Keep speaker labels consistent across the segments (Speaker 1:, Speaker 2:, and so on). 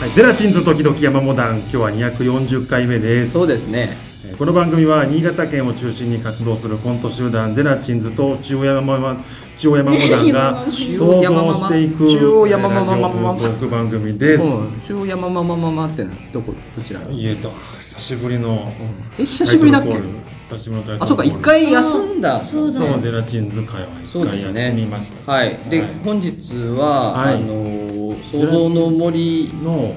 Speaker 1: はい、ゼラチンズ時々山モダン今日は240回目です
Speaker 2: そうですね
Speaker 1: えーこの番組は新潟県を中心に活動するコント集団ゼラチンズと中央山ま中央山モダンが
Speaker 2: 中
Speaker 1: 創
Speaker 2: 央山マ
Speaker 1: 造し
Speaker 2: マ
Speaker 1: ていく
Speaker 2: 中央山マ
Speaker 1: ラジ
Speaker 2: マ
Speaker 1: オ
Speaker 2: マ
Speaker 1: という
Speaker 2: マ
Speaker 1: トーク番組です、
Speaker 2: うん、中央山ママママってのはどこどちら、うん、
Speaker 1: 言えた久しぶりの
Speaker 2: え久しぶりだっ
Speaker 1: タ
Speaker 2: け
Speaker 1: イトルコール久しぶりのタイトルコール
Speaker 2: あそうか一回休んだ
Speaker 3: あそうだ
Speaker 1: そ
Speaker 3: よ
Speaker 1: うゼラチンズ会は一
Speaker 2: そうで
Speaker 1: 回
Speaker 2: すね
Speaker 1: 休みました、
Speaker 2: はいで、本日は、
Speaker 1: はい
Speaker 2: あのー創造の森、
Speaker 1: の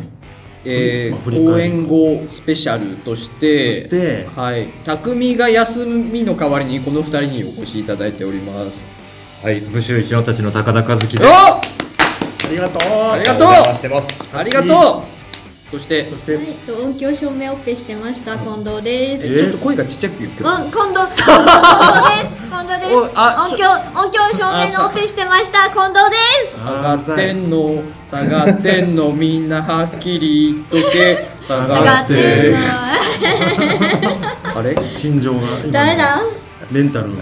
Speaker 2: え
Speaker 1: まあ振り
Speaker 2: ー、
Speaker 1: 返り
Speaker 2: 公演後スペシャルとし
Speaker 1: そ
Speaker 2: て
Speaker 1: して
Speaker 2: はい匠が休みの代わりにこの二人にお越しいただいております
Speaker 4: はい、武州一郎たちの高田和樹で
Speaker 2: お
Speaker 4: す。
Speaker 1: ありがとう
Speaker 2: ありがとう
Speaker 4: お邪魔してます。
Speaker 2: ありがとうそして
Speaker 1: そして
Speaker 3: はい、音響照明オペしてました近藤です。
Speaker 1: え
Speaker 2: ちょっと声がちっちゃく言って
Speaker 3: う
Speaker 2: る
Speaker 3: ん、近藤、 近藤です。近藤です。
Speaker 2: おあ
Speaker 3: 音響、音響照明のオペしてました近藤です。
Speaker 2: 下が
Speaker 1: あ
Speaker 2: ってんの下がってんのみんなはっきり言っとけ下
Speaker 1: 下
Speaker 2: が
Speaker 1: が
Speaker 2: っ
Speaker 1: ってて
Speaker 2: ん
Speaker 1: ん
Speaker 2: の
Speaker 1: の
Speaker 2: あれ
Speaker 1: 心情が今
Speaker 3: 誰だ？
Speaker 1: メンタルの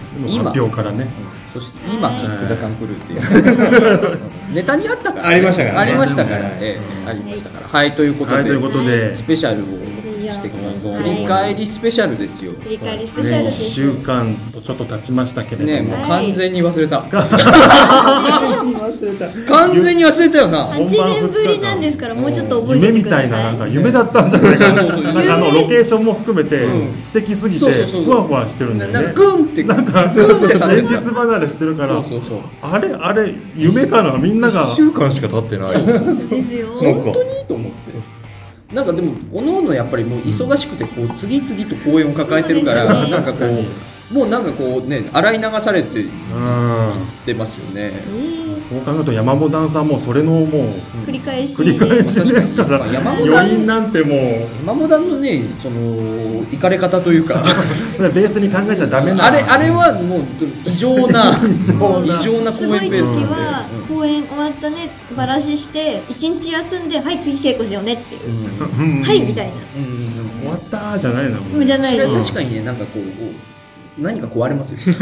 Speaker 1: 発表からね
Speaker 2: そして今
Speaker 3: はい
Speaker 2: キックザカンクルーっていうネタにあったから
Speaker 4: ありましたからね
Speaker 2: ありましたから
Speaker 4: はい
Speaker 2: ええありましたからはいということ
Speaker 1: はいというこ
Speaker 2: で
Speaker 1: とで
Speaker 2: スペシャルを
Speaker 3: いや
Speaker 2: してきます
Speaker 3: はい
Speaker 2: 振り返りスペシャルですよ
Speaker 3: 振り返りスペシャル
Speaker 1: ね、
Speaker 3: で
Speaker 1: 1
Speaker 3: す。
Speaker 1: 週間とちょっと経ちましたけれども、
Speaker 2: ねもう
Speaker 3: はい
Speaker 2: 完全に忘れた完全に忘れたよな
Speaker 3: 8年ぶりなんですからもうちょっと覚え
Speaker 1: 夢
Speaker 3: てて
Speaker 1: み
Speaker 3: くだ
Speaker 1: た
Speaker 3: さい。
Speaker 1: いななんか夢だったんじゃないかな
Speaker 2: そうそうそう
Speaker 1: なんかあの
Speaker 3: 夢
Speaker 1: ロケーションも含めて
Speaker 2: うん
Speaker 1: 素敵すぎ
Speaker 2: そうそう
Speaker 1: て
Speaker 2: そう
Speaker 1: ふわふわしてるんだ
Speaker 2: なな
Speaker 1: よね
Speaker 2: んかグンってグンっ
Speaker 1: そうそう
Speaker 2: てされ
Speaker 1: 現
Speaker 2: て
Speaker 1: 実
Speaker 2: た
Speaker 1: 離れしてるか
Speaker 2: そ
Speaker 1: ら
Speaker 2: うそうそう
Speaker 1: あれあれ夢かなみんなが
Speaker 4: 一週間しか経ってない。なんか
Speaker 3: ですよ。
Speaker 2: 本当にいいと思ってなんかでもおのおのやっぱりもう忙しくてこう次々と公演を抱えてるから、
Speaker 3: そうですね
Speaker 2: なんか
Speaker 1: 確
Speaker 2: こ
Speaker 1: か
Speaker 2: うもうなんかこうね洗い流されて
Speaker 1: うん
Speaker 2: 出ますよね
Speaker 3: え
Speaker 1: そう考えると山本さんもそれのもう
Speaker 3: ー繰り返し。
Speaker 1: 繰り返しですから
Speaker 2: 確かに山本
Speaker 1: 余韻なんても
Speaker 2: マモダンのねその行かれ方というか
Speaker 1: うそれベースに考えちゃダメな
Speaker 2: あれあれはもう異常な
Speaker 1: 常な
Speaker 2: 異常な公
Speaker 3: すごい
Speaker 2: 演
Speaker 3: 時
Speaker 2: ベース
Speaker 3: は
Speaker 2: なんで、
Speaker 3: 公演終わったねばらしして一日休んではい次稽古しようねっていう、
Speaker 2: うんうん
Speaker 1: うん
Speaker 3: はいみたいな
Speaker 2: うんうん
Speaker 1: 終わったーじゃないなも
Speaker 3: じゃ
Speaker 2: そ
Speaker 3: ない
Speaker 2: れ
Speaker 3: です
Speaker 2: は確かにねなんかこう何か壊れますよ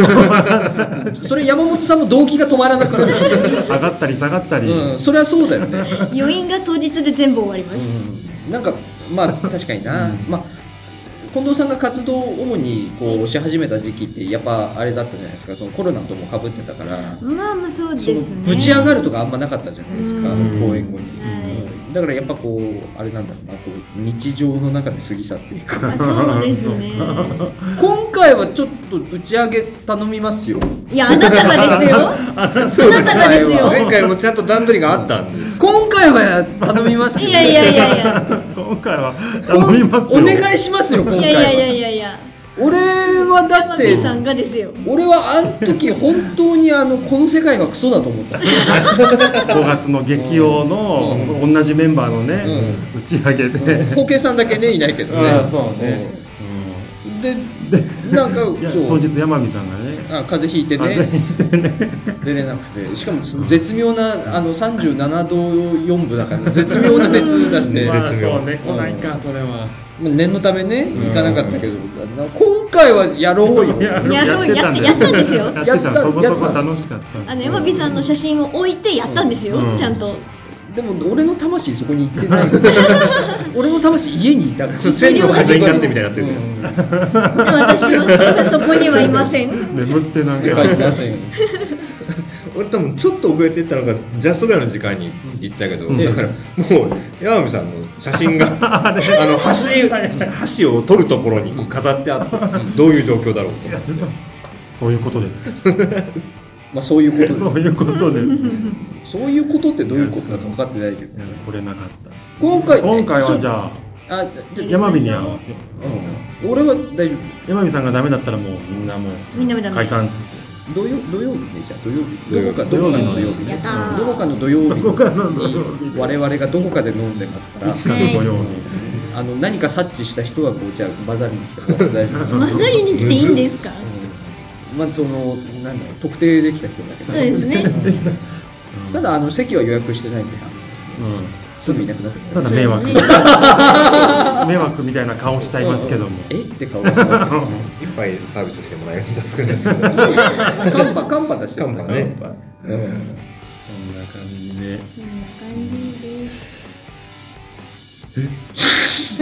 Speaker 2: それ山本さんも動機が止まらなくなる、
Speaker 1: 上がったり下がったり、
Speaker 2: うん、それはそうだよね
Speaker 3: 余韻が当日で全部終わります、
Speaker 2: うんなんかまあ確かにな、まあ近藤さんが活動を主にこうし始めた時期ってやっぱあれだったじゃないですかそのコロナともかぶってたから
Speaker 3: まあまあそう
Speaker 2: そ
Speaker 3: ですね
Speaker 2: のぶち上がるとかあんまなかったじゃないですか
Speaker 3: うん
Speaker 2: 公演後に、
Speaker 3: は
Speaker 2: うんだからやっぱこうあれなんだろうなこう日常の中で過ぎ去っていく
Speaker 3: あそうですね。
Speaker 2: 今回はちょっと打ち上げ頼みますよ
Speaker 3: いや、あなたがですよ。あなたがです よ。
Speaker 4: 前回もちゃんと段取りがあったんです。
Speaker 2: 今回は頼みますよ
Speaker 3: いやいやいやいや。
Speaker 1: 今回は頼みます
Speaker 2: お
Speaker 1: よ
Speaker 2: 願いしますよ今
Speaker 3: い
Speaker 2: 回
Speaker 3: や
Speaker 2: はい
Speaker 3: やいやいやいや。
Speaker 2: 俺はだ
Speaker 3: 山
Speaker 2: って
Speaker 3: 木さんがですよ。
Speaker 2: 俺はあの時本当にあのこの世界はクソだと思った
Speaker 1: 5月の月曜の同じメンバーのね、打ち上げで、
Speaker 2: ホケさんだけねいないけど
Speaker 1: ああ
Speaker 2: ね
Speaker 1: そうね
Speaker 2: うんでなん
Speaker 1: い
Speaker 2: か
Speaker 1: や
Speaker 2: そう
Speaker 1: 当日山見さんがね
Speaker 2: あ風邪ひいてね出れなくてしかも絶妙なあの37度4分だから絶妙な熱出して、
Speaker 1: まあ
Speaker 2: まあ
Speaker 1: そ
Speaker 4: 絶妙
Speaker 1: うね来ないか、それは
Speaker 2: 念のためね行かなかったけど、な今回はやろうよ
Speaker 1: や
Speaker 3: いや
Speaker 1: やってたんだよ
Speaker 3: やってやったんです よ
Speaker 1: やってた
Speaker 2: やった
Speaker 1: そこそこ
Speaker 2: やった
Speaker 1: 楽しかった
Speaker 3: あの、山木さんの写真を置いてやったんですよ。
Speaker 1: うん
Speaker 3: ちゃんと。
Speaker 2: でも俺の魂そこに行ってない俺の魂家にいたから
Speaker 4: 線路の風になってみたいになってるじゃないです
Speaker 2: うん
Speaker 3: でも私はそこにはいません。
Speaker 1: 眠ってなん
Speaker 2: 世界にいま
Speaker 1: か
Speaker 2: せんよ
Speaker 4: 俺多分ちょっと遅れてったのがジャストぐらいの時間に行ったけど、
Speaker 1: ん
Speaker 4: だからもう山美さんの写真が あの箸箸を取るところにこう飾ってあってどういう状況だろうと思って。
Speaker 1: そういうことです
Speaker 2: まあそういうことです
Speaker 1: そういうことです
Speaker 2: そういうことってどういうことだか分かってないけ
Speaker 1: い
Speaker 2: ど
Speaker 1: や来れなかったです
Speaker 2: 今回
Speaker 1: 今回はじ
Speaker 2: あ
Speaker 1: ゃあ
Speaker 2: あじゃあ
Speaker 1: 山見に合わせよ
Speaker 2: うん、俺は大丈
Speaker 1: う山見さんがダメだったらもうみんなもう
Speaker 3: みんなもダメ
Speaker 1: 解散っつっ
Speaker 2: 夫土曜土曜日ねじゃあ土曜日
Speaker 4: 土
Speaker 2: どこ
Speaker 4: 曜日
Speaker 2: かどこかの土曜
Speaker 3: やっ
Speaker 2: 日
Speaker 3: たー
Speaker 2: どこかの土曜日
Speaker 1: どこかの土曜日
Speaker 2: に我々がどこかで飲んでますか
Speaker 1: て
Speaker 2: ら
Speaker 3: はい
Speaker 1: いつかの土曜日
Speaker 2: あの何か察知した人はこうじゃあ混ざりに来てもらって大丈夫
Speaker 3: 混ざりに来ていいんですか。
Speaker 2: まあそのなんだろう特定できた人だけど
Speaker 3: そうですね。
Speaker 2: ただあの席は予約してないんで
Speaker 1: う
Speaker 2: すぐいなくなって
Speaker 1: んただ迷惑迷惑みたいな顔しちゃいますけども
Speaker 2: えって顔が しますけど
Speaker 4: 一杯サービスしてもらえると助かるんですけど。
Speaker 2: カンパカンパ出して
Speaker 4: カ
Speaker 2: る
Speaker 4: ン
Speaker 2: んだ
Speaker 4: パ
Speaker 2: から
Speaker 4: ね。
Speaker 2: うん
Speaker 1: そんな感じで
Speaker 3: こんな感じです。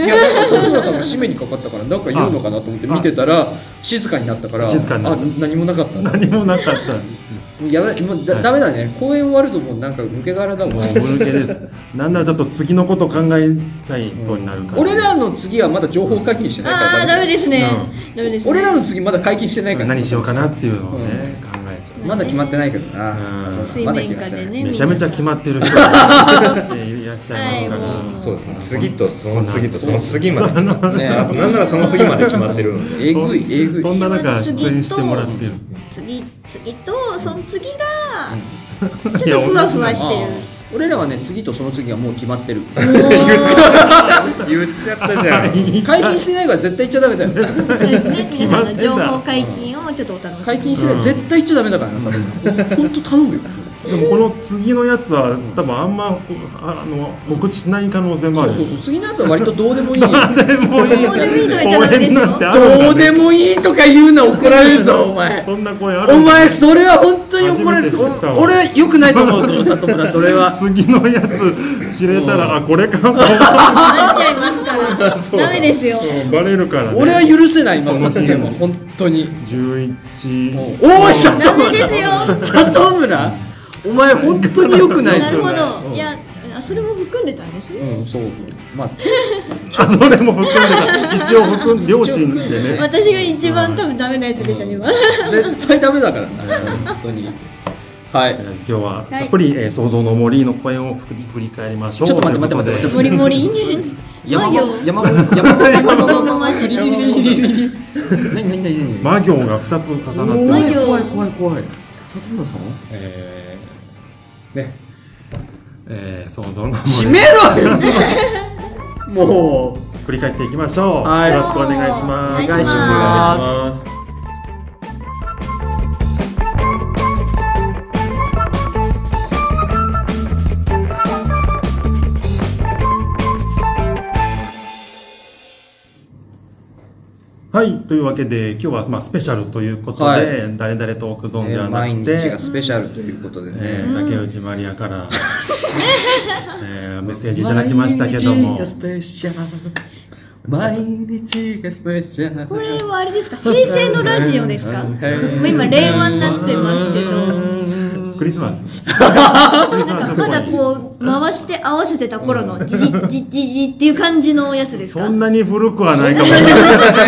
Speaker 2: いやなんか里村さんが締めにかかったからなんか言うのかなと思って見てたら静かになったから
Speaker 1: 静かになっちゃう
Speaker 2: あ何もなかったんだ
Speaker 1: 何もなかったんですよ
Speaker 2: やばいもうだダメだね公演終わるともうなんか抜け殻だも
Speaker 1: もうん無けですなんならちょっと次のこと考えちゃいそうになるから、
Speaker 2: 俺らの次はまだ情報解禁してないから
Speaker 3: ああダメですね、ダメですね
Speaker 2: 俺らの次まだ解禁してないから
Speaker 1: 何しようかなっていうのをね、考えちゃう
Speaker 2: まだ決まってないけどな
Speaker 1: うん
Speaker 3: 水
Speaker 2: まだ
Speaker 3: 面
Speaker 2: 決まっ
Speaker 3: 下
Speaker 2: てない
Speaker 3: でね
Speaker 1: めちゃめちゃ決まってる人がねいらっしゃいますから、
Speaker 3: はいも
Speaker 4: そうですね次とその次とその次まで
Speaker 2: ね
Speaker 4: ねあとなんならその次まで決まってるので
Speaker 2: えぐいえぐい
Speaker 1: そんな中出演してもらってる
Speaker 3: 次次とその次が
Speaker 1: い
Speaker 3: ち
Speaker 1: や
Speaker 3: ょっとふわふわしてる
Speaker 2: あー俺らはね次とその次はもう決まってる
Speaker 4: 言っちゃった じゃん
Speaker 2: 解禁してないから絶対言っちゃダメだよ
Speaker 3: そうですね皆さんの
Speaker 1: 決ま
Speaker 3: 情
Speaker 1: ってんだ
Speaker 3: 報解禁をちょっとお楽しみ
Speaker 2: 解
Speaker 3: に
Speaker 2: 禁してない絶対言っちゃダメだからなさ本当頼むよ
Speaker 1: でもこの次のやつは多分あんまこああの告知しない可能性もあ
Speaker 2: そう
Speaker 1: る
Speaker 2: そうそう次のやつは割とどうでも いい
Speaker 1: でもいい
Speaker 3: どうでもいいとは言っちゃダメで
Speaker 1: 公
Speaker 3: すよ
Speaker 1: 演なんてあるんだね
Speaker 2: どうでもいいとか言うな怒られ るぞお前
Speaker 1: そんな声ある
Speaker 2: お前それは本当に怒られる
Speaker 1: 初めて知ったわ
Speaker 2: お俺よくないと思うその里村それ は
Speaker 1: 次のやつ知れたらあこれかと思って
Speaker 3: なっちゃいますからダメです よ
Speaker 1: バレるからね
Speaker 2: 俺は許せない今の発言も本 当に
Speaker 1: 11
Speaker 2: もうおい里
Speaker 3: ダメ
Speaker 2: 村
Speaker 3: ですよ
Speaker 2: 里村お前本当によくない
Speaker 3: なるほど
Speaker 1: うん
Speaker 3: いやあそれも含んでたんですね
Speaker 2: うんそうまあ
Speaker 1: あそれも含んでた一応含ん両親でね
Speaker 3: 私が一番多分ダメなやつでした ね今
Speaker 2: 絶対ダメだからな本当にはい
Speaker 1: えー今日はたっぷり、えー想像の森の公演を振り振り返りましょう
Speaker 2: ちょっと待って待って待って
Speaker 3: モリモリ
Speaker 2: 山
Speaker 3: 魔
Speaker 2: 本
Speaker 3: 行
Speaker 2: 山本山本山
Speaker 3: 魔
Speaker 2: 本
Speaker 3: 行の魔
Speaker 2: ビリビリビリビリビリ何何何何
Speaker 1: 魔行が2つ重なって
Speaker 2: 怖
Speaker 1: る
Speaker 2: い
Speaker 3: 行
Speaker 2: 怖い怖い怖い里村さん
Speaker 1: えーねえー、想像の森
Speaker 2: 閉めろよもう
Speaker 1: 振り返っていきましょう、
Speaker 2: はい
Speaker 1: よろしくお願いします
Speaker 3: お願いします
Speaker 1: お願いしますはい、というわけで今日はまあスペシャルということで、
Speaker 2: はい
Speaker 1: 誰々と奥存ではな
Speaker 2: 毎
Speaker 1: く
Speaker 2: 日
Speaker 1: て、
Speaker 2: がスペシャルということで
Speaker 1: え
Speaker 2: ね
Speaker 1: ー竹内まりや から、えーメッセージいただきましたけども
Speaker 2: 毎日がスペシャル毎日がスペシャル
Speaker 3: これはあれですか平成のラジオですかもう今令和になってますけど
Speaker 1: クリスマスクリスマ
Speaker 3: なん
Speaker 1: ス
Speaker 3: かまだこう回して合わせてた頃のじじじじじっていう感じのやつですか
Speaker 1: そんなに古くはないかもしれない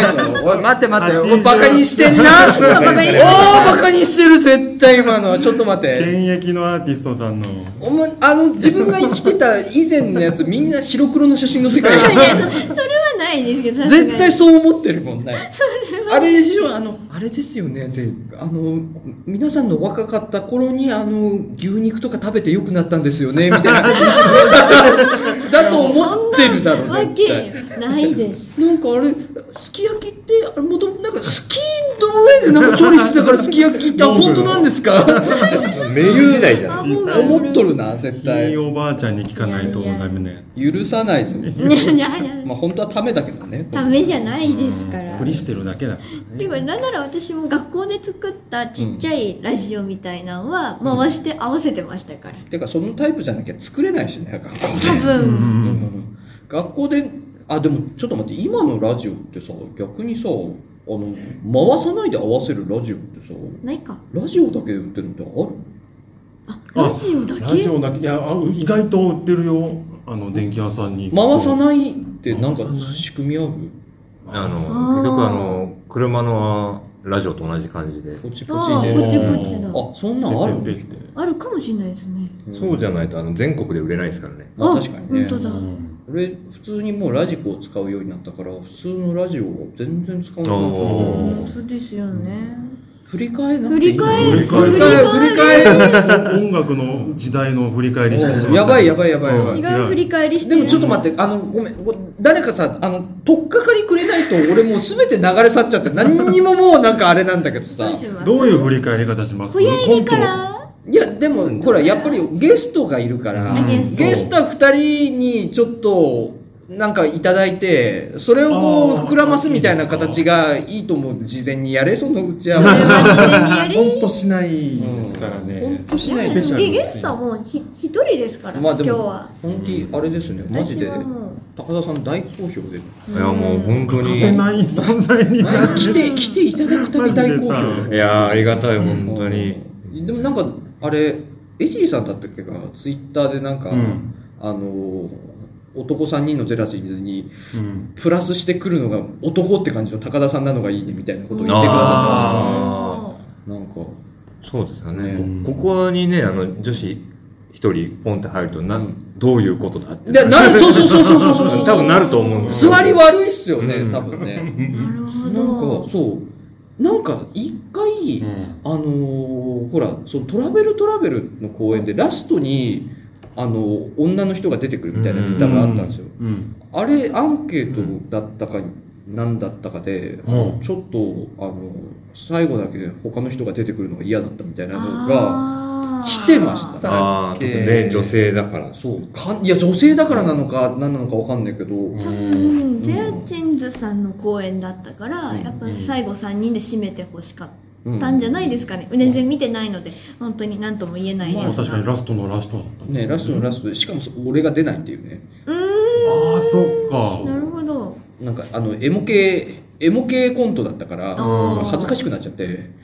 Speaker 2: おい待って待って
Speaker 1: 80
Speaker 2: おいバカにしてんなお
Speaker 3: 今バカにしてる
Speaker 2: ーバカにしてる絶対今のはちょっと待って
Speaker 1: 現役のアーティストさんの
Speaker 2: お前あの自分が生きてた以前のやつみんな白黒の写真の世界
Speaker 3: いやそそれはないです けど確かに
Speaker 2: 絶対そう思ってるもんね
Speaker 3: それは
Speaker 2: あれでしょあのあれですよねであの皆さんの若かった頃にあの牛肉とか食べてよくなったんですよねみたいなだと思ってるだろ
Speaker 3: わ
Speaker 2: 絶対
Speaker 3: けないです
Speaker 2: なんかあれすき焼きってあれもともとなんかすきの上でなんか調理してたからすき焼きってあ本当なんですか
Speaker 4: 名誉時代じゃ
Speaker 3: あ
Speaker 4: ん
Speaker 3: もう
Speaker 2: 思っとるな絶
Speaker 1: ひい
Speaker 2: 対
Speaker 1: おばあちゃんに聞かないとダメね
Speaker 2: 許さないぞ
Speaker 3: いやいやいや
Speaker 2: まあ本当はためだけどね
Speaker 3: ダメじゃないですから
Speaker 1: ふりしてるだけだから
Speaker 3: ていうかなんなら私も学校で作ったちっちゃいラジオみたいなのは回して合わせてましたから
Speaker 2: てかそのタイプじゃなきゃ作れないしね学校で
Speaker 3: 多分
Speaker 2: うん学校であでもちょっと待って今のラジオってさ逆にさあの回さないで合わせるラジオってさ
Speaker 3: ないか
Speaker 2: ラジオだけで売ってるのってあ
Speaker 3: あラジオだ
Speaker 1: ラ
Speaker 3: け
Speaker 1: ジオだけいやあ意外と売ってるよあの電気屋さんに
Speaker 2: る回さないってなんか仕組み合う
Speaker 4: あ
Speaker 3: ー
Speaker 4: の結局あの車のラジオと同じ感じで
Speaker 2: ポチポ
Speaker 3: あ
Speaker 2: チ
Speaker 3: あ
Speaker 2: で
Speaker 3: こっちこっちだ
Speaker 2: あそんなんあるんだ
Speaker 1: 出てって
Speaker 3: あるかもしれないですね
Speaker 4: そうじゃないとあの全国で売れないですからね
Speaker 2: まあ確かにね
Speaker 3: 本当だ
Speaker 2: 俺普通にもうラジコを使うようになったから普通のラジオを全然使わなく
Speaker 4: お
Speaker 2: な
Speaker 4: ー
Speaker 2: った
Speaker 3: そうですよね
Speaker 2: 振り返らなく
Speaker 3: 振
Speaker 2: ていい
Speaker 3: り
Speaker 1: る
Speaker 3: 返る
Speaker 1: 振り返る
Speaker 2: 振り返る
Speaker 1: 音楽の時代の振り返りしてしまった
Speaker 2: やばいやばいやばいやばい
Speaker 3: 違う振り返りして
Speaker 2: で
Speaker 3: る
Speaker 2: もちょっと待って、あの、ごめん、ご誰かさ、あの、とっかかりくれないと、俺もうすべて流れ去っちゃって、何にももうなんかあれなんだけどさ
Speaker 3: どう。します
Speaker 1: どういう振り返り方します
Speaker 3: 小屋入りか
Speaker 1: コン
Speaker 3: ら
Speaker 2: いや、でも、ほら、やっぱりゲストがいるから
Speaker 3: あゲス、ト
Speaker 2: ゲスト二人にちょっと、なんかいただいてそれをこう
Speaker 1: あー
Speaker 2: 膨らますみたいない
Speaker 1: いですか
Speaker 2: 形がいいと思う事前にやれそのうちは
Speaker 3: それは事前にや
Speaker 1: 本当しないですからね、
Speaker 2: 本当しない
Speaker 1: ス
Speaker 3: り
Speaker 1: ペ
Speaker 3: ゲ
Speaker 1: シャル
Speaker 3: ゲストはもうひ一人ですから、
Speaker 2: まあで
Speaker 3: 今日
Speaker 2: も
Speaker 3: は
Speaker 2: 本当あれですねマジ
Speaker 3: 私
Speaker 2: で
Speaker 3: はもう
Speaker 2: 高田さん大好評で
Speaker 4: いやもう本当
Speaker 1: 欠
Speaker 4: に
Speaker 1: かせない存在になる
Speaker 2: 来て来ていただくたび大好
Speaker 1: マジで
Speaker 2: 評
Speaker 1: さ
Speaker 4: いやーありがたい本当に、
Speaker 2: でもなんかあれ江尻さんだったっけかツイッターでなんか、
Speaker 1: うん
Speaker 2: あの男3人のゼラチンズに
Speaker 1: うん
Speaker 2: プラスしてくるのが男って感じの高田さんなのがいいねみたいなことを言ってくださ
Speaker 4: あ
Speaker 2: ってましたな
Speaker 4: そうですよね、
Speaker 1: うん
Speaker 4: こここにねあの女子一人ポンって入るとな、
Speaker 2: うん
Speaker 4: どういうことだって
Speaker 2: んかでなそうそうそうそうそうそうそう
Speaker 4: 多分なると思うんですよ
Speaker 2: 座り悪いっすよね、
Speaker 4: うん
Speaker 2: 多分ね
Speaker 3: なるほ
Speaker 2: なん
Speaker 3: ど
Speaker 2: かそうなんか一回、あのーほらそのトラベルトラベルの公演でラストにあの女の人が出てくるみたいなネタがあったんですよ、
Speaker 1: うん
Speaker 2: あれアンケートだったか何だったかで、
Speaker 1: うん
Speaker 2: ちょっとあの最後だけ他の人が出てくるのが嫌だったみたいなのが
Speaker 3: あー
Speaker 2: 来てました
Speaker 4: ああね女性だから
Speaker 2: そうかいや女性だからなのか何なのか分かんないけど、
Speaker 3: 多分ゼラチンズさんの公演だったから、やっぱ最後3人で締めてほしかったんじゃないですかね、全然見てないので本当に何とも言えない
Speaker 1: ま
Speaker 3: で
Speaker 1: あ
Speaker 3: すが、
Speaker 1: 確かにラストのラストだった
Speaker 2: ねラストのラストでしかもそ俺が出ないっていうね
Speaker 3: う
Speaker 1: ああそっ
Speaker 3: ーんな
Speaker 1: か
Speaker 3: るほ ど
Speaker 2: なんかあのエモ系エモ系コントだったから
Speaker 3: あー
Speaker 2: 恥ずかしくなっちゃって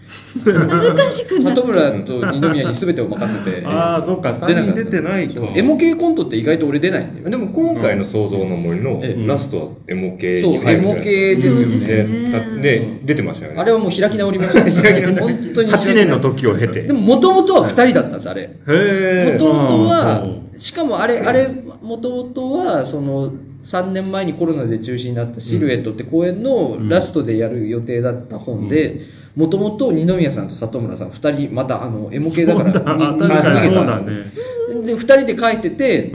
Speaker 3: 恥ずかしくなっ
Speaker 2: 里
Speaker 3: た
Speaker 2: 村と二宮に全てを任せて
Speaker 1: ああそっか
Speaker 2: 出な
Speaker 1: 3
Speaker 2: かっ
Speaker 1: 人
Speaker 2: た
Speaker 1: 出てないか
Speaker 2: エモ系コントって意外と俺出ないんだよね
Speaker 4: でも今回の「創造の森」の
Speaker 2: ええ
Speaker 4: ラストはエモ系
Speaker 2: そう
Speaker 4: に入るじゃない
Speaker 2: エモ系ですよね
Speaker 4: でだで出てましたよね
Speaker 2: あれはもう開き直りました、ね、開き直り本当に
Speaker 4: 8年の時を経て
Speaker 2: でももともとは2人だったんですあれ
Speaker 4: へ
Speaker 2: も
Speaker 4: え
Speaker 2: ともと
Speaker 1: あ
Speaker 2: は
Speaker 1: ー
Speaker 2: しかもあれあれもともとはその3年前にコロナで中止になった「シルエット」って公演のラストでやる予定だった本でもともと二宮さんと里村さん2人またあのエモ系だからに
Speaker 1: あ
Speaker 2: 逃
Speaker 1: 確かに
Speaker 2: げ
Speaker 1: そう
Speaker 2: た
Speaker 1: だ
Speaker 2: んで
Speaker 1: ね
Speaker 2: すよで2人で書いてて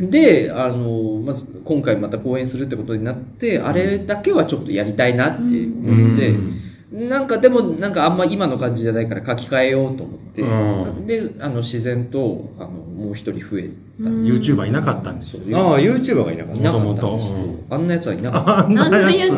Speaker 1: うん
Speaker 2: であのまず今回また公演するってことになってあれだけはちょっとやりたいなって思って。なんかでもなんかあんま今の感じじゃないから書き換えようと思って、
Speaker 1: う
Speaker 2: であの自然とあのもう一人増えた、
Speaker 1: YouTuber いなかったんですよ
Speaker 4: ああ YouTuber がいなかっ
Speaker 2: いな
Speaker 4: た
Speaker 2: かったんです
Speaker 1: 元
Speaker 2: よ、
Speaker 1: 々
Speaker 2: あんなやつはいなかっ
Speaker 3: 何のやつ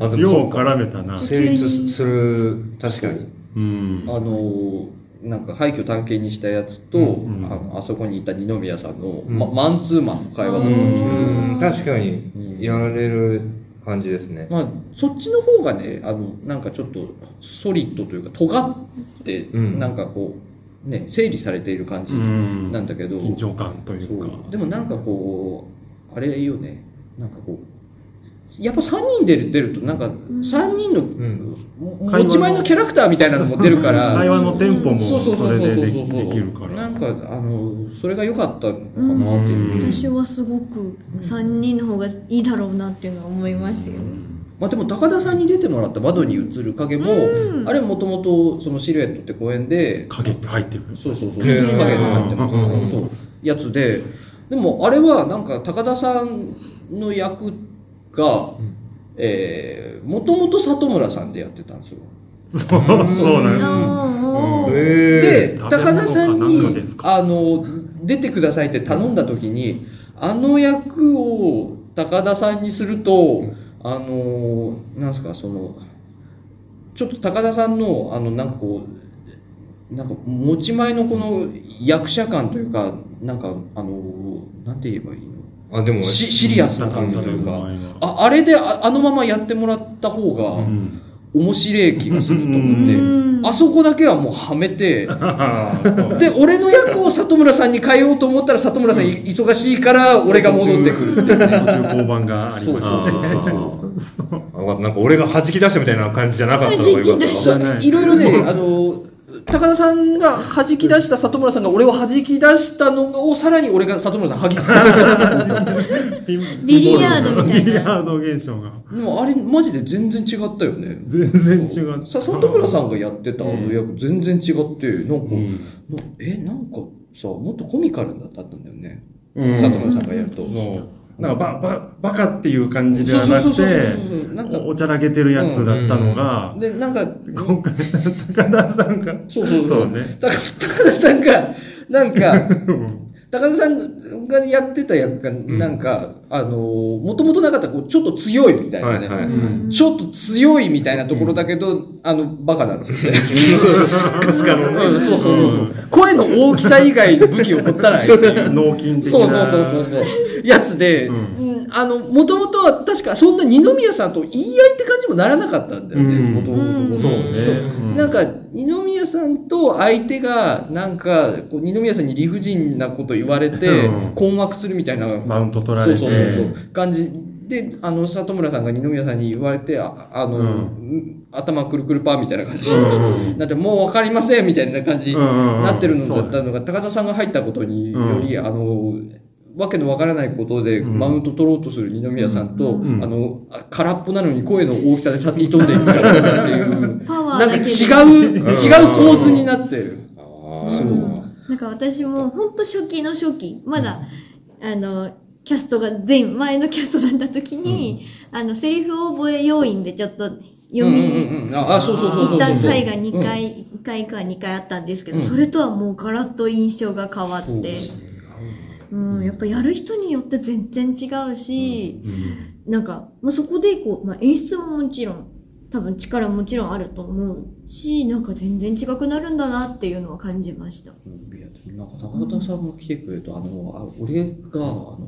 Speaker 4: あでも
Speaker 1: よ
Speaker 4: そう
Speaker 1: う
Speaker 4: か
Speaker 1: 絡めたな
Speaker 4: 成立する確かに
Speaker 1: うん
Speaker 2: たあのなんか廃墟探検にしたやつと、
Speaker 1: うん
Speaker 2: あのあそこにいた二宮さんの、
Speaker 4: ん
Speaker 2: ま、マンツーマンの会話だったん
Speaker 4: う
Speaker 2: ですよ
Speaker 4: ん確かにやれる感じですね
Speaker 2: まあ、そっちの方がねあのなんかちょっとソリッドというか尖って、
Speaker 4: うん
Speaker 2: なんかこうね整理されている感じ
Speaker 1: うん
Speaker 2: なんだけど、
Speaker 1: 緊張感というか
Speaker 2: そうでもなんかこうあれいいよねなんかこうやっぱ3人出る出るとなんか3人の、
Speaker 4: ん
Speaker 2: も持ち前のキャラクターみたいなのも出るか
Speaker 1: 会
Speaker 2: ら
Speaker 1: 話のテンポも
Speaker 2: そうそ
Speaker 1: そ
Speaker 2: うそう
Speaker 1: れ
Speaker 2: そうそう
Speaker 1: で
Speaker 2: そう
Speaker 1: できできるか
Speaker 2: な
Speaker 1: ら
Speaker 2: んかあのそれが良かったのかなっていう、
Speaker 1: うん
Speaker 3: 私はすごく3人の方がいいだろうなっていうのは思いますよね
Speaker 2: まあ、でも高田さんに出てもらった「窓に映る影も」あれもともとそのシルエットって公演で
Speaker 1: 影って入ってる
Speaker 2: そうそうそう
Speaker 4: へ
Speaker 2: 影
Speaker 4: ー
Speaker 2: になってますよ
Speaker 1: うんうんうん
Speaker 2: ねそうやつででもあれはなんか高田さんの役がえーもともと里村さんでやってたんですよ
Speaker 1: そうそうなんです
Speaker 3: あー
Speaker 4: へ
Speaker 2: で
Speaker 4: え
Speaker 1: ー
Speaker 2: 高田さ
Speaker 1: 食
Speaker 2: ん
Speaker 1: べ物かなん
Speaker 2: に
Speaker 1: かですか
Speaker 2: あの出てくださいって頼んだ時にあの役を高田さんにするとあのなんですかそのちょっと高田さんのあのなんかこうなんか持ち前のこの役者感というかなんかあのなんて言えばいいの
Speaker 4: あでも
Speaker 2: シシリアスな感じというかああれでああのままやってもらった方
Speaker 1: う
Speaker 2: が
Speaker 1: ん
Speaker 2: 面白い気がすると思って、
Speaker 3: うん
Speaker 2: あそこだけはもうはめて。
Speaker 1: あーそう
Speaker 2: で俺の役を里村さんに変えようと思ったら里村さんい忙しいから俺が戻ってくるっていうね
Speaker 1: 途中交番がありま
Speaker 2: そう
Speaker 1: し
Speaker 2: そう
Speaker 1: て
Speaker 4: あなんか俺が弾き出したみたいな感じじゃなかったのがよかっ
Speaker 3: 弾き出し
Speaker 4: そ
Speaker 2: そ
Speaker 1: じ
Speaker 4: れ
Speaker 1: ゃな
Speaker 2: う
Speaker 1: い
Speaker 2: いろいろねあの高田さんが弾き出した里村さんが俺を弾き出したのをさらに俺が里村さん弾き出した
Speaker 3: ビリヤードみたい
Speaker 1: ビ
Speaker 3: な
Speaker 1: リヤード現象が
Speaker 2: でもあれマジで全然違ったよね
Speaker 1: 全然違う
Speaker 2: さ里村さんがやってたあの役全然違ってなんか、なえなんかさもっとコミカルだったんだよね、
Speaker 1: うん
Speaker 2: 里村さんがやると。
Speaker 1: そうなんかバババカっていう感じではな
Speaker 2: そう
Speaker 1: く
Speaker 2: そうそう
Speaker 1: て
Speaker 2: そうそうなんか
Speaker 1: おちゃらけてるやつだったのが、
Speaker 2: でなんか
Speaker 1: 今回高田さんが
Speaker 2: そうそう
Speaker 1: そうね
Speaker 2: だから高田さんがなんか高田さんがやってた役がなんか、あのもともとなかったこうちょっと強いみたいなね、
Speaker 4: はいはい
Speaker 3: うん
Speaker 2: ちょっと強いみたいなところだけど、あのバカなんですよね。
Speaker 4: かすかのね
Speaker 2: うんそうそうそうそう、声の大きさ以外武器を持たないっていう
Speaker 1: 脳筋的な
Speaker 2: そうそうそうそうそうやつで、うんあのもともとは確かそんな二宮さんと言い合いって感じもならなかったんだよ
Speaker 1: う
Speaker 2: ね
Speaker 1: ん
Speaker 2: もとも
Speaker 1: そ
Speaker 2: と
Speaker 1: うね
Speaker 2: そう
Speaker 1: うん
Speaker 2: なんか二宮さんと相手がなんかこう二宮さんに理不尽なこと言われて
Speaker 1: うん
Speaker 2: 困惑するみたいな、
Speaker 1: マウント取ら
Speaker 2: そ
Speaker 1: れ
Speaker 2: う
Speaker 1: て
Speaker 2: そうそうそう感じであの里村さんが二宮さんに言われてああの、
Speaker 1: うん
Speaker 2: うん頭くるくるパーみたいな感じ、
Speaker 1: うん
Speaker 2: なってもう分かりませんみたいな感じに
Speaker 1: うんうんうん
Speaker 2: なってるの
Speaker 1: そう
Speaker 2: だ
Speaker 1: だ
Speaker 2: っ
Speaker 1: ね
Speaker 2: たのが高田さんが入ったことにより、あのわけのわからないことで
Speaker 1: うん
Speaker 2: マウント取ろうとする二宮さんと、
Speaker 1: ん
Speaker 2: あのあ空っぽなのに声の大きさで立ち飛んでいく高田さんっていう
Speaker 3: パワー
Speaker 2: な
Speaker 3: だ
Speaker 2: んか
Speaker 3: け
Speaker 2: 違う
Speaker 3: で
Speaker 2: 違う構図になってる。
Speaker 4: あ
Speaker 3: なんか私も本当初期の初期まだ、あのキャストが前前のキャストだった時に、あのセリフ覚え要員でちょっと読み、
Speaker 2: うんうんうん、ああそうそうそうそ
Speaker 3: 行
Speaker 2: う
Speaker 3: っ
Speaker 2: そう
Speaker 3: た回が2回、一回か2回あったんですけど、
Speaker 2: うん
Speaker 3: それとはもうガラッと印象が変わって、うん、やっぱやる人によって全然違うし、なんか、まあ、そこでこう、まあ、演出ももちろん多分力もちろんあると思うしなんか全然違くなるんだなっていうのは感じました。
Speaker 2: いやでもなんか高田さんも来てくれると、あのあ俺があの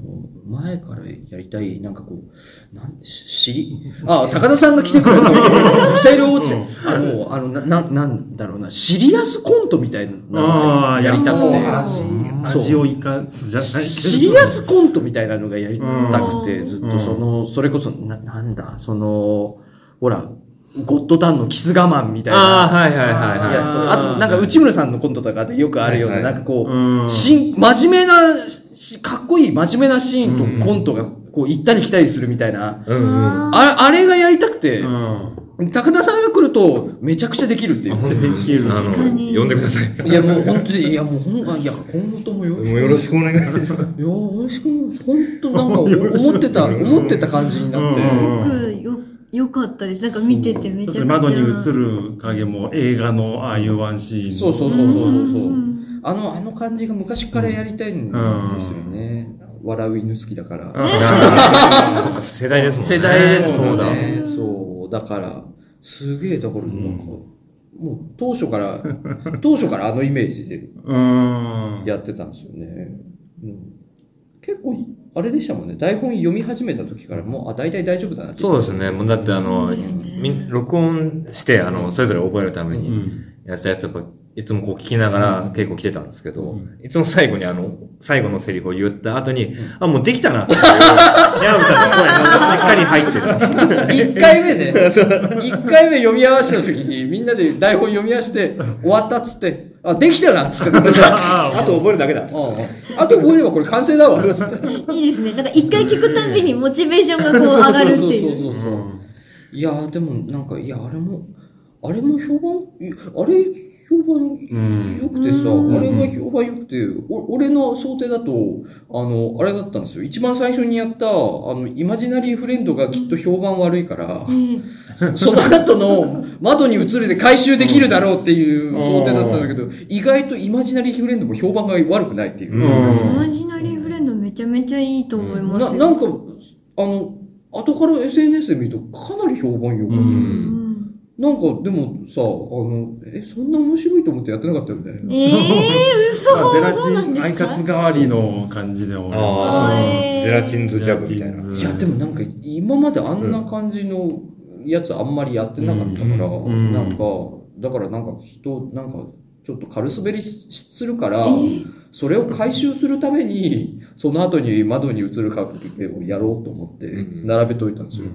Speaker 2: 前からやりたいなんかこうなんし知りあ高田さんが来てくれるとセールを落ちてあのあのなななんだろうなシリアスコントみたいな
Speaker 1: ああ
Speaker 2: や
Speaker 1: や
Speaker 2: り
Speaker 1: り
Speaker 2: た
Speaker 1: たく
Speaker 2: く
Speaker 3: そう
Speaker 2: て
Speaker 1: て
Speaker 3: あ
Speaker 1: 味
Speaker 2: そう
Speaker 1: 味を生かすじゃないけど
Speaker 2: シリアスコントみたいなのがやりたくて、
Speaker 3: うん
Speaker 2: ずっとその、それこそななんだそのほらゴッドタンのキス我慢みたいな。
Speaker 4: あーはいはいはいはい
Speaker 2: いやそうあとなんか内村さんのコントとかでよくあるような、
Speaker 4: はいはい
Speaker 2: なんかこう、
Speaker 1: うん
Speaker 2: し真面目なしかっこいい真面目なシーンとコントがこう行ったり来たりするみたいな、
Speaker 4: うんうん
Speaker 2: ああれがやりたくて、
Speaker 1: うん
Speaker 2: 高田さんが来るとめちゃくちゃできるっていう。
Speaker 1: できる
Speaker 4: あの
Speaker 3: 確かに
Speaker 4: 呼んでください
Speaker 2: いやもう本当にいやもうほんあいや今後ともよ
Speaker 4: もうよろしくお願いします
Speaker 2: いやよろしく本当なんか お思ってた思ってた感じになって、
Speaker 1: うん
Speaker 3: よくよ良かったですなんか見ててめちゃくちゃ
Speaker 1: 窓に映る影も映画のああいうワンシーン
Speaker 2: そうそう
Speaker 1: う
Speaker 2: そうそうそうそううんあのあの感じが昔からやりたいんですよね、笑う犬好きだから、
Speaker 4: あーそっか 世代ですもんね
Speaker 2: 世代ですもん
Speaker 4: そうだ
Speaker 2: ね。そうだから、すげえ、だからなんか、もう当初 から、当初からあのイメージで
Speaker 1: うん
Speaker 2: やってたんですよね。うん、結構、あれでしたもんね。台本読み始めた時から、もう、あ、大体大丈夫だなって。
Speaker 4: そうですね。もうだってあの、
Speaker 3: そうですね
Speaker 4: みん録音して、あの、それぞれ覚えるため
Speaker 1: う
Speaker 4: に
Speaker 1: ん
Speaker 4: やったやつ、やっぱ、いつもこう聞きなが
Speaker 2: う
Speaker 4: ら
Speaker 2: ん
Speaker 4: 結構来てたんですけ
Speaker 2: う
Speaker 4: ど
Speaker 1: ん、
Speaker 4: いつも最後にあの、最後のセリフを言った後に、あ、もうできたなっていう、ヤムさんの声がしっかり入ってる。
Speaker 2: 1回目で、1回 目読み合わせた時に、みんなで台本読み合わせて、終わったっつって、あ、できたなっ つって、これじゃあ
Speaker 4: あと覚えるだけだ。
Speaker 2: うんあと覚えればこれ完成だわ、つって。
Speaker 3: いいですねなんか一回聞くたんびにモチベーションがこう上がるっていう。
Speaker 2: そうそうそうそうそういやーでもなんかいやあれもあれも評判いあれ評判良くてさ、
Speaker 3: うん
Speaker 2: あれが評判良くてお俺の想定だとあのあれだったんですよ一番最初にやったあのイマジナリーフレンドがきっと評判悪いから
Speaker 3: ええ
Speaker 2: そその後の窓に映るで回収できるだろうっていう想定だったんだけど意外とイマジナリーフレンドも評判が悪くないってい
Speaker 1: う
Speaker 2: う。
Speaker 3: イマ
Speaker 1: ん
Speaker 3: ジナリーフレンドめちゃめちゃいいと思いま
Speaker 2: な
Speaker 3: すよ。
Speaker 2: なんかあの後から SNS で見るとかなり評判良かった、
Speaker 1: うん
Speaker 3: うん
Speaker 2: なんかでもさあのえそんな面白いと思ってやってなかったよね
Speaker 3: ええ嘘
Speaker 1: まあゼラ
Speaker 3: そうな
Speaker 1: チ
Speaker 3: ん
Speaker 1: ン
Speaker 3: で
Speaker 1: 挨
Speaker 3: すか。
Speaker 1: 拶代わりの感じで俺
Speaker 4: あ
Speaker 3: あ
Speaker 4: ー
Speaker 3: ー
Speaker 4: ゼラチンズジャブみたいな。
Speaker 2: いやでもなんか今まであんな感じのやつあんまりやってなかったから、
Speaker 1: ん
Speaker 2: なんかだからなんか人なんかちょっと軽滑りしするから、それを回収するためにその後に窓に映る格付をやろうと思って
Speaker 4: うん
Speaker 2: 並べといたんですよ、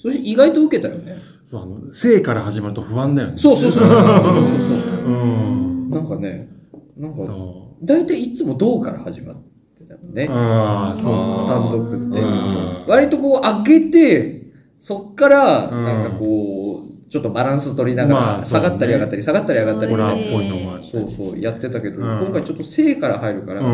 Speaker 2: そして意外と受けたよね
Speaker 1: そうあの生から始まると不安だよね
Speaker 2: そうそうそうそうそうそうそうそう
Speaker 1: うん
Speaker 2: なんかね、なんか、
Speaker 1: そ
Speaker 2: 大体いつもどうから始まってたのね
Speaker 1: う。ああそう
Speaker 2: 単独って
Speaker 1: うん。
Speaker 2: 割とこう上げて、そっから、
Speaker 1: うん
Speaker 2: なんかこう、ちょっとバランス取りながら、
Speaker 1: まあ
Speaker 2: 下がったり上がったり、下がったり上がったり
Speaker 1: ホ
Speaker 2: みた
Speaker 1: ラ
Speaker 2: い
Speaker 1: ー
Speaker 2: な。
Speaker 1: っぽいのもある
Speaker 2: そうそう、やってたけど、
Speaker 1: うん
Speaker 2: 今回ちょっと生から入るから、
Speaker 1: う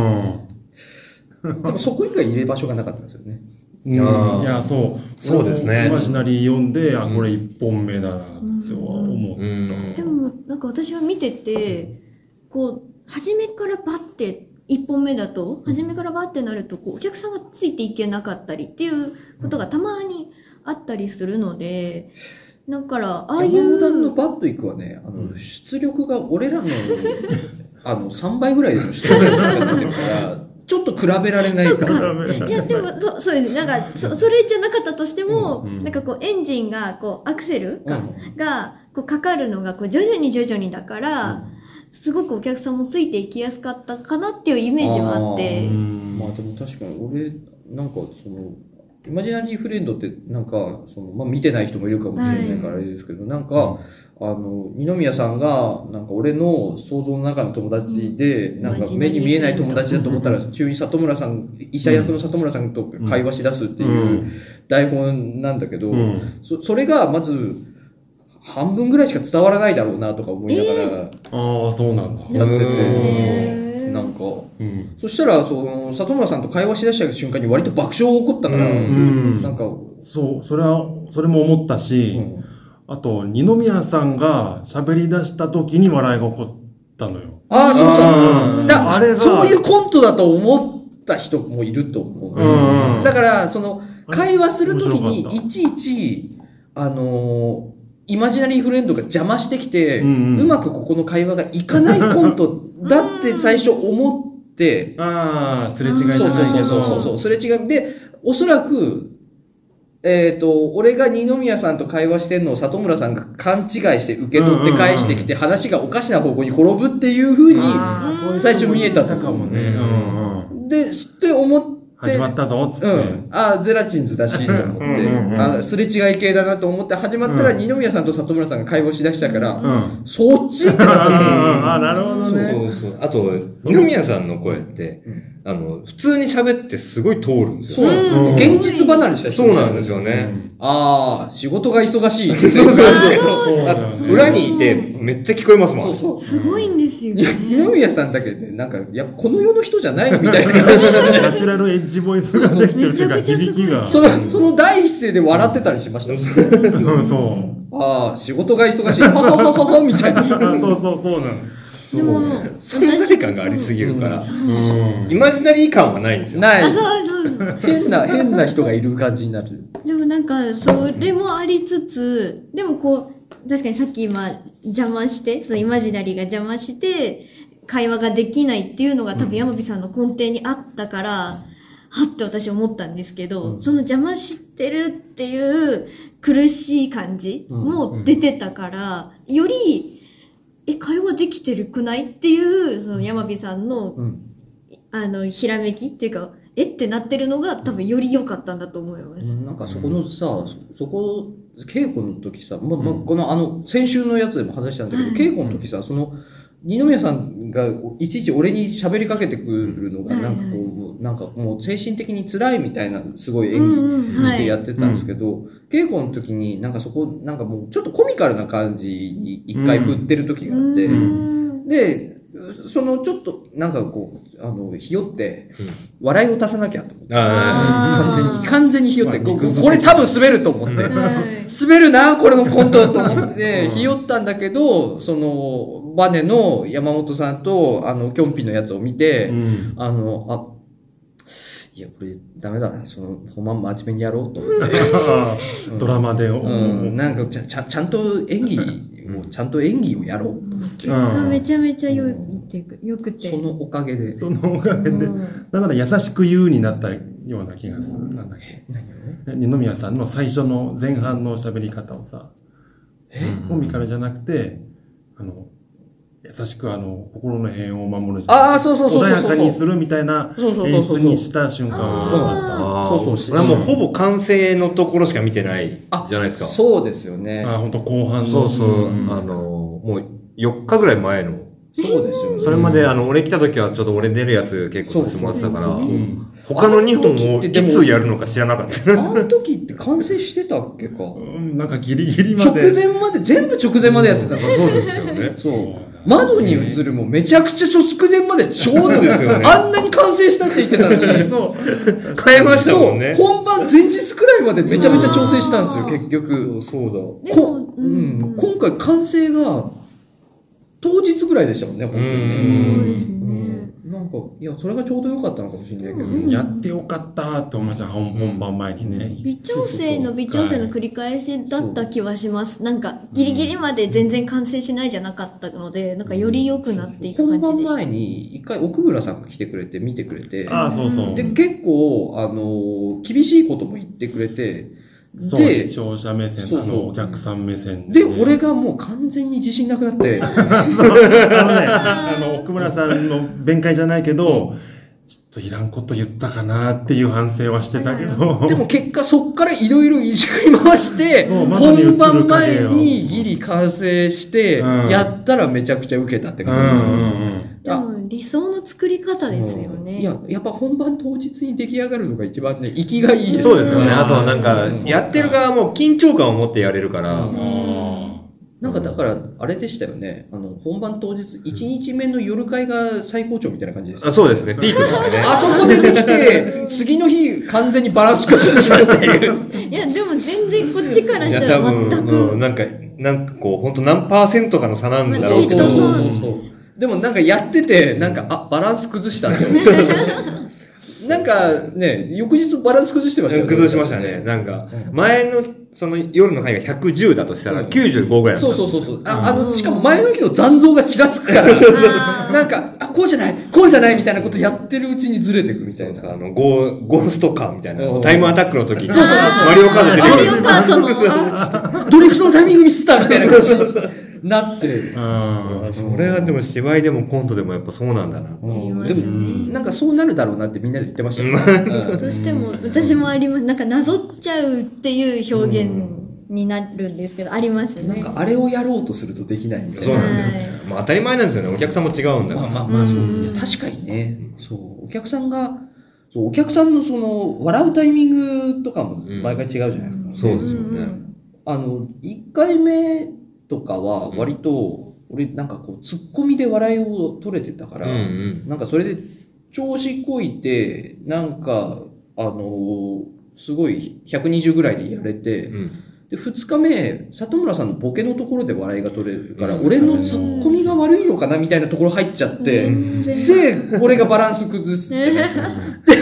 Speaker 1: ん
Speaker 2: でもそこ以外入れ場所がなかったんですよね。
Speaker 1: い
Speaker 4: あー
Speaker 1: やそう
Speaker 4: そうですね
Speaker 1: 俺もイマジナリー読んであこれ一本目だなって思
Speaker 4: う。
Speaker 1: うん
Speaker 3: でもなんか私は見ててこう初めからパッて1本目だと初めからバーってなるとこうお客さんがついていけなかったりっていうことがたまにあったりするのでだからああい
Speaker 2: 山本さんの
Speaker 3: う
Speaker 2: バット行くはね、あの出力が 俺らのあの3倍ぐらいの出力になってるから、ちょっと比べられないか
Speaker 3: そっ
Speaker 2: な。
Speaker 3: か
Speaker 2: うん
Speaker 3: いやでもそそうですなんかそそれじゃなかったとしても、なんかこうエンジンがこうアクセルか、がこうかかるのがこう徐々に徐々にだから、すごくお客さんもついていきやすかったかなっていうイメージもあっ
Speaker 2: う
Speaker 3: て
Speaker 2: うん
Speaker 1: ん
Speaker 2: まあでも確かに俺なんかそのイマジナリーフレンドってなんかその、まあ、見てない人もいるかもしれないからあれですけど、なんかあの二宮さんがなんか俺の想像の中の友達で、
Speaker 3: ん
Speaker 2: なんか目に見えない友達だと思ったら中に里村さん医者役の里村さんと会話しだすっていう台本なんだけど、
Speaker 1: うん
Speaker 2: そそれがまず半分ぐらいしか伝わらないだろうなとか思いながらやって
Speaker 1: ああそうなんだ
Speaker 2: て、
Speaker 3: へー
Speaker 2: なんか。
Speaker 4: うん
Speaker 2: そしたらその里村さんと会話しだした瞬間に割と爆笑起こったから、
Speaker 1: ん
Speaker 2: なんか、
Speaker 1: そうそれはそれも思ったし、あと二宮さんが喋り出した時に笑いが起こったのよ
Speaker 2: ああそうそううんだ
Speaker 1: あれが
Speaker 2: そういうコントだと思った人もいると思うんですよ、
Speaker 1: うん
Speaker 2: だからその会話するときに
Speaker 1: 面白かった
Speaker 2: いちいちあのーイマジナリーフレンドが邪魔してきて、う
Speaker 1: うんうん
Speaker 2: まくここの会話がいかないコントだって最初思って、
Speaker 1: ああすれ違いじゃないけ
Speaker 2: そう
Speaker 1: ど
Speaker 2: そうそうそうそうそうすれ違いでおそらくえっ、と俺が二宮さんと会話してんのを里村さんが勘違いして受け取って返してきて話がおかしな方向に転ぶっていうふうに
Speaker 1: あーそういう人も
Speaker 2: 最初見えたと
Speaker 1: かもね、う
Speaker 4: うん
Speaker 1: んうん
Speaker 2: ですって思って
Speaker 1: 始まったぞっつって、
Speaker 2: うん、ああゼラチンズだしと思って
Speaker 1: うんうんうん
Speaker 2: あすれ違い系だなと思って始まったら
Speaker 1: うん
Speaker 2: 二宮さんと里村さんが会話しだしたから、
Speaker 1: うんあ
Speaker 2: そっちってなったと思う
Speaker 1: ああなるほど
Speaker 4: そう
Speaker 1: ね
Speaker 4: そうそう。あと、二宮さんの声って、あの、普通に喋ってすごい通るんです
Speaker 2: そう
Speaker 4: よ
Speaker 2: な
Speaker 4: ね。
Speaker 2: んですよ現実離れした人
Speaker 4: そうなんですよね。
Speaker 2: ああ仕事が忙しいって
Speaker 4: そ うそう
Speaker 1: そう
Speaker 4: あ
Speaker 1: そう
Speaker 3: そう
Speaker 4: 裏にいて、めっちゃ聞こえますもん。
Speaker 2: そうそう
Speaker 3: すごいんですよ
Speaker 2: いや二
Speaker 3: ね。
Speaker 2: 宮さんだけでなんかやっぱこの世の人じゃないみたいな 感じ
Speaker 1: ナチュラルエッジボイスができてるっていうか
Speaker 3: めちゃくちゃ
Speaker 1: 響
Speaker 3: すごい
Speaker 1: きが
Speaker 2: そのその第一声で笑ってたりしました、
Speaker 1: うんそう
Speaker 2: ああ仕事が忙しいはははははみたい
Speaker 1: あ
Speaker 2: な
Speaker 1: ーそうそうそうなの
Speaker 3: でも
Speaker 4: 存在感がありすぎるから、イマジナリー感はないんですよ。
Speaker 2: な
Speaker 3: あ
Speaker 2: い
Speaker 3: そうそう
Speaker 2: 変な変な人がいる感じになる
Speaker 3: でもなんかそれもありつつでもこう確かにさっき今邪魔してそのイマジナリーが邪魔して会話ができないっていうのが多分山火さんの根底にあったから、はって私思ったんですけど、その邪魔してるっていう苦しい感じも出てたから、よりえ会話できてるくないっていうその山火さんの
Speaker 2: うん
Speaker 3: あの、ひらめきっていうか、えってなってるのが多分より良かったんだと思います。
Speaker 2: なんかそこのさそそこ稽古の時さ、ままこのあの先週のやつでも話したんだけど、稽古の時さその二宮さんがいちいち俺に喋りかけてくるのがなんかこう、もうなんかもう精神的に辛いみたいなすごい演技、
Speaker 3: うんうん
Speaker 2: し
Speaker 3: は
Speaker 2: て
Speaker 3: い。
Speaker 2: やってたんですけど、稽古の時になんかそこなんかもうちょっとコミカルな感じに一回振ってる時があって、
Speaker 3: うん
Speaker 2: でそのちょっとなんかこうあのひよって笑いを足さなきゃと思って、
Speaker 4: あ
Speaker 2: 完全に完全にひよって、
Speaker 1: まあ
Speaker 2: こ
Speaker 1: 肉付け
Speaker 2: これ多分滑ると思って。
Speaker 3: はい
Speaker 2: 滑るなこれのコントと思ってて、
Speaker 1: うん
Speaker 2: ひよったんだけど、その、バネの山本さんと、あの、キョンピのやつを見て、
Speaker 1: うん
Speaker 2: あの、あ、いや、これダメだな、その、ほんま真面目にやろうと思って。
Speaker 1: あードラマで、う
Speaker 2: うん、なんかちゃちゃちゃんと演技をちゃんと演技をやろうと
Speaker 3: 結果めちゃめちゃ良いっていうか良くて。
Speaker 2: そのおかげで
Speaker 1: そのおかげで、
Speaker 3: うん
Speaker 1: だから優しく言うになったような気がする。なんだっけ。二宮さんの最初の前半の喋り方をさ、コミカルじゃなくて、あの、優しくあの、心の辺を守るじゃなくて
Speaker 2: あーそうそうそうそう
Speaker 1: 穏
Speaker 2: そう
Speaker 1: やかにするみたいな
Speaker 2: そうそうそう
Speaker 1: 演
Speaker 2: そう
Speaker 1: 出にした瞬間があ
Speaker 4: あ
Speaker 1: っ
Speaker 4: ー
Speaker 2: そうそうし
Speaker 4: これはもうほぼ完成のところしか見てないじゃないですか。
Speaker 2: そうですよね
Speaker 1: た。あー、本当後半の。
Speaker 4: そうそう、
Speaker 1: ん
Speaker 4: あの、もう4日ぐらい前の。
Speaker 2: そうですよね
Speaker 4: それまで、あの、俺来た時はちょっと俺出るやつ結構してもらってたから、
Speaker 2: そうそうそう
Speaker 4: うん他の2本
Speaker 2: あの時っ
Speaker 4: を
Speaker 2: て
Speaker 4: い
Speaker 2: でも
Speaker 4: つやるのか知らなかった。
Speaker 2: あの時って完成してたっけか
Speaker 1: うんなんかギリギリまで。
Speaker 2: 直前まで全部直前までやってたから
Speaker 4: そうですよね。
Speaker 2: そう窓に映るもめちゃくちゃ直前までちょうど
Speaker 4: ですよね
Speaker 2: あんなに完成したって言ってたのに
Speaker 4: 変えました
Speaker 2: そ
Speaker 4: も
Speaker 2: うん
Speaker 4: ね。
Speaker 2: 本番前日くらいまでめちゃめちゃ調整したんですよ結局
Speaker 4: そう
Speaker 3: でも
Speaker 2: こ、
Speaker 3: う
Speaker 2: うんん今回完成が当日ぐらいでしたもんね本当に
Speaker 4: う
Speaker 2: ね
Speaker 3: そ
Speaker 4: ん
Speaker 3: うですね。
Speaker 2: なんなんかいやそれがちょうど良かったのかもしれないけど、
Speaker 3: うん
Speaker 1: やってよかったって思いました本本番前にね、
Speaker 3: 微調整の微調整の繰り返しだった気はします。なんか、ギリギリまで全然完成しないじゃなかったので、なんかより良くなっていく
Speaker 2: 本
Speaker 3: 感じ
Speaker 2: 番
Speaker 3: でした。
Speaker 2: 前に一回奥村さんが来てくれて見てくれて
Speaker 1: ああそうそう
Speaker 2: で結構、あのー厳しいことも言ってくれて
Speaker 1: そう
Speaker 2: で
Speaker 1: 視聴者目線
Speaker 2: そうそ
Speaker 1: あ
Speaker 2: う
Speaker 1: のお客さん目線
Speaker 2: で、
Speaker 1: ね
Speaker 2: 俺がもう完全に自信なくなって、
Speaker 1: あ のね、あの、奥村さんの弁解じゃないけど、ちょっといらんこと言ったかなっていう反省はしてたけど、
Speaker 2: でも結果そっからいろいろいじくり回して、
Speaker 1: そうまさに映
Speaker 2: 本
Speaker 1: る
Speaker 2: 番
Speaker 1: 影
Speaker 2: 前
Speaker 1: よ
Speaker 2: にギリ完成して、
Speaker 1: うん
Speaker 2: やったらめちゃくちゃ受けたって
Speaker 1: うんう
Speaker 2: 感
Speaker 1: ん
Speaker 2: じ。
Speaker 3: で
Speaker 2: あ
Speaker 3: も理想の作り方ですよ
Speaker 2: い
Speaker 3: ね。
Speaker 2: や、やっぱ本番当日に出来上がるのが一番ね、生きがいい
Speaker 4: そうですよね。
Speaker 1: うん
Speaker 4: あとはなん
Speaker 1: そうそう
Speaker 4: か、やってる側も緊張感を持ってやれるから、
Speaker 2: うん
Speaker 1: うん。
Speaker 2: なんかだから、あれでしたよね。あの、本番当日、1日目の夜会が最高潮みたいな感じでした。
Speaker 4: あそうですね、ピークでしたね。
Speaker 2: あそこでできて、次の日完全にバランス崩すっていう。
Speaker 3: いや、でも全然こっちから
Speaker 4: い
Speaker 3: し
Speaker 4: や、
Speaker 3: た
Speaker 4: 多
Speaker 3: ら
Speaker 4: 分、
Speaker 3: 全
Speaker 4: う
Speaker 3: く
Speaker 4: ん、。なんか、なんかこう、本当何パーセントかの差なんだろうけ
Speaker 3: ま
Speaker 4: ど
Speaker 3: あ、きっとそう
Speaker 2: そう。でもなんかやってて、なんか、あ、バランス崩したって思 うなんかね、翌日バランス崩してましたよね。
Speaker 4: 崩しましたね。なんか、前の、その夜の回が110だとしたら95ぐらいだった
Speaker 2: そうそうそうそう。あ、あの、しかも前の日の残像がちらつくから、
Speaker 3: あー
Speaker 2: なんか、あ、こうじゃない、こうじゃないみたいなことやってるうちにずれてくみたいな。
Speaker 4: あのゴー、ゴーストカーみたいな
Speaker 2: う、ん
Speaker 4: タイムアタックの時、
Speaker 2: そうそうそう
Speaker 4: マリオカード出て
Speaker 3: マ
Speaker 4: く
Speaker 3: リオ
Speaker 4: る。
Speaker 3: カートの、あ
Speaker 2: ドリフトのタイミングミスったみたいな感じになって。
Speaker 1: あ
Speaker 4: それはでも芝居でもコントでもやっぱそうなんだな。
Speaker 2: う
Speaker 3: り
Speaker 2: ん
Speaker 3: ま
Speaker 2: です
Speaker 3: よ
Speaker 2: も、
Speaker 3: ね
Speaker 2: なんかそうなるだろうなってみんなで言ってましたよね。うん
Speaker 3: どうしても、私もあります。なんかなぞっちゃうっていう表現になるんですけど、あります
Speaker 2: なん
Speaker 3: ね。
Speaker 2: かあれをやろうとするとできないみたい
Speaker 4: そう
Speaker 2: な。
Speaker 4: なんだよね。まあ当たり前なんですよね。お客さんも違うんだか
Speaker 2: まあ
Speaker 4: ら。
Speaker 2: まあまあ、そう
Speaker 3: うん
Speaker 2: いや確かにね、そう、お客さんが、そう、お客さんのその、笑うタイミングとかも
Speaker 4: ん
Speaker 2: 毎回違うじゃないですか。
Speaker 4: そう
Speaker 3: う
Speaker 4: ですよね。
Speaker 3: ん
Speaker 2: あの、1回目とかは割と、俺なんかこう、ツッコミで笑いを取れてたから、
Speaker 4: うんうん。
Speaker 2: なんかそれで調子こいて、なんか、あのすごい120ぐらいでやれて、
Speaker 4: うん
Speaker 2: で、2日目、里村さんのボケのところで笑いが取れるから、
Speaker 1: うん
Speaker 2: 俺のツッコミが悪いのかなみたいなところ入っちゃって、
Speaker 3: 全然
Speaker 2: で、俺がバランス崩すじゃないですか。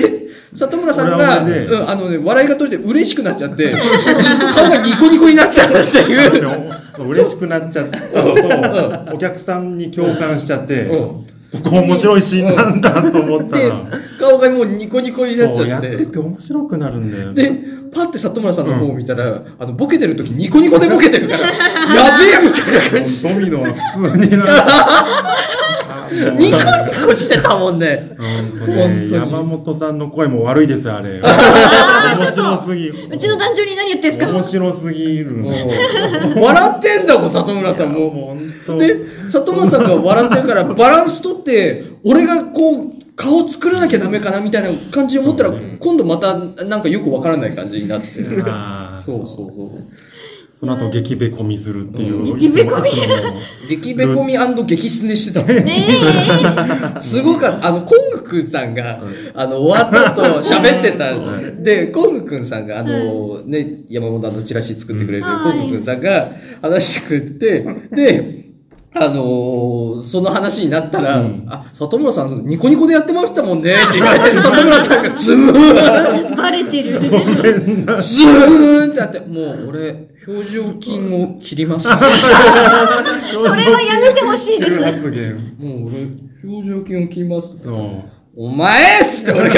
Speaker 2: で、里村さん
Speaker 1: 俺は
Speaker 2: が、
Speaker 1: 俺で
Speaker 2: うん、あのね、笑いが取れて嬉しくなっちゃって、ずっと顔がニコニコになっちゃうって
Speaker 1: あ。
Speaker 2: いう。
Speaker 1: でも嬉しくなっちゃったのと、お客さんに共感しちゃって、
Speaker 2: う
Speaker 1: ここ面白いシーンなんだと思った
Speaker 2: で
Speaker 1: ら、、
Speaker 2: 顔がもうニコニコになっ
Speaker 1: そう
Speaker 2: ち
Speaker 1: や
Speaker 2: ゃ
Speaker 1: っ
Speaker 2: って
Speaker 1: て。て面白くなるんだよね。
Speaker 2: で、パって里村さんの方を見たら、あの、ボケてる時ニコニコでボケて るから、やべえみたいな
Speaker 1: ド
Speaker 2: 感じ。
Speaker 1: ミノは普通になんかあもう
Speaker 2: ニコニコしてたもんね。
Speaker 1: 本当
Speaker 2: 本当
Speaker 1: ね、
Speaker 2: に
Speaker 1: 山本さんの声も悪いですよ、あれ。面白すぎ。
Speaker 3: うちの団長に何言ってんすか
Speaker 1: 面白すぎる。
Speaker 2: うん
Speaker 1: も
Speaker 2: 笑ってんだもん、里村さん
Speaker 1: う
Speaker 2: も。
Speaker 1: 本当。
Speaker 2: で、里村さんが笑ってるから、バランス取って、俺がこう、顔作らなきゃダメかなみたいな感じに思ったら、今度また、なんかよくわからない感じになって。
Speaker 1: あー
Speaker 2: そうそうそう。
Speaker 1: その後、激べこみするっていうう。
Speaker 3: ん激べこみ
Speaker 1: いつもいつも
Speaker 2: 激べこみ激すねしてたもん。
Speaker 3: ねえ。
Speaker 2: すごかった。あの、コングくんさんが、あの、終わった後喋ってた。で、コングくんさんが、あの、ね、山本あのチラシ作ってくれる、
Speaker 3: うん
Speaker 2: コングくんさんが話してくれて、で、あのその話になったら、あ、里村さん、ニコニコでやってましたもんね、って言われ て、里村さんがズーン
Speaker 3: バレてる。
Speaker 2: ズーンってなって、もう俺、表情筋を切り ます。
Speaker 3: それはやめてほしいです。
Speaker 1: 発言。
Speaker 2: もう俺、表情筋を切ります。
Speaker 1: そう。
Speaker 2: お前っつって俺が、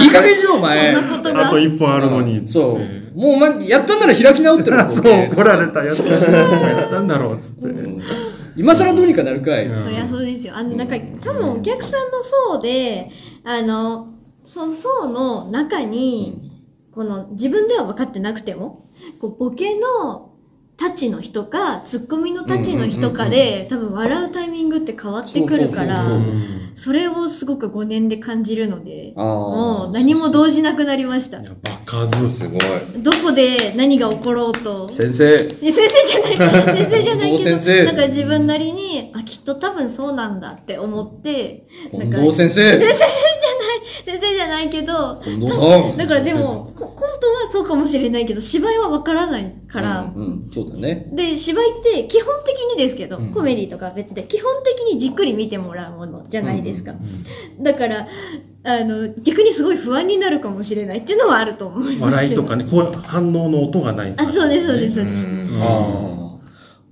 Speaker 2: いい加減にしろお前
Speaker 3: そんなことが
Speaker 1: あと一本あるのに。
Speaker 2: そう
Speaker 1: つって。
Speaker 2: もうお前、やったんなら開き直っ てる
Speaker 1: そう、怒られたやつ。やったんだろう、つって。
Speaker 2: 今更どうにかなるかい。
Speaker 1: うん
Speaker 3: そりゃそうですよ。あの、なんか、多分お客さんの層で、あの、その層の中に、この、自分では分かってなくても、こう、ボケの、たちの人か、ツッコミのたちの人かで、多分笑うタイミングって変わってくるから
Speaker 2: そうそう、そう
Speaker 3: それをすごく5年で感じるので、
Speaker 2: あー
Speaker 3: もう何も動じなくなりました
Speaker 1: い。や、バカず
Speaker 4: すごい。
Speaker 3: どこで何が起ころうと。
Speaker 2: 先生。
Speaker 3: え先生じゃない先生じゃない
Speaker 2: 近藤
Speaker 3: け
Speaker 2: 先生
Speaker 3: どなんか自分なりにあきっと多分そうなんだって思ってなん
Speaker 2: 近
Speaker 3: か
Speaker 2: 藤先生。
Speaker 3: 先生じゃない先生じゃないけど
Speaker 2: 近藤さん。
Speaker 3: だからでもこコントはそうかもしれないけど芝居はわからないから、
Speaker 2: うんうんそうそうだね。
Speaker 3: で芝居って基本的にですけど、
Speaker 2: うん
Speaker 3: コメディとかは別で基本的にじっくり見てもらうものじゃないですか、だからあの逆にすごい不安になるかもしれないっていうのはあると思いますけど
Speaker 1: 笑いとかね、こう反応の音がない
Speaker 3: あそうですそうです
Speaker 1: ね
Speaker 3: そうです、
Speaker 1: うん
Speaker 2: あ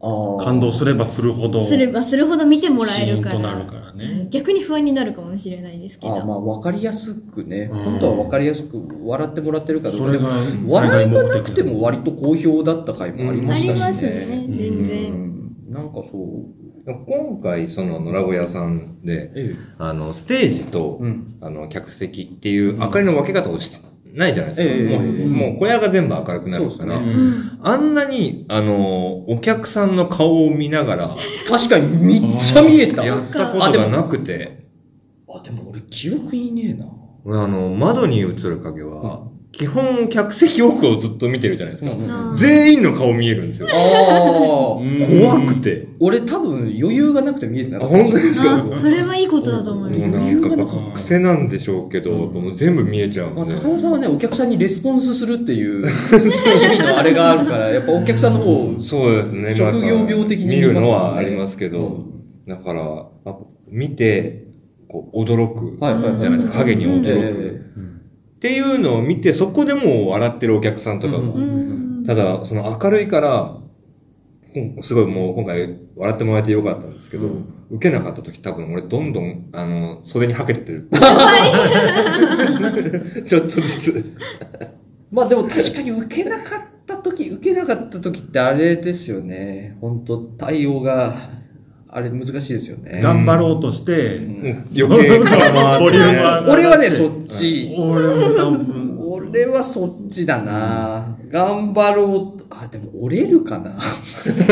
Speaker 2: あ。ああ。
Speaker 1: 感動すればするほど、
Speaker 3: すればするほど見てもらえるから
Speaker 1: シーンとなるからね。
Speaker 3: 逆に不安になるかもしれないですけど
Speaker 2: あまあ分かりやすくね、
Speaker 1: うん
Speaker 2: 本当は分かりやすく笑ってもらってるかどう
Speaker 1: そ
Speaker 2: か
Speaker 1: れ
Speaker 2: で
Speaker 1: が
Speaker 2: も
Speaker 1: 最
Speaker 2: 笑
Speaker 1: 大
Speaker 2: い
Speaker 1: 目
Speaker 2: が
Speaker 1: 的
Speaker 2: なくても割と好評だった回もありま
Speaker 3: あり
Speaker 2: し
Speaker 3: ま
Speaker 2: たし
Speaker 3: すね
Speaker 2: ね。
Speaker 3: 全
Speaker 2: う
Speaker 3: 然、
Speaker 2: ん、なんかそう、
Speaker 4: 今回、その、野良小屋さんで、
Speaker 2: え
Speaker 4: あの、ステージと、
Speaker 2: うん
Speaker 4: あの、客席っていう明かりの分け方をしてないじゃないですか。
Speaker 2: ええ
Speaker 4: もう、
Speaker 2: ええ
Speaker 4: もう小屋が全部明るくなるから、
Speaker 2: そうで
Speaker 4: あんなに、あの、お客さんの顔を見ながら、
Speaker 2: 確かにめっちゃ見えた。
Speaker 4: や
Speaker 2: あ
Speaker 4: ったことがなくて、
Speaker 2: でも俺記憶にねえな。
Speaker 4: 俺あの、窓に映る影は、基本客席奥をずっと見てるじゃないですか。
Speaker 2: うん
Speaker 3: あー
Speaker 4: 全員の顔見えるんですよ。
Speaker 2: ああ、
Speaker 4: 怖くて。
Speaker 2: 俺多分余裕がなくて見えてなかった。
Speaker 4: あ本当ですか
Speaker 3: あそれはいいことだと思い
Speaker 4: もう
Speaker 3: ま
Speaker 4: な
Speaker 3: す
Speaker 4: んかやっぱ癖なんでしょうけど、
Speaker 1: うん
Speaker 4: やっぱもう全部見えちゃうん
Speaker 2: まあ、
Speaker 4: で。
Speaker 2: 高田さんはね、お客さんにレスポンスするって いう、趣味のあれがあるから、やっぱお客さんの方を、
Speaker 4: そうですね。
Speaker 2: 職業病的に
Speaker 4: 見
Speaker 2: 見ますもんね
Speaker 4: るのはありますけ
Speaker 2: う
Speaker 4: ど、だから、やっぱ見て、こう、驚く。
Speaker 2: はいはいはい。
Speaker 4: じゃないですか。影に驚く。
Speaker 2: え
Speaker 4: っていうのを見て、そこでもう笑ってるお客さんとかも。
Speaker 2: うん
Speaker 3: うん
Speaker 4: ただ、その明るいから、こんすごいもう今回笑ってもらえてよかったんですけど、
Speaker 2: うん
Speaker 4: 受けなかった時多分俺どんどん、あの、袖にはけてってる。 ちょっとずつ。
Speaker 2: まあでも確かに受けなかった時、受けなかった時ってあれですよね。本当対応が、あれ難しいですよね。
Speaker 1: 頑張ろうとして、
Speaker 4: うん余計から回
Speaker 1: ボ
Speaker 4: っ
Speaker 1: リ
Speaker 4: て
Speaker 1: ューム
Speaker 4: ね。
Speaker 1: は
Speaker 2: 俺はね、そっち。
Speaker 1: 俺も多分、
Speaker 2: 俺はそっちだな頑張ろうと。あ、でも折れるかな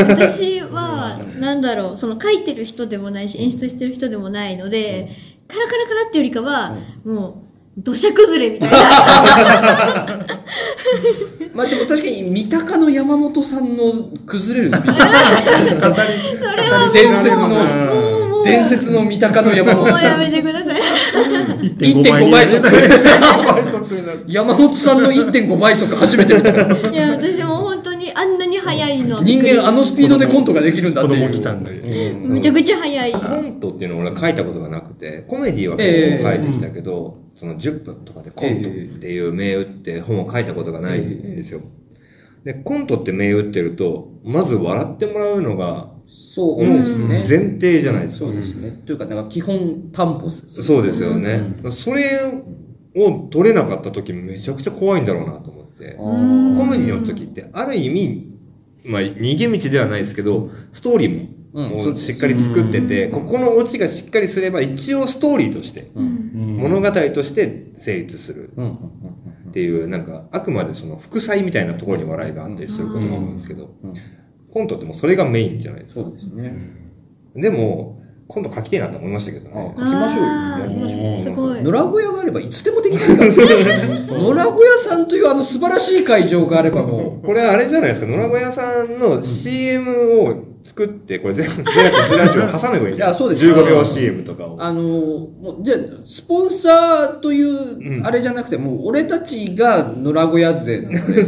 Speaker 3: 私はなんだろうその書いてる人でもないし演出してる人でもないので、カラカラカラっていうよりかは、もう土砂崩れみたい な
Speaker 2: まあでも確かに三鷹の山本さんの崩れるスピー
Speaker 3: それは
Speaker 2: ド。伝説
Speaker 1: うん
Speaker 2: の、
Speaker 3: もうもう
Speaker 2: 伝説の三鷹の山
Speaker 3: も
Speaker 2: 本
Speaker 3: う
Speaker 2: さ
Speaker 3: や
Speaker 2: ん。
Speaker 3: めてください
Speaker 2: 1.5倍速。
Speaker 4: になる
Speaker 2: 山本さんの1.5倍速初めて見た から。
Speaker 3: いや私も本当にあんなに速いの
Speaker 2: 人間あのスピードでコントができるんだ
Speaker 1: 子
Speaker 2: っていう。
Speaker 1: 供来たんだよ。
Speaker 3: めちゃくちゃ速い
Speaker 4: コントっていうのを俺は書いたことがなくて、コメディは結構書いてきたけど、その10分とかでコントっていう銘打って本を書いたことがないんですよ。で、コントって銘打ってると、まず笑ってもらうのが、
Speaker 2: そう、
Speaker 4: もう
Speaker 2: ですね。
Speaker 4: 前提じゃないですか。
Speaker 2: そうですね。というか、なんか基本担保する。
Speaker 4: そうですよね。それを取れなかった時めちゃくちゃ怖いんだろうなと思って。
Speaker 2: あ
Speaker 4: コ
Speaker 3: ん
Speaker 2: ー
Speaker 4: メディの時って、ある意味、まあ、逃げ道ではないですけど、ストーリーも、
Speaker 2: うん
Speaker 4: も
Speaker 2: そう
Speaker 4: う
Speaker 2: です
Speaker 4: しっかり作ってて、ここのオチがしっかりすれば、一応ストーリーとして、
Speaker 2: うん
Speaker 4: 物語として成立する
Speaker 2: うんうん
Speaker 4: っていう、なんか、あくまでその、副菜みたいなところに笑いがあったりすることが多いんですけど、
Speaker 2: うんうん
Speaker 4: コントってもうそれがメインじゃないですか。
Speaker 2: そうですね。
Speaker 4: でも、今度書きてえなと思いましたけど
Speaker 2: あ
Speaker 4: ね
Speaker 2: 書き。ましょう
Speaker 3: あー
Speaker 2: よ。やりましょう。
Speaker 3: すごい
Speaker 2: 野良小屋があればいつでもできます からね。野良小屋さんというあの素晴らしい会場があればも
Speaker 4: これあれじゃないですか、野良小屋さんの CM を作って、これ全部、全部チラシを挟めばいいん
Speaker 2: いやそうです
Speaker 4: 15秒 CM とか
Speaker 2: う、
Speaker 4: を。
Speaker 2: あのー、もうじゃあスポンサーといううんあれじゃなくて、もう俺たちが野良小屋勢なので、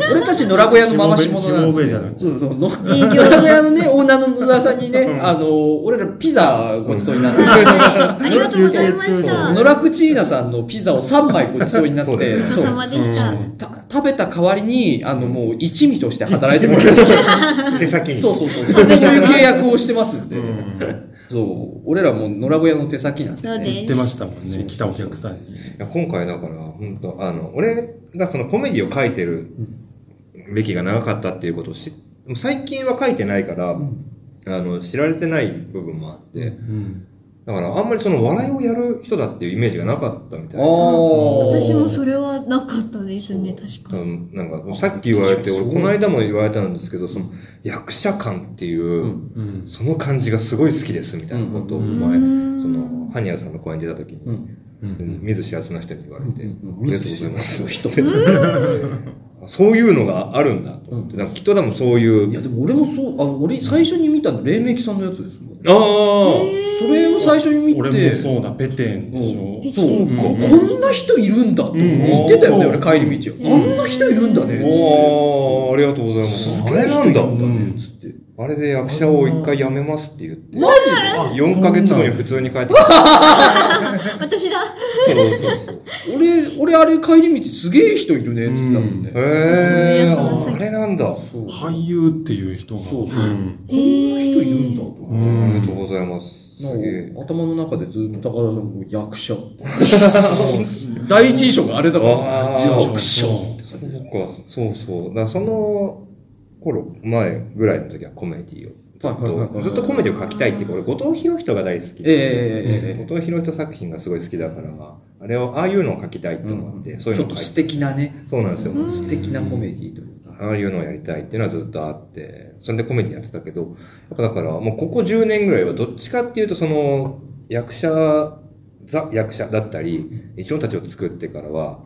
Speaker 2: 俺たち野良小屋の回し者な
Speaker 1: しも
Speaker 2: の
Speaker 1: べ
Speaker 2: で
Speaker 1: じゃなく。て
Speaker 2: そうそうそう。の野良小屋の ね、オーナーの野沢さんにね、あのー、俺らピザごちそうになって、
Speaker 3: ありがとうございまし
Speaker 2: 野
Speaker 3: た
Speaker 2: 良クチーナさんのピザを3枚ごちそうになっ
Speaker 4: そう
Speaker 2: て
Speaker 4: で
Speaker 3: ごちそうさまでした、
Speaker 1: うん
Speaker 2: た食べた代わりにあのもう一味として働いてもらう
Speaker 4: 手先に。
Speaker 2: そうそうそうそういう契約をしてますんで、そう俺らもう野良小屋の手先なんで、
Speaker 3: そう
Speaker 2: ね、
Speaker 1: 言
Speaker 3: で
Speaker 1: って
Speaker 3: す
Speaker 1: ましたもんね、来たお客さんに。
Speaker 4: いや今回だから、本当あの、俺がそのコメディを書いてる歴が長かったっていうことを知っ最近は書いてないから、あの、知られてない部分もあって、だからあんまりその笑いをやる人だっていうイメージがなかったみたい
Speaker 2: あ
Speaker 4: な。
Speaker 2: あ
Speaker 3: 私もそれはなかったですね確かに
Speaker 4: うんなんか、さっき言われて、
Speaker 2: あそう
Speaker 4: 俺、この間も言われたんですけど、その、役者感っていう、
Speaker 2: うん
Speaker 1: うん
Speaker 4: その感じがすごい好きです、みたいなことを
Speaker 1: うん
Speaker 4: 前、
Speaker 3: うん
Speaker 4: その、ハニヤさんの公演出た時に、
Speaker 2: うん
Speaker 4: うん見ず知らずな人に言われて、
Speaker 2: うん
Speaker 4: ありがとうございます。
Speaker 2: 人
Speaker 4: そういうのがあるんだと思って、なんかきっと多分そういう
Speaker 2: いやでも俺もそうあの俺最初に見たの黎明期さんのやつですもん
Speaker 4: ああ
Speaker 2: それを最初に見
Speaker 1: 俺
Speaker 2: て
Speaker 1: もそうだペテンでしょ
Speaker 3: うん
Speaker 2: そう、
Speaker 3: うん
Speaker 2: ここんな人いるんだと思って言ってたよね、
Speaker 1: うん
Speaker 2: 俺帰り道、あんな人いるんだねっつって、
Speaker 4: おーありがとうございます。あれなんだ。
Speaker 2: ねつって、
Speaker 4: あれで役者を一回辞めますって言って。
Speaker 2: マ
Speaker 4: 4ヶ月後に普通に帰ってきた。
Speaker 3: 私だ
Speaker 4: そうそうそう。
Speaker 2: ジで俺俺あれ帰り道すげえ人いるねっつったもんね、
Speaker 4: へえ。
Speaker 3: その優しさ
Speaker 4: あれなんだ。
Speaker 2: そうこ
Speaker 1: 俳優っていう人が
Speaker 2: そうそうんんな人いるんだと思って
Speaker 1: う
Speaker 4: あ
Speaker 1: ん
Speaker 4: りがとうございます。すげえ。
Speaker 2: なんか頭の中でずっと高田さんも役 者第一印象があれだから
Speaker 4: あー
Speaker 2: 役
Speaker 1: そ
Speaker 2: 者
Speaker 4: そっか、そうそう。だからその頃、前ぐらいの時はコメディを。ず
Speaker 2: はいはいはいは
Speaker 4: っと
Speaker 2: い
Speaker 4: ずっとコメディを書きたいっていうか、俺、後藤博人が大好き
Speaker 2: ええええええ
Speaker 4: 後藤博人作品がすごい好きだから、あれを、ああいうのを書きたいと思って、そうい
Speaker 2: ち
Speaker 4: う
Speaker 2: ょっ
Speaker 4: のを
Speaker 2: と素
Speaker 4: 書いて。
Speaker 2: 敵なね
Speaker 4: そうなんですよ。
Speaker 2: 素敵なコメディーというか
Speaker 4: ああいうのをやりたいっていうのはずっとあって、それでコメディやってたけど、やっぱだから、もうここ10年ぐらいはどっちかっていうと、その、役者、ザ役者だったり、一応たちを作ってからは、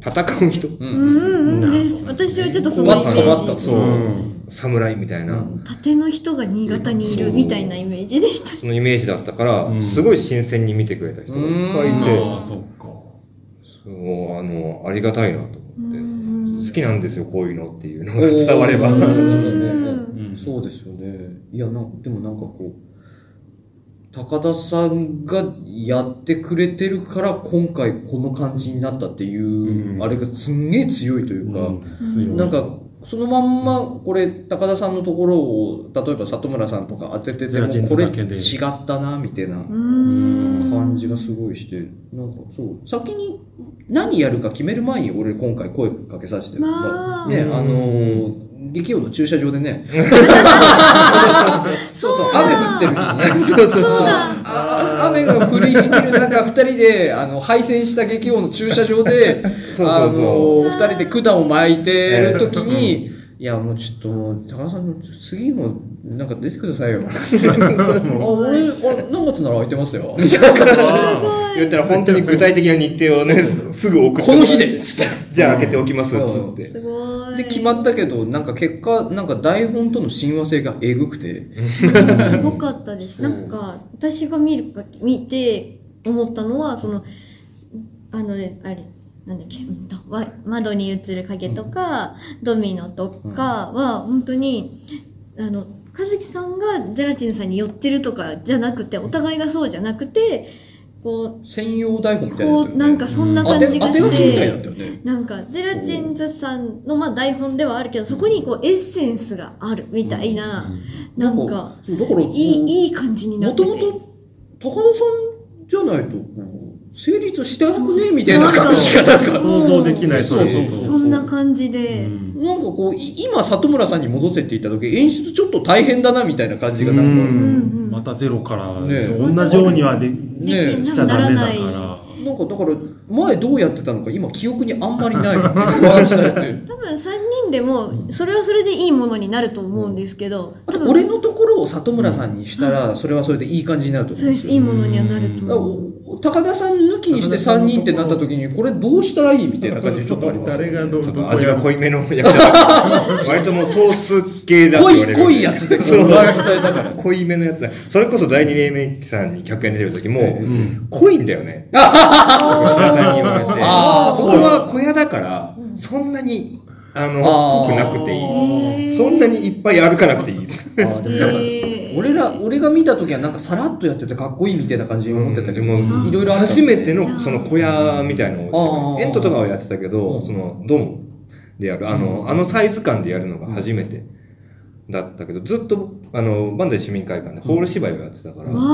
Speaker 4: 戦う人、
Speaker 3: うんうんうんです私はちょっとそのイメ
Speaker 2: バッタバッ
Speaker 3: ー
Speaker 2: タ
Speaker 3: ジ
Speaker 2: そうう
Speaker 4: 侍みたいな、
Speaker 2: うん
Speaker 3: 縦の人が新潟にいるみたいなイメージでした
Speaker 4: そのイメージだったから、
Speaker 1: うん
Speaker 4: すごい新鮮に見てくれた人がいっぱいいて、
Speaker 1: ああそっか
Speaker 4: そうあの、ありがたいなと
Speaker 3: う
Speaker 4: 思って、
Speaker 3: ん
Speaker 4: 好きなんですよ、こういうのっていうのが伝われば。
Speaker 2: う
Speaker 3: うんん
Speaker 1: うん
Speaker 2: そうですよね。いや、なんでもなんかこう、高田さんがやってくれてるから、今回この感じになったっていう、
Speaker 1: うん
Speaker 2: あれがすんげえ強いというか、なん か、そのまんま、これ、高田さんのところを、例えば里村さんとか当ててて
Speaker 1: ゼラチン
Speaker 2: も、こ
Speaker 1: ズ
Speaker 2: れ
Speaker 1: だけで
Speaker 2: 違ったな、みたいな
Speaker 3: うん
Speaker 2: 感じがすごいして、なんかそう、先に何やるか決める前に俺今回声かけさせて、
Speaker 3: まあ
Speaker 2: ね、
Speaker 4: うん
Speaker 2: あのー、劇用の駐車場でね、そうそう、雨降ってる日に ね。
Speaker 3: そうだ
Speaker 2: あ雨が降りしきる中、二人で、あの、敗戦した劇王の駐車場で、
Speaker 4: そうそうそう
Speaker 2: あの、二人で管を巻いてる時に、いや、もうちょっともう、高田さん、次も、なんか出てください よ。あ、俺、俺何月なら空いてますよ。みたいな感じで
Speaker 4: 言ったら本当に具体的な日程をね、すぐ送って。
Speaker 2: この日でつって。
Speaker 4: じゃあ開けておきますっつって。
Speaker 3: すごい
Speaker 2: で、決まったけど、なんか結果、なんか台本との親和性がえぐくて。
Speaker 3: すごかったです。なんか、私が見るか、見て思ったのは、その、あのね、あれ、なんだっけ、うんとわ窓に映る影とか、ドミノとかは、本当に、あの、和樹さんがゼラチンさんに寄ってるとかじゃなくて、お互いがそうじゃなくて、こ
Speaker 2: 専用台本
Speaker 3: う、
Speaker 2: みたいな
Speaker 3: こ
Speaker 2: やつだよね。
Speaker 3: う、なんかそんな
Speaker 2: 当
Speaker 3: 感
Speaker 2: て
Speaker 3: じが
Speaker 2: 当て書
Speaker 3: し、
Speaker 2: きみたいだってたよね。
Speaker 3: なんか、ゼラチンズさんの、まあ、台本ではあるけど、そこにこう、エッセンスがあるみたいな、なんか、
Speaker 2: そうだからこう
Speaker 3: いいいい感じにな
Speaker 2: も
Speaker 3: って
Speaker 2: と
Speaker 3: て
Speaker 2: もと高田さんじゃないとこう成立してなくねみたいな
Speaker 3: そう
Speaker 2: 感じがなんか
Speaker 1: 想像できない
Speaker 2: そうそうそう
Speaker 3: そんな感じで、
Speaker 2: なんかこうい今里村さんに戻せって言った時演出ちょっと大変だなみたいな感じがなんか
Speaker 3: うんうん
Speaker 1: またゼロから
Speaker 2: ねえ
Speaker 1: 同じようにはで
Speaker 3: で
Speaker 1: き
Speaker 3: き
Speaker 2: ねえ
Speaker 3: な
Speaker 1: ちゃ
Speaker 3: な
Speaker 1: ダ
Speaker 3: ら
Speaker 1: メだか
Speaker 3: ない
Speaker 1: ら
Speaker 2: なんかだから前どうやってたのか今記憶にあんまりないっていう感じだよね
Speaker 3: 多分3人でもそれはそれでいいものになると思うんですけど、
Speaker 2: あ
Speaker 3: 多
Speaker 2: と
Speaker 3: 分
Speaker 2: 俺のところを里村さんにしたらそれはそれでいい感じになると思
Speaker 3: そううん
Speaker 2: で
Speaker 3: で
Speaker 2: す
Speaker 3: す
Speaker 2: よ
Speaker 3: いいものにはなる
Speaker 2: だ
Speaker 3: と
Speaker 2: から
Speaker 3: 思う、
Speaker 2: お高田さん抜きにして3人ってなった時にこれどうしたらいいみたいな感じちょっとあります
Speaker 1: 誰がどうどこ
Speaker 4: 味
Speaker 1: や
Speaker 4: が
Speaker 1: る
Speaker 4: 濃いめの 役者割ともうソース系だと
Speaker 2: 濃
Speaker 4: 言われ
Speaker 2: い
Speaker 4: る
Speaker 2: 濃いやつでこ
Speaker 4: そう
Speaker 2: うバランスされたから
Speaker 4: 濃いめのやつだそれこそ第二黎明期さんに客演出てる時も、
Speaker 2: ええ
Speaker 4: 濃いんだよねさんに言われて
Speaker 2: あー
Speaker 4: ここは小屋だからそんなにあの
Speaker 2: あー
Speaker 4: 濃くなくて
Speaker 2: あ
Speaker 4: い
Speaker 2: ー
Speaker 4: いそんなにいっぱい歩かなくていいです
Speaker 2: あーでもだから俺ら俺が見た時はなんかさらっとやっててかっこいいみたいな感じに思ってたけど、
Speaker 4: うん
Speaker 2: いろいろあったんで
Speaker 4: 初
Speaker 2: すね
Speaker 4: めてのその小屋みたいのを
Speaker 2: あー
Speaker 4: エントとかはやってたけど、
Speaker 2: うん
Speaker 4: そのドームでやるあの,、あのサイズ感でやるのが初めてだったけどずっとあのバンダイ市民会館でホール芝居をやってたから、うん
Speaker 3: わ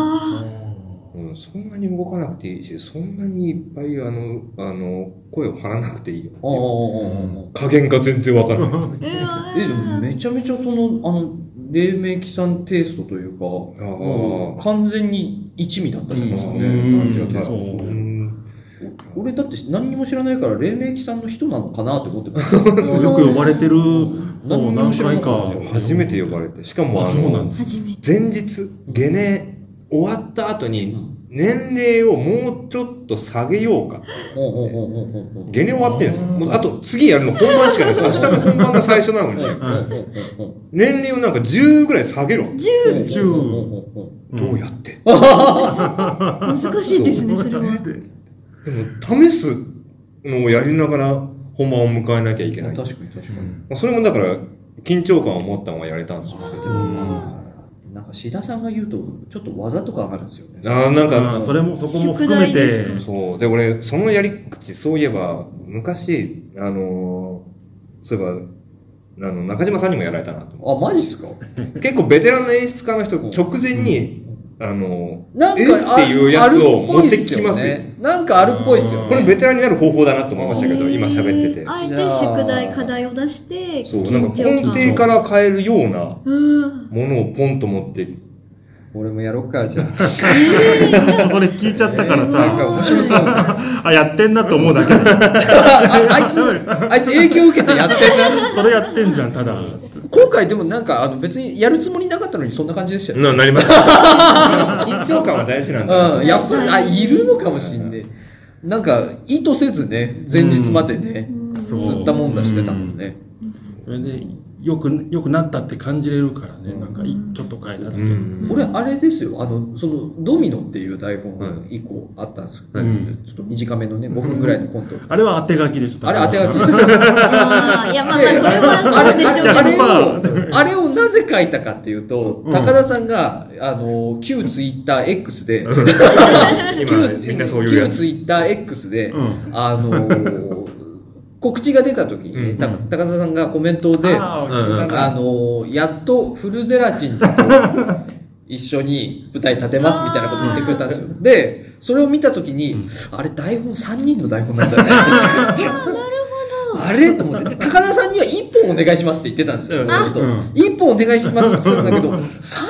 Speaker 4: そんなに動かなくていいしそんなにいっぱいあのあの声を張らなくていいよ
Speaker 2: あー
Speaker 4: 加減が全然わから ない
Speaker 3: ー
Speaker 2: えでもめちゃめちゃそのあの黎明期さんテイストというか
Speaker 4: あー
Speaker 2: もう完全に一味だったじゃないですかね、
Speaker 1: うん
Speaker 2: なんていうか
Speaker 1: そう
Speaker 2: 俺だって何にも知らないから黎明期さんの人なのかなって思ってました
Speaker 1: そうよく呼ばれてるそう
Speaker 2: 何にも
Speaker 1: 何
Speaker 2: 知らな
Speaker 1: 回
Speaker 2: か
Speaker 1: か
Speaker 2: った
Speaker 4: 初めて呼ばれてしかも
Speaker 1: あ
Speaker 4: あ
Speaker 1: そうなん
Speaker 4: の
Speaker 1: です
Speaker 3: 初めて
Speaker 4: 前日ゲネ終わった後に年齢をもうちょっと下げようか
Speaker 2: おうおうおうおうおうおう
Speaker 4: ゲネ終わってるんですよ。もうあと次やるの本番しかないです。明日の本番が最初なのに、
Speaker 2: おうおうおうおう
Speaker 4: 年齢をなんか10ぐらい下げろ。
Speaker 2: おうおうおうおう
Speaker 4: どうやって、
Speaker 3: 難しいですね、それは。
Speaker 4: でも試すのをやりながら本番を迎えなきゃいけない
Speaker 2: 確かに確かに、
Speaker 4: まあそれもだから緊張感を持ったままやれたんですけど
Speaker 2: まあなんか志田さんが言うとちょっと技とか上がるんですよね
Speaker 4: ああなん
Speaker 1: まあ
Speaker 4: か
Speaker 1: それも、そこも含め
Speaker 3: 宿題で
Speaker 1: て
Speaker 3: す、か
Speaker 4: そうで俺そのやり口そういえば昔あのーそういえばあの中島さんにもやられたなと思
Speaker 2: あマジっすか
Speaker 4: って結構ベテランの演出家の人直前に、あのー
Speaker 2: なん
Speaker 4: え
Speaker 2: かあ
Speaker 4: っていうやつを持ってきま
Speaker 2: あるっぽいっ
Speaker 4: すよ
Speaker 2: すよねなんかあるっぽいっすよね
Speaker 4: これベテランになる方法だなと思いましたけど今喋って
Speaker 3: え
Speaker 4: て
Speaker 3: ーあえて宿題、課題を出して、
Speaker 4: そうなん
Speaker 3: 緊
Speaker 4: か
Speaker 3: 張
Speaker 4: 根底
Speaker 3: 感。
Speaker 4: から変えるような
Speaker 3: うん。
Speaker 4: ものをポンと持って
Speaker 2: 俺もやろっかじゃあ
Speaker 1: もうそれ聞いちゃったから
Speaker 2: なんか
Speaker 1: さ、
Speaker 2: 面白そうあ
Speaker 1: あ、やってんなと思うだけだ。
Speaker 2: あいつあいつ影響受けてやってんな
Speaker 1: それやってんじゃん、ただ。
Speaker 2: 今回でもなんかあの別にやるつもりなかったのにそんな感じでしたよね
Speaker 4: なな ります緊張感は大事なんだなと
Speaker 2: うん、やっぱりあいるのかもしんねなんか意図せずね前日までね、
Speaker 1: そう
Speaker 2: 吸ったもんだしてたもんね、
Speaker 1: それで、よく、よくなったって感じれるからね、なんか、いちょっと変えただけ
Speaker 4: う。ん
Speaker 2: 俺あれですよあのその「ドミノ」っていう台本
Speaker 4: は
Speaker 2: 以降あったんですけど、
Speaker 1: うん
Speaker 2: ちょっと短めのね5分ぐらいの コント、
Speaker 1: あれは当て書きでしょ、
Speaker 2: あれ当て書きです
Speaker 3: あーいや、まあまあ、それはそうで しょうけ
Speaker 2: あ
Speaker 3: ど。
Speaker 2: れを、あれをなぜ書いたかっていうと、
Speaker 1: うん
Speaker 2: 高田さんが、あの、旧ツイッター X で、
Speaker 4: 今
Speaker 2: 旧
Speaker 4: みんなそういうや
Speaker 2: 旧
Speaker 4: つ
Speaker 2: ツイッター X で、
Speaker 1: うん
Speaker 2: あの、告知が出た時にね、
Speaker 4: うん
Speaker 2: た高田さんがコメントで、あ
Speaker 1: あー聞いたな
Speaker 2: の、やっとフルゼラチンズと一緒に舞台立てますみたいなこと言ってくれたんですよ。で、それを見た時に、あれ台本3人の台本なんだよ ね。あれと思ってで高田さんには1本お願いしますって言ってたんですよ、
Speaker 4: うん
Speaker 2: ずっと
Speaker 1: うん
Speaker 2: 1本お願いしますって言ってたんだけど3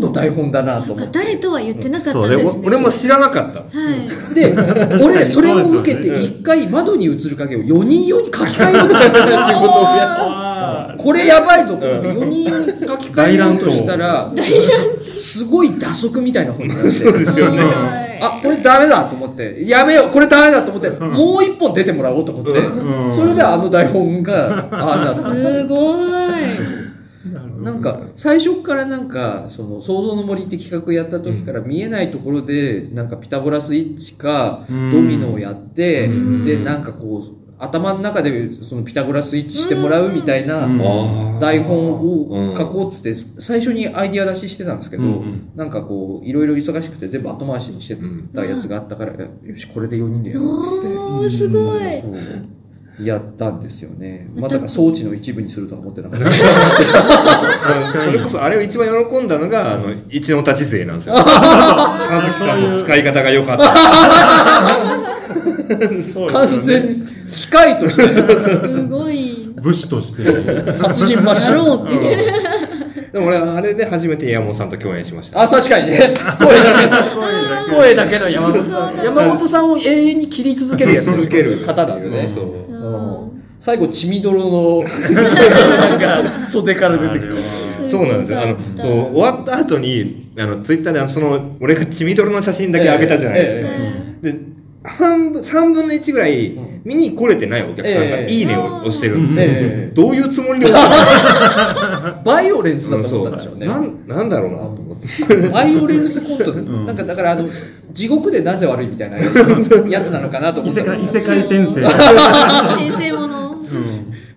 Speaker 2: の台本だなと思って
Speaker 3: 誰とは言ってなかった
Speaker 4: そ
Speaker 3: ん
Speaker 4: うで
Speaker 3: です
Speaker 4: お
Speaker 3: ね。
Speaker 4: 俺も知らなかった
Speaker 3: はい。
Speaker 2: で俺それを受けて
Speaker 1: そうですよね
Speaker 2: 1回窓に映る影を4人用に書き換えようとしたら仕 事をやっ
Speaker 1: あ
Speaker 2: これやばいぞと思って4人用に書き換えようとしたらすごい打足みたいな本になって
Speaker 4: ですよね
Speaker 3: はい
Speaker 2: あこれダメだと思ってやめようこれダメだと思ってもう1本出てもらおうと思って
Speaker 1: うん
Speaker 2: それであの台本がああなった
Speaker 3: すごい。
Speaker 2: なんか最初からなんかその創造の森って企画やった時から見えないところでなんかピタゴラスイッチかド
Speaker 1: うん
Speaker 2: ミノをやって
Speaker 1: うん
Speaker 2: でなんかこう頭の中でそのピタゴラスイッチしてもらうみたいな
Speaker 1: うん
Speaker 2: 台本を書
Speaker 4: う
Speaker 2: こうっつって最初にアイディア出ししてたんですけど
Speaker 1: うんうん
Speaker 2: なんかこういろいろ忙しくて全部後回しにしてたやつがあったからよしこれで4人でやろうっつって。
Speaker 3: おー、すご
Speaker 2: そ
Speaker 3: い。
Speaker 2: うやったんですよねまさか装置の一部にするとは思ってなかった
Speaker 4: んそれこそあれを一番喜んだのがあの一の立ち勢なんですよ川崎さんの使い方が良かった
Speaker 2: 完全に機械として
Speaker 3: すごい。
Speaker 1: 武士として。
Speaker 2: 殺人マシ
Speaker 3: や
Speaker 2: ン。
Speaker 3: ろうって。
Speaker 4: でも俺あれで初めて山本さんと共演しました
Speaker 2: あ、確かにね。声だけ。声だけの山本さん。山本さんを永遠に切り続けるやつですよ
Speaker 4: 続ける
Speaker 2: 方だよね。
Speaker 4: そう
Speaker 2: うん最後、血みどろのさんが袖から出てくる。
Speaker 4: そうなんですよあのそう終わった後にあのツイッターであのその俺が血みどろの写真だけ上げたじゃないですか、
Speaker 2: ええ
Speaker 4: で半分3分の1ぐらい見に来れてないお客さんが
Speaker 2: え
Speaker 4: 「
Speaker 2: え
Speaker 4: いいね」を押してるんですよ、
Speaker 2: ええ
Speaker 4: どういうつもりで押してるんですか
Speaker 2: バイオレンスだ
Speaker 4: うん
Speaker 2: と
Speaker 4: そ
Speaker 2: 思
Speaker 4: う
Speaker 2: ったんでしょうね。
Speaker 4: なんなんだろうなと思って
Speaker 2: バイオレンスコント、なんかだからあの、地獄でなぜ悪いみたいなやつなのかなと
Speaker 1: 異
Speaker 2: 思っ
Speaker 1: 世
Speaker 2: たけど
Speaker 1: 界、異世界転生。
Speaker 3: 転生もの。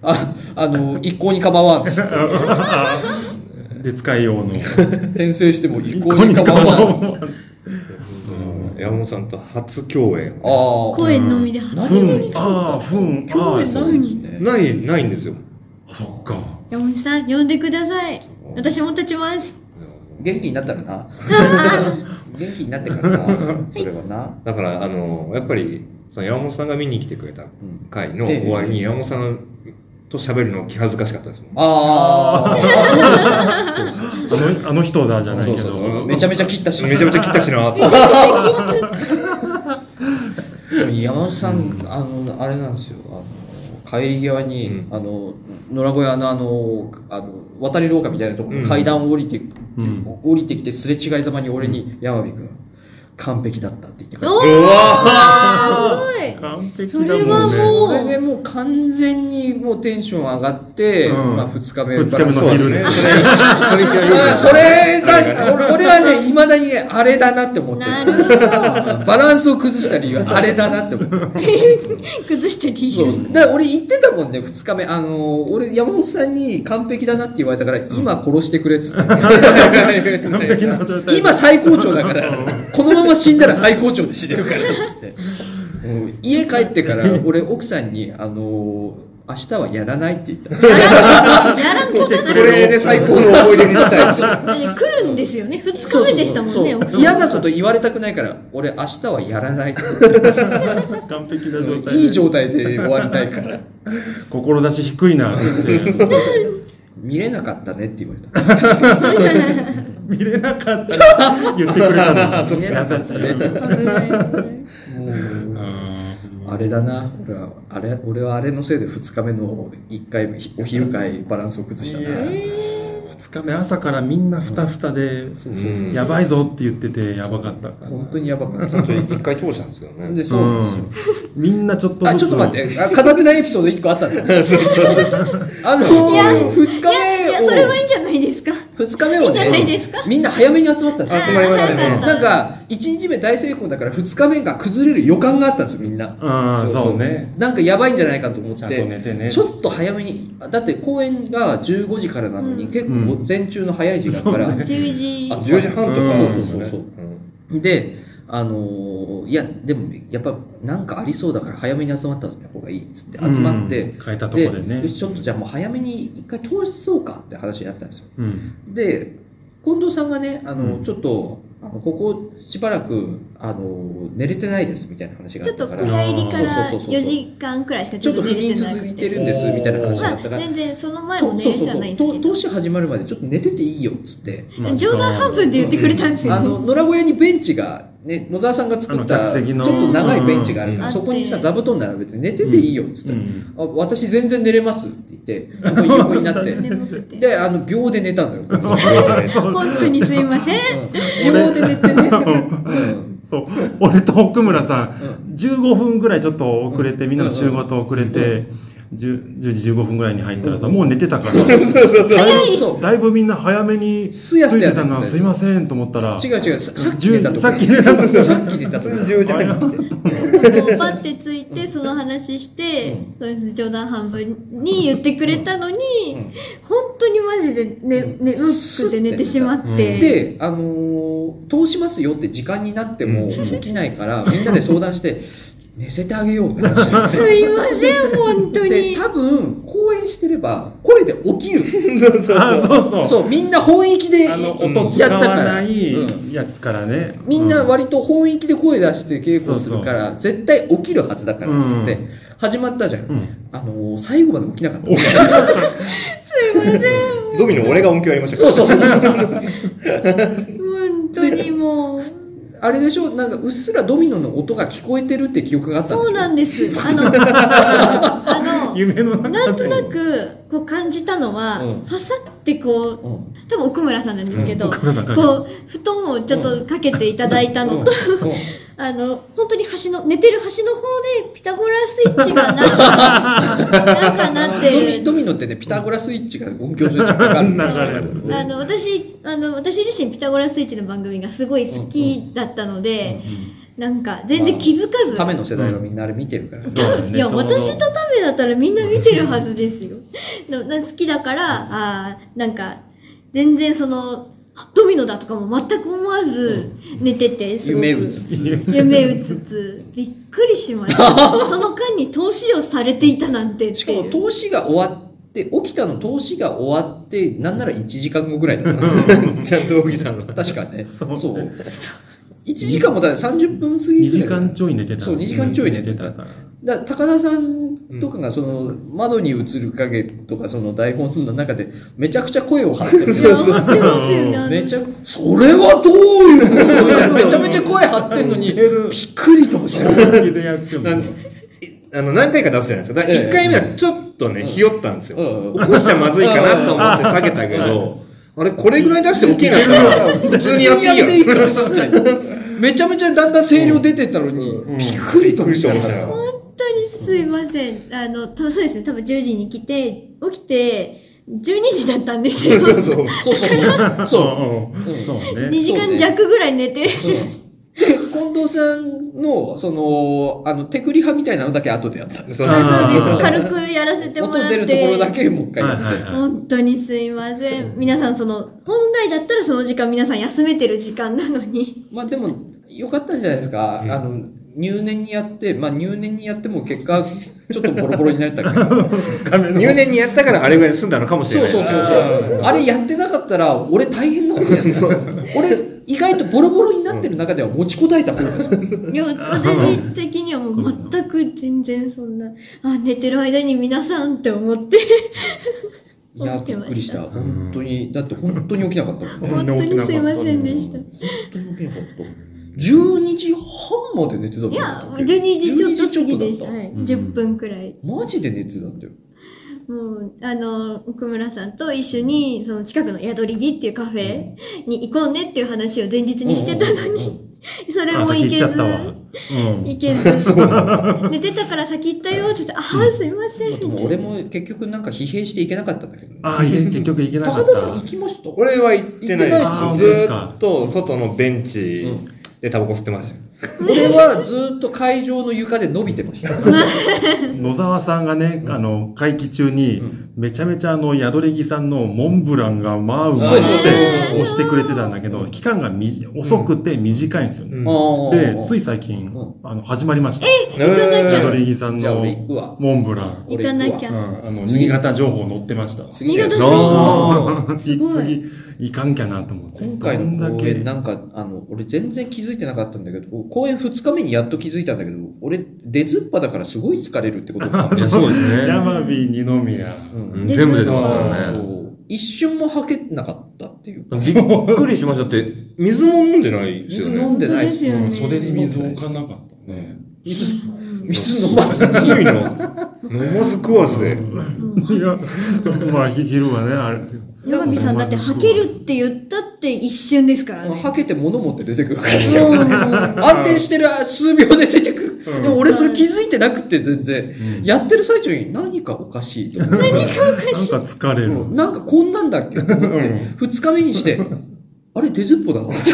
Speaker 2: ああの、一向に構わんっつって
Speaker 1: で、使いようの。
Speaker 2: 転生しても一向に構わんっつって。
Speaker 4: 山本さんと初共演
Speaker 2: ああ。
Speaker 3: 声のみで初
Speaker 1: ふ
Speaker 3: めて
Speaker 1: ん、ああ、ふん、ああ、そう
Speaker 4: ないないんですよ
Speaker 1: そっか。
Speaker 3: 山本さん、呼んでください。私も立ちます。
Speaker 2: 元気になったらな元気になってからなそれはな
Speaker 4: だからあのやっぱりその山本さんが見に来てくれた回の
Speaker 2: うんええ
Speaker 4: 終わりに山本さんと喋るの気恥ずかしかったですもん
Speaker 2: あ
Speaker 1: あの、あの人だじゃないけ
Speaker 4: そうそう
Speaker 1: ど。
Speaker 4: そ
Speaker 2: あ
Speaker 4: う
Speaker 2: めちゃめちゃ切ったし
Speaker 4: めちゃめちゃ切ったしなって
Speaker 2: 山本さんあのあれなんですよあの帰り際に、
Speaker 4: うん
Speaker 2: あの野良小屋のあのあの渡り廊下みたいなところ、
Speaker 4: うん
Speaker 2: 階段を降りて、
Speaker 1: うん
Speaker 2: 降りてきてすれ違いざまに俺に「山火君完璧だったって言って
Speaker 3: お
Speaker 2: から
Speaker 3: ー
Speaker 1: わ
Speaker 3: すごい
Speaker 1: 完璧
Speaker 3: それ
Speaker 1: だもんね。
Speaker 3: はもう
Speaker 2: それでもう完全にもうテンション上がって、
Speaker 1: うん
Speaker 2: まあ2日目
Speaker 1: 二日目の
Speaker 2: そう
Speaker 1: 昼
Speaker 2: で
Speaker 1: ですす
Speaker 2: ね
Speaker 1: ね。
Speaker 4: 初日は
Speaker 2: あー
Speaker 4: 夜
Speaker 2: それ
Speaker 4: あれが
Speaker 2: だ俺俺はねいまだにねあれだなって思って
Speaker 3: なるほど
Speaker 2: バランスを崩した理由はあれだなって思って
Speaker 3: 崩した理
Speaker 2: そ
Speaker 3: 由
Speaker 2: うだから俺言ってたもんね2日目あのー俺山本さんに完璧だなって言われたから今殺してくれっつっ て
Speaker 1: 完璧な状態。
Speaker 2: 今最高潮だからこのまま死んだら最高潮で死ねるからっつってうん家帰っ てから俺奥さんにあのー明日はやらないって言った
Speaker 3: やらんことない
Speaker 4: これで最高の思い出にしたい
Speaker 3: だって来るんですよね2日目でしたもんね
Speaker 2: そう
Speaker 3: 奥さん
Speaker 2: 嫌なこと言われたくないから俺明日はやらないって
Speaker 1: 完璧な状態で。
Speaker 2: いい状態で終わりたいから
Speaker 1: 志低いなって。
Speaker 2: 見れなかったねって言われた
Speaker 1: 見れなかったって言ってくれたの。
Speaker 2: 見れなかったね
Speaker 3: 危ない危ない
Speaker 2: もう
Speaker 1: あ
Speaker 2: あれだな俺はあれ俺はあれのせいで2日目の1回目お昼会バランスを崩した
Speaker 1: ーい
Speaker 2: な
Speaker 1: や二日目朝からみんなふたふたで、
Speaker 4: うん
Speaker 1: やばいぞって言っててやばかったから。
Speaker 2: 本当にやばかっ
Speaker 4: ちゃんと
Speaker 2: た
Speaker 4: 一回通したんですけどね
Speaker 2: でそうなんですよ、
Speaker 1: うんみんなちょっとずつ
Speaker 2: あちょっと待ってあ語ってないエピソード1個あ ったんだあの
Speaker 4: いや
Speaker 2: 2日
Speaker 3: いやいや
Speaker 2: 目を
Speaker 3: それはいいんじゃないですか
Speaker 2: 2日目を
Speaker 3: いいんじゃないで
Speaker 2: ね
Speaker 3: すか
Speaker 2: みんな早めに集まったんですよ
Speaker 4: 集まりましたね
Speaker 2: なんか1日目大成功だから2日目が崩れる予感があったんですよみんな
Speaker 1: あーそうね
Speaker 2: なんかやばいんじゃないかと思って
Speaker 1: ちゃんと寝てね
Speaker 2: ちょっと早めにだって公演が15時からなのに、
Speaker 3: うん
Speaker 2: 結構午前中の早い時間から、
Speaker 1: そう
Speaker 3: 10時
Speaker 2: あ
Speaker 4: 10時半とか
Speaker 2: そうそうそうそう、
Speaker 4: ん
Speaker 2: であのーいやでもやっぱなんかありそうだから早めに集まった方がいいっつって集まって、
Speaker 1: うん変えたとこでね
Speaker 2: よしちょっとじゃあもう早めに一回通しそうかって話になったんですよ
Speaker 1: うん
Speaker 2: で近藤さんがねあの、
Speaker 1: うん
Speaker 2: ちょっとあのここしばらくあの寝れてないですみたいな話が
Speaker 3: ち
Speaker 2: あ
Speaker 3: ょ
Speaker 2: っ
Speaker 3: っと
Speaker 2: た
Speaker 3: お
Speaker 2: か
Speaker 3: 帰
Speaker 2: ら
Speaker 1: 暗い
Speaker 3: りから
Speaker 2: そうそうそうそう
Speaker 3: 4時間くらいしか
Speaker 2: ちょっと不眠
Speaker 3: なく
Speaker 2: 続いてるんですみたいな話があったか
Speaker 3: まあ
Speaker 2: ら、
Speaker 3: 全然その前も
Speaker 2: と
Speaker 3: 寝
Speaker 2: そう
Speaker 3: れ
Speaker 2: そう
Speaker 3: ては
Speaker 2: そう
Speaker 3: ないんですけ
Speaker 2: と
Speaker 3: ど
Speaker 2: 投資始まるまでちょっと寝てていいよっつって
Speaker 1: まあ
Speaker 3: 冗談半分で言ってくれたんですよ
Speaker 2: あの野良小屋にベンチが、ね、野沢さんが作った
Speaker 1: あの
Speaker 2: ち
Speaker 1: 客席
Speaker 2: ょっ
Speaker 1: の
Speaker 2: と長いベンチがあるから、
Speaker 3: うん
Speaker 2: そこにさ座布団並べて寝てていいよっつって、
Speaker 1: うん
Speaker 2: あ私全然寝れますって言って横になって
Speaker 3: 全然なくて
Speaker 2: であの秒で寝たのよ
Speaker 3: 本当にすいません
Speaker 2: 秒で寝てね、うん
Speaker 1: そう俺と奥村さん、15分ぐらいちょっと遅れて、みんなの集合と遅れて、10, 10時15分ぐらいに入ったらさ、もう寝てたから
Speaker 2: 早いそう
Speaker 1: だいぶみんな早めに
Speaker 2: すやす
Speaker 1: 着い
Speaker 2: や
Speaker 1: てたのはすいませんと思ったら
Speaker 2: 違う違うささっき寝たとこ
Speaker 1: さっき寝たとこ
Speaker 2: さっき寝たとこ
Speaker 4: 10時半に
Speaker 3: もうパッてついてその話して、そうです冗談半分に言ってくれたのに、本当にマジでね、
Speaker 2: う
Speaker 3: ね、うんくで寝てしまって、
Speaker 2: で、あのー通しますよって時間になっても起きないから、みんなで相談して 寝せてあげようって話になって
Speaker 3: すいません本当
Speaker 2: で
Speaker 3: に
Speaker 2: 多分公演してれば声で起きる
Speaker 1: あそうそう
Speaker 2: そうみんな本域で
Speaker 1: あの
Speaker 2: うん
Speaker 1: 音使
Speaker 2: やった
Speaker 1: わ
Speaker 2: か
Speaker 1: な
Speaker 2: らうん
Speaker 1: いやつからね、
Speaker 2: みんな
Speaker 1: う
Speaker 2: 割と本域で声出して稽古するから、絶対起きるはずだからっつって
Speaker 1: う
Speaker 2: 始まったじゃん、
Speaker 1: ん
Speaker 2: あのー最後まで起きなかった
Speaker 1: 起き
Speaker 4: ドミノ俺が音響やりましたか
Speaker 2: そう
Speaker 4: ら
Speaker 2: そうそう
Speaker 3: 本当にもう
Speaker 2: あれでしょなんかうっすらドミノの音が聞こえてるって記憶があったんで
Speaker 3: そう
Speaker 2: しょ
Speaker 3: なんですあのあの
Speaker 1: 夢の中で
Speaker 3: なんとなくこう感じたのは、
Speaker 2: うん
Speaker 3: ファサってこう
Speaker 2: うん
Speaker 3: 多分奥村さんなんですけど、
Speaker 1: うん奥村さんかけて
Speaker 3: こう布団をちょっとかけていただいたのと、
Speaker 2: うんうん
Speaker 3: あの本当に端の寝てる端の方でピタゴラスイッチ がなんかなんかなって
Speaker 2: ドミド
Speaker 3: る。
Speaker 2: ミノってねピタゴラスイッチが音響スイッチかかるんですよ
Speaker 1: 流れる
Speaker 3: あの私あの私自身ピタゴラスイッチの番組がすごい好きだったので、なんか全然気づかず、
Speaker 2: ための世代はみんなあれ見てるから、
Speaker 1: そうだね
Speaker 3: いや
Speaker 1: ちょうど
Speaker 3: 私とためだったらみんな見てるはずですよなな好きだからあーなんか全然そのあドミノだとかも全く思わず寝ててすごく
Speaker 2: 夢うつつ
Speaker 3: 夢うつつびっくりしましたその間に投資をされていたなんてっていう
Speaker 2: しかも投資が終わって起きたの投資が終わってなんなら1時間後ぐらいだった
Speaker 4: ちゃんと起きたの
Speaker 2: 確かねそう
Speaker 1: う
Speaker 2: 1時間もだから30分過ぎ
Speaker 1: 2
Speaker 2: ぐ
Speaker 1: 時
Speaker 2: らいだ
Speaker 1: 間ちょい寝てた
Speaker 2: そう2時間ちょい寝てただから高田さんとかがその窓に映る影とかその台本の中でめちゃくちゃ声を張ってる
Speaker 3: いや思ってますよねあの
Speaker 2: めちゃそれはどういうことだよめちゃめちゃ声張ってんのにびっくりともしない
Speaker 1: 本気でやっても
Speaker 4: なんあの何回か出すじゃないですかだから
Speaker 2: ええ
Speaker 4: 1回目はちょっとね、ひよったんですよ、
Speaker 2: うん
Speaker 4: 起こしちゃまずいかなと思って下げたけど、あれこれぐらい出して起きなかったら普通にやっていいよ
Speaker 2: 普通にやっていいからっつって めちゃめちゃだんだん声量出てったのに、
Speaker 1: ん
Speaker 2: びっくりと
Speaker 4: び
Speaker 2: 見
Speaker 4: っくり
Speaker 2: ち
Speaker 4: と
Speaker 2: ゃ
Speaker 4: 思
Speaker 2: っ
Speaker 4: ったた
Speaker 2: から。
Speaker 4: よ。
Speaker 3: 本当にすいません。あの、たそうですね、多分10時に来て、起きて、12時だったんですよ。
Speaker 4: そうそう。
Speaker 2: そうそう。
Speaker 1: そ
Speaker 2: そう
Speaker 1: うん
Speaker 2: うん
Speaker 1: そう
Speaker 3: 2
Speaker 1: ね
Speaker 3: 時間弱ぐらい寝てる。
Speaker 2: う。で、近藤さんの、その、あの、テクリ派みたいなのだけ後でやった。
Speaker 4: そう
Speaker 1: あー
Speaker 3: そう
Speaker 1: あ
Speaker 3: で
Speaker 1: ー
Speaker 3: す。軽くやらせても
Speaker 2: 音
Speaker 3: らっ
Speaker 2: 出
Speaker 3: て。
Speaker 2: るところだけもう一回やって。
Speaker 1: はいはいはい
Speaker 3: 本当にすいません。皆さん、その、本来だったらその時間皆さん休めてる時間なの に。
Speaker 2: まあでも、良かったんじゃないですか。あの、入念にやって、まあ入念にやっても結果、ちょっとボロボロになったけど。
Speaker 1: 二日目の
Speaker 4: 入念にやったからあれぐらい済んだのかもしれ
Speaker 2: そ
Speaker 4: な
Speaker 2: う
Speaker 4: い。
Speaker 2: そうそうそう。あれやってなかったら、俺大変なことやってる。 俺、意外とボロボロになってる中では持ちこたえた方ですよ。
Speaker 3: いや、私的にはもう全く全然そんな、あ、寝てる間に皆さんって思って。
Speaker 2: いや、びっくりした。
Speaker 1: ん
Speaker 2: 本当に、だって本当に起きなかったもんね。
Speaker 3: 本当にすいませんでした。
Speaker 2: 本当に起きなかった。12時半まで寝てたん
Speaker 3: い
Speaker 2: だよ
Speaker 3: や、12時ちょっと過ぎで
Speaker 2: 12時
Speaker 3: し
Speaker 2: ちょっと
Speaker 3: た。
Speaker 2: だ
Speaker 3: は
Speaker 2: っ
Speaker 3: い、10分くらい。
Speaker 2: た。マジで寝てたんだよ。
Speaker 3: もう、あの、奥村さんと一緒に、その近くの宿り木っていうカフェに行こうねっていう話を前日にしてたの
Speaker 2: うんうん
Speaker 3: に、それ
Speaker 1: あ
Speaker 3: も行
Speaker 1: 先行っ
Speaker 3: け
Speaker 1: ちゃ
Speaker 3: ず
Speaker 1: った、わ。うん。
Speaker 3: 行けず、寝てたから先行ったよって言って、ああ、すいません、
Speaker 2: まあで
Speaker 3: みた
Speaker 2: も
Speaker 3: い
Speaker 2: 俺
Speaker 3: な。
Speaker 2: も結局なんか疲弊していけなかったんだけどね。
Speaker 1: ああ、いえ結局行けなか
Speaker 2: 高
Speaker 1: った
Speaker 2: 田。さん行きました
Speaker 4: 俺は行ってな
Speaker 1: 行
Speaker 4: いです
Speaker 1: ってない
Speaker 4: よ。
Speaker 1: っ
Speaker 4: ず
Speaker 1: すよ
Speaker 4: ーっと外のベンチでタバコ吸ってましたよ。
Speaker 2: 俺はずっと会場の床で伸びてました。
Speaker 1: 野沢さんがね、あの、会期中に、めちゃめちゃあの、宿り木さんのモンブランが、まあ、うまい
Speaker 2: そう
Speaker 1: っ
Speaker 2: そう
Speaker 1: て押してくれてたんだけど、期間がみじ遅くて短いんですよね。
Speaker 4: うん
Speaker 2: で
Speaker 1: で、つい最近、あの、始まりました。
Speaker 3: え
Speaker 1: 宿り木さん
Speaker 2: じゃあ
Speaker 1: の
Speaker 2: 俺行くわ。
Speaker 1: モンブラン。
Speaker 3: 行かなき
Speaker 1: う
Speaker 3: ゃ。
Speaker 1: んあの、新潟情報載ってました。
Speaker 2: 次だよ
Speaker 3: 新
Speaker 2: そ
Speaker 3: 潟
Speaker 2: う
Speaker 3: 情報すごい。
Speaker 1: 次、行かんきゃなと思って。
Speaker 2: 今回の
Speaker 1: どん
Speaker 2: 公
Speaker 1: だけ
Speaker 2: 演なんか、あの、俺全然気づいてなかったんだけど、公演2日目にやっと気づいたんだけど、俺出ずっぱだからすごい疲れるってことか。
Speaker 4: いや、そうです ね。
Speaker 1: 山火、二宮。
Speaker 4: うん全部出てますから
Speaker 2: そ
Speaker 4: ね。
Speaker 2: う一瞬も吐けなかったっていうか。
Speaker 4: びっくりしましただって、水も飲んでないですよ
Speaker 2: 水
Speaker 4: ね。
Speaker 2: 飲んで
Speaker 3: 本当
Speaker 2: ない
Speaker 3: で
Speaker 2: し
Speaker 3: すよ
Speaker 1: うん
Speaker 3: ね。
Speaker 1: 袖で水置かなかったね。
Speaker 2: 水水飲まずに。
Speaker 4: 意味の。飲まず食わずで。
Speaker 1: いや、まあ、ひ昼はね、あれですよ。
Speaker 3: 山火さんだって吐けるって言ったって一瞬ですからね。
Speaker 2: はけて物持って出てくるからね
Speaker 3: もう
Speaker 2: 暗転してる数秒で出てくる。
Speaker 1: うん
Speaker 2: でも俺それ気づいてなくて全然。やってる最中に何かおかしいと思って。
Speaker 1: なんか疲れる。
Speaker 2: うんなんかこんなんだっけと思って、2日目にして、あれ、出ずっぽだわって。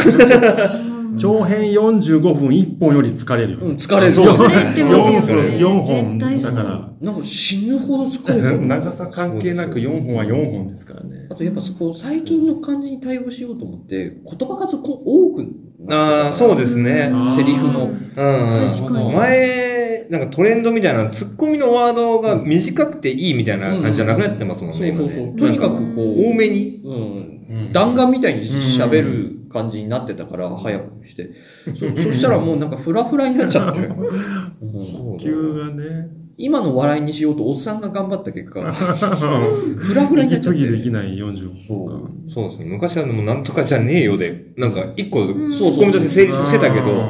Speaker 1: 長編45分1本より疲れるよ
Speaker 2: うん、
Speaker 1: ね。
Speaker 2: 疲れる。
Speaker 1: そう
Speaker 3: 疲れてますよ
Speaker 1: 4分、
Speaker 3: ね
Speaker 1: 4本
Speaker 3: 絶対そ
Speaker 1: だ
Speaker 3: う
Speaker 1: か
Speaker 2: なんか死ぬほど 疲れ
Speaker 1: ら、
Speaker 2: た。
Speaker 1: 長さ関係なく4本は4本ですからね。
Speaker 2: あとやっぱそこ、最近の感じに対応しようと思って、言葉数こう多くなっ
Speaker 4: ああ、
Speaker 2: てた
Speaker 4: そう
Speaker 2: か
Speaker 4: ですね。
Speaker 2: らセリフの。
Speaker 4: うん
Speaker 3: 確かに
Speaker 4: 前、なんかトレンドみたいな、ツッコミのワードが短くていいみたいな感じじゃなくなってますもん
Speaker 2: そ
Speaker 4: ね、
Speaker 2: う
Speaker 4: 今
Speaker 2: そう
Speaker 4: ね。
Speaker 2: そう。とにか
Speaker 4: なん
Speaker 2: く
Speaker 4: 多
Speaker 2: こ
Speaker 4: めに。
Speaker 2: う、うん、
Speaker 1: うん
Speaker 2: 弾丸みたいに喋る感じになってたから、早くして。そ、そしたらもうなんかフラフラになっちゃって。うん
Speaker 1: 急がね、
Speaker 2: 今の笑いにしようとおっさんが頑張った結果、フラフラになっ
Speaker 1: 息
Speaker 2: ちゃ
Speaker 1: 継
Speaker 2: っ
Speaker 1: ぎでき
Speaker 2: て。
Speaker 1: ない45分間。
Speaker 4: そうですね。昔はもうなんとかじゃねえよで、なんか一個ツ
Speaker 3: ん
Speaker 4: ッコミとして成立してたけ
Speaker 1: う
Speaker 4: ど、
Speaker 1: ん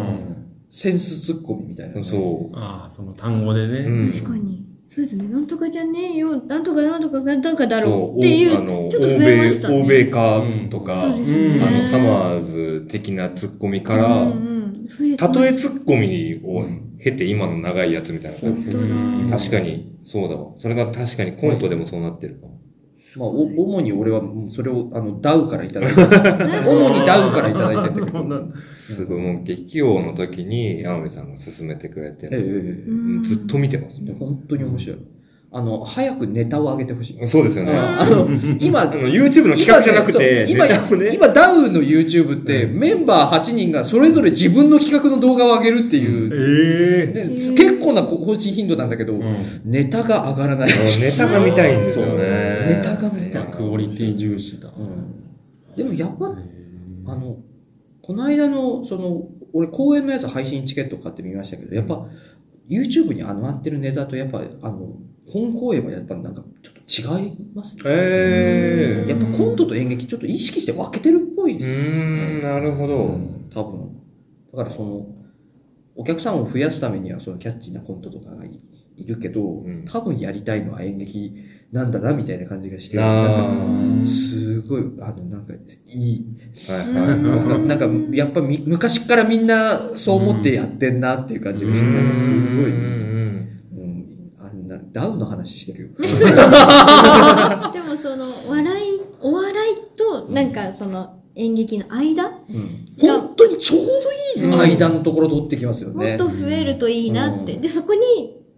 Speaker 2: センスツッコミみたいなね、
Speaker 4: そう。
Speaker 1: ああ、その単語でね。
Speaker 4: うん
Speaker 3: 確かに。そうですね。なんとかじゃねえよ。なんとかなんとかがなんかだろ
Speaker 4: そう
Speaker 3: うってい
Speaker 4: おあの
Speaker 3: う、ちょっと増えましたね。
Speaker 4: 欧米欧米化とか、
Speaker 3: そうですね。
Speaker 1: うん
Speaker 4: あの、サマーズ的なツッコミか
Speaker 3: う
Speaker 4: ら
Speaker 3: ん、うん、増えて
Speaker 4: た
Speaker 3: ます
Speaker 4: とえツッコミを経て今の長いやつみたいな感じ。
Speaker 3: 本当だ
Speaker 4: 確かに、そうだわ。それが確かにコントでもそうなってるかも。
Speaker 2: まあ、お主に俺はもうそれをあのダウからいただ いた。主にダウからいただいたんだけ
Speaker 1: こ
Speaker 2: ど。
Speaker 1: んな
Speaker 4: すごい、もう劇王の時に、青海さんが勧めてくれて、
Speaker 2: ええええ
Speaker 3: うん
Speaker 4: ずっと見てます
Speaker 2: ええ
Speaker 4: ね。
Speaker 2: 本当に面白い。あの、早くネタを上げてほしい。
Speaker 4: そうですよね。
Speaker 2: あ
Speaker 4: あ
Speaker 2: あの、今、
Speaker 4: の、YouTube の企画じゃなくて、
Speaker 2: 今ね
Speaker 4: ネタ
Speaker 2: そ
Speaker 4: を
Speaker 2: う今
Speaker 4: ね
Speaker 2: 今ダウンの YouTube って、メンバー8人がそれぞれ自分の企画の動画を上げるっていう、
Speaker 1: ええ。
Speaker 2: で結構な更新頻度なんだけど、ネタが上がらない、
Speaker 4: ネタが見たいんですよね。
Speaker 2: ネタが見たい、
Speaker 1: クオリティ重視だ。
Speaker 2: うんでもやっぱ、あのこの間のその俺公演のやつ配信チケット買ってみましたけどやっぱ YouTube にあの上がってるネタとやっぱあの本公演はやっぱなんかちょっと違いますね
Speaker 4: ええ
Speaker 2: やっぱコントと演劇ちょっと意識して分けてるっぽいで
Speaker 4: う
Speaker 2: す
Speaker 4: ーん、なるほど。
Speaker 2: 多分だからそのお客さんを増やすためにはそのキャッチーなコントとかがいいるけど、
Speaker 4: ん
Speaker 2: 多分やりたいのは演劇なんだなみたいな感じがして
Speaker 4: あ
Speaker 2: なんか
Speaker 4: ー
Speaker 2: すごいあのなんかいい
Speaker 4: はいはい。
Speaker 3: うん
Speaker 2: なんかなんかやっぱみ昔からみんなそう思ってやってんなっていう感じがしてなんかすごい、
Speaker 4: うん
Speaker 2: うん、あんなダウの話してるよ。
Speaker 3: でもその笑いお笑いとなんかその演劇の間
Speaker 2: 本当にちょうどいい間のところ取ってきますよ
Speaker 3: も
Speaker 2: ね
Speaker 3: っ。と増えるといいなって、
Speaker 2: うん
Speaker 3: でそこに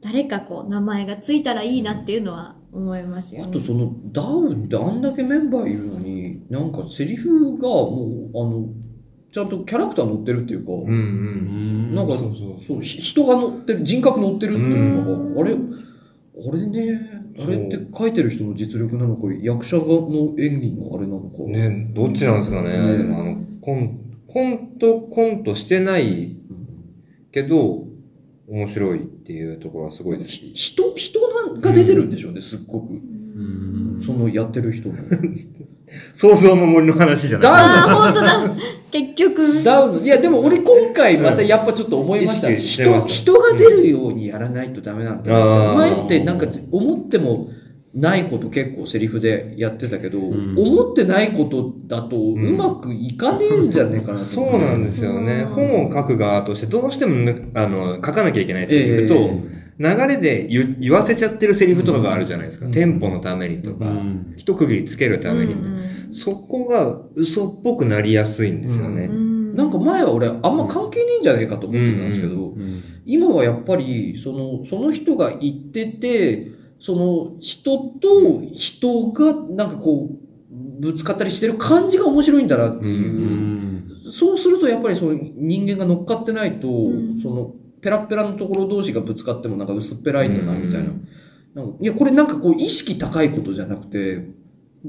Speaker 3: 誰かこう名前がついたらいいなっていうのは思いますよ
Speaker 2: あ
Speaker 3: ね
Speaker 2: とそのダウンってあんだけメンバーいるのになんかセリフがもうあのちゃんとキャラクター乗ってるっていうか、
Speaker 4: うんうん。
Speaker 2: なんか
Speaker 1: そうそう
Speaker 2: そうひ人が乗ってる人格乗ってるっていうのがあれ
Speaker 3: うん
Speaker 2: あれね
Speaker 4: そう
Speaker 2: あれって書いてる人の実力なのか役者がの演技のあれなのか、
Speaker 4: ね、どっちなんですかね。
Speaker 2: ね
Speaker 4: でもあの、コン、コント、コントしてないけど、面白いっていうところはすごい好
Speaker 2: ひ
Speaker 4: き。
Speaker 2: 人人なんが出てるんでしょうねすっごく
Speaker 1: うん
Speaker 2: そのやってる人も
Speaker 4: 想像の森の話じゃない。
Speaker 2: ダウン
Speaker 3: ああ本 当だ結局
Speaker 2: ダウンのいやでも俺今回またやっぱちょっと思いました、
Speaker 4: うん意識してま
Speaker 2: 人
Speaker 4: す
Speaker 2: 人が出るようにやらないとダメなんだなって
Speaker 4: うん
Speaker 2: 前ってなんか思ってもないこと結構セリフでやってたけど、
Speaker 1: ん
Speaker 2: 思ってないことだとうんまくいかねえんじゃねえかなと
Speaker 4: そ
Speaker 2: 思
Speaker 4: うなんですよね。
Speaker 3: うん
Speaker 4: 本を書く側としてどうしてもね、あの、書かなきゃいけないセリフと、
Speaker 2: え
Speaker 4: 流れで言言わせちゃってるセリフとかがあるじゃないですか。
Speaker 2: うん
Speaker 4: テンポのためにと
Speaker 1: う
Speaker 4: か、
Speaker 1: ん
Speaker 4: 一区切りつけるために。
Speaker 3: うん
Speaker 4: そこが嘘っぽくなりやすいんですよね。
Speaker 3: うん
Speaker 2: なんか前は俺あんま関係ねえんじゃねえかと思ってたんですけ
Speaker 1: う
Speaker 2: ど、
Speaker 1: ん
Speaker 2: 今はやっぱりそのその人が言っててその人と人がなんかこうぶつかったりしてる感じが面白いんだなっていうう、
Speaker 1: ん
Speaker 2: そうするとやっぱりその人間が乗っかってないと、
Speaker 3: うん
Speaker 2: そのペラペラのところ同士がぶつかってもなんか薄っぺらいんだなみたいな,、
Speaker 3: うん
Speaker 2: なんかいやこれなんかこう意識高いことじゃなくて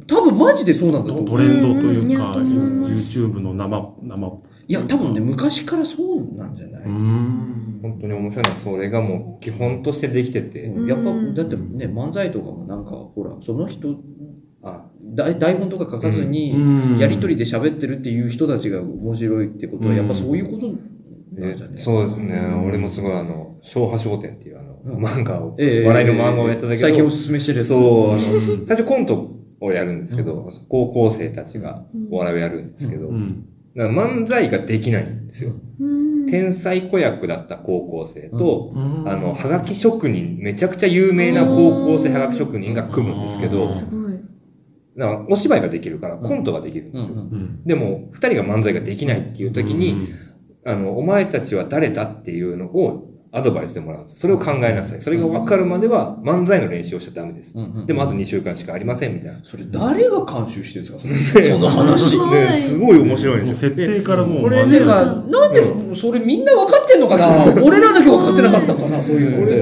Speaker 2: 多分マジでそうなんだと思
Speaker 1: ト
Speaker 2: う
Speaker 1: レンドというか、
Speaker 3: うんうんいや
Speaker 1: YouTube の生生っぽ
Speaker 2: いや多分ね昔からそうなんじゃない、
Speaker 1: いうん
Speaker 4: 本当に面白いのはそれがもう基本としてできてて、
Speaker 3: うん
Speaker 2: やっぱだってね漫才とかもなんかほらその人
Speaker 4: あ、
Speaker 2: 台台本とか書かずにやり取りで喋ってるっていう人たちが面白いってことは
Speaker 1: うん
Speaker 2: やっぱそういうことな
Speaker 4: え
Speaker 2: んじゃね
Speaker 4: そうですね、俺もすごいあの、昭和商店っていうあの、
Speaker 2: うん
Speaker 4: 漫画を、
Speaker 2: ええ
Speaker 4: 笑いの漫画をやっただけど、
Speaker 2: 最近おすすめしてるやつ
Speaker 4: そう、あの、最初コントをやるんですけど、高校生たちがお笑いをやるんですけど、
Speaker 1: うん
Speaker 4: だから漫才ができないんですよ。
Speaker 3: うん
Speaker 4: 天才子役だった高校生と、
Speaker 1: うん
Speaker 4: あの、はがき職人、めちゃくちゃ有名な高校生はがき職人が組むんですけど
Speaker 1: うん、
Speaker 3: すごい
Speaker 4: だからお芝居ができるからコントができるん
Speaker 2: う
Speaker 4: で
Speaker 2: ん
Speaker 4: すよ。
Speaker 1: うん
Speaker 4: でも、二人が漫才ができないっていう時に、あの、お前たちは誰だっていうのをアドバイスでもらうんです。それを考えなさい。それが分かるまでは漫才の練習をしちゃダメです。
Speaker 2: うんうん
Speaker 4: でもあと2週間しかありませんみたいな。
Speaker 2: それ誰が監修してるんですかそのその話
Speaker 3: うん
Speaker 4: ね、すごい面白いん
Speaker 1: その
Speaker 4: ですよ。
Speaker 1: 設定からもう
Speaker 2: これ
Speaker 1: 真
Speaker 2: て
Speaker 1: 似
Speaker 2: か
Speaker 3: う
Speaker 2: なんでそれみんな分かってんのかな俺らだけ分かってなかったのかなそういうの
Speaker 4: こ
Speaker 2: っ
Speaker 4: れ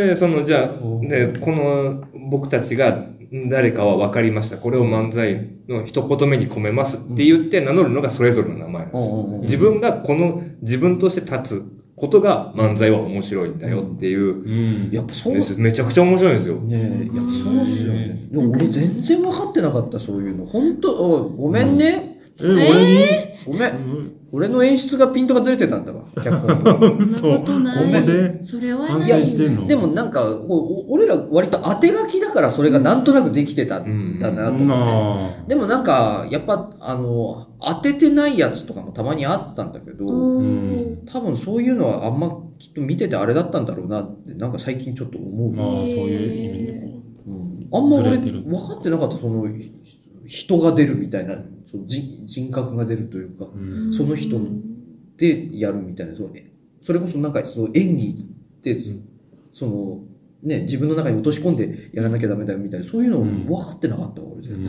Speaker 2: て
Speaker 4: を、ね、その、じゃあ、ね、この僕たちが誰かは分かりました。これを漫才の一言目に込めますって言って名乗るのがそれぞれの名前なんですよ。
Speaker 2: うんうんうん
Speaker 4: 自分がこの、自分として立つことが漫才は面白いんだよっていう。
Speaker 1: うん
Speaker 2: やっぱそう
Speaker 4: で
Speaker 2: ね
Speaker 4: すめちゃくちゃ面白いんですよ。
Speaker 2: えやっぱそうっすよねいや俺全然分かってなかったそういうの本当おいごめんね、
Speaker 1: え俺
Speaker 2: ごめん
Speaker 1: に
Speaker 2: 俺の演出がピントがずれてたん だわ脚本と
Speaker 3: そんなことない
Speaker 1: ここで
Speaker 3: それは
Speaker 1: 反
Speaker 3: な
Speaker 1: 省
Speaker 3: い
Speaker 1: してんの
Speaker 2: でもなんかおお俺ら割と当て書きだからそれがなんとなくできてたんだなと思って、
Speaker 1: な
Speaker 2: でもなんかやっぱあの当ててないやつとかもたまにあったんだけど、
Speaker 3: お
Speaker 1: うん
Speaker 3: ー
Speaker 2: 多分そういうのはあんまきっと見ててあれだったんだろうなってなんか最近ちょっと思う、
Speaker 1: まあそういう意味でこ
Speaker 2: うんあんま
Speaker 1: ず
Speaker 2: 俺
Speaker 1: れてる
Speaker 2: 分かってなかったそのひ人が出るみたいなその人人格が出るというか
Speaker 1: ううん
Speaker 2: その人でやるみたいなそうえそれこそなんかその演技ってそのね自分の中に落とし込んでやらなきゃダメだよみたいなそういうの
Speaker 1: うん
Speaker 2: 分かってなかったわ俺全
Speaker 3: あ
Speaker 2: 然、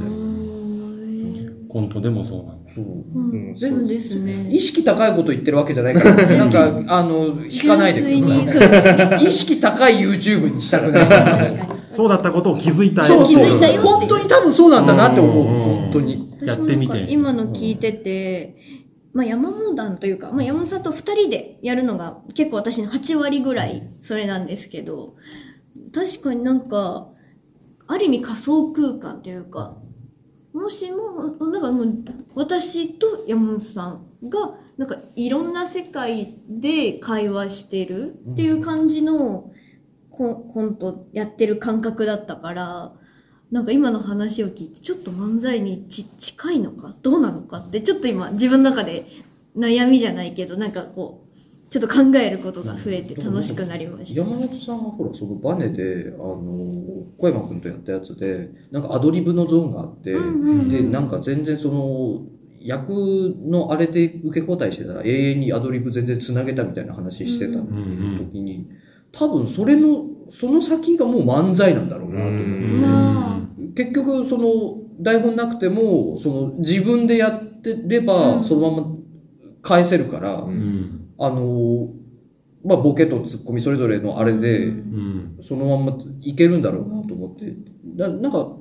Speaker 3: ー
Speaker 1: コントでもそうなんだ
Speaker 2: そう
Speaker 3: うん
Speaker 2: 全
Speaker 3: そうですね
Speaker 2: 意識高いこと言ってるわけじゃないからなんかあの引かないで
Speaker 3: 純粋に
Speaker 2: く
Speaker 3: そ
Speaker 2: だ
Speaker 3: う確
Speaker 2: さい意識高い YouTube にしたくない
Speaker 3: かに
Speaker 1: そうだったことを気づいた
Speaker 2: そうそ
Speaker 3: 気づいた
Speaker 2: う
Speaker 3: よ
Speaker 2: 本当に多分そうなんだなって思う
Speaker 1: うん
Speaker 2: 本当に
Speaker 1: やってみ
Speaker 3: 私もなんか
Speaker 1: て
Speaker 3: 今の聞いてて、まあ、山本団というか、まあ、山本さんと2人でやるのが結構私の8割ぐらいそれなんですけど確かになんかある意味仮想空間というかもしもなんかもう私と山本さんがなんかいろんな世界で会話してるっていう感じのココントやってる感覚だったから、なんか今の話を聞いて、ちょっと漫才にち近いのかどうなのかって、ちょっと今自分の中で悩みじゃないけど、なんかこう、ちょっと考えることが増えて楽しくなりました。
Speaker 2: 山本さんがほらそのバネであの小山君とやったやつでなんかアドリブのゾーンがあって、
Speaker 3: うんうんうん
Speaker 2: でなんか全然その役のあれで受け答えしてたら永遠にアドリブ全然つなげたみたいな話してた
Speaker 1: うんうん
Speaker 2: 時に、多分それのその先がもう漫才なんだろうなと思って、
Speaker 4: うん
Speaker 3: ま
Speaker 2: 結局その台本なくてもその自分でやってれば
Speaker 3: うん
Speaker 2: そのまま返せるから、
Speaker 4: うん
Speaker 1: うん
Speaker 2: あのまあボケとツッコミそれぞれのあれで。
Speaker 3: うん
Speaker 1: うん
Speaker 2: そのまんまいけるんだろうなと思ってななんか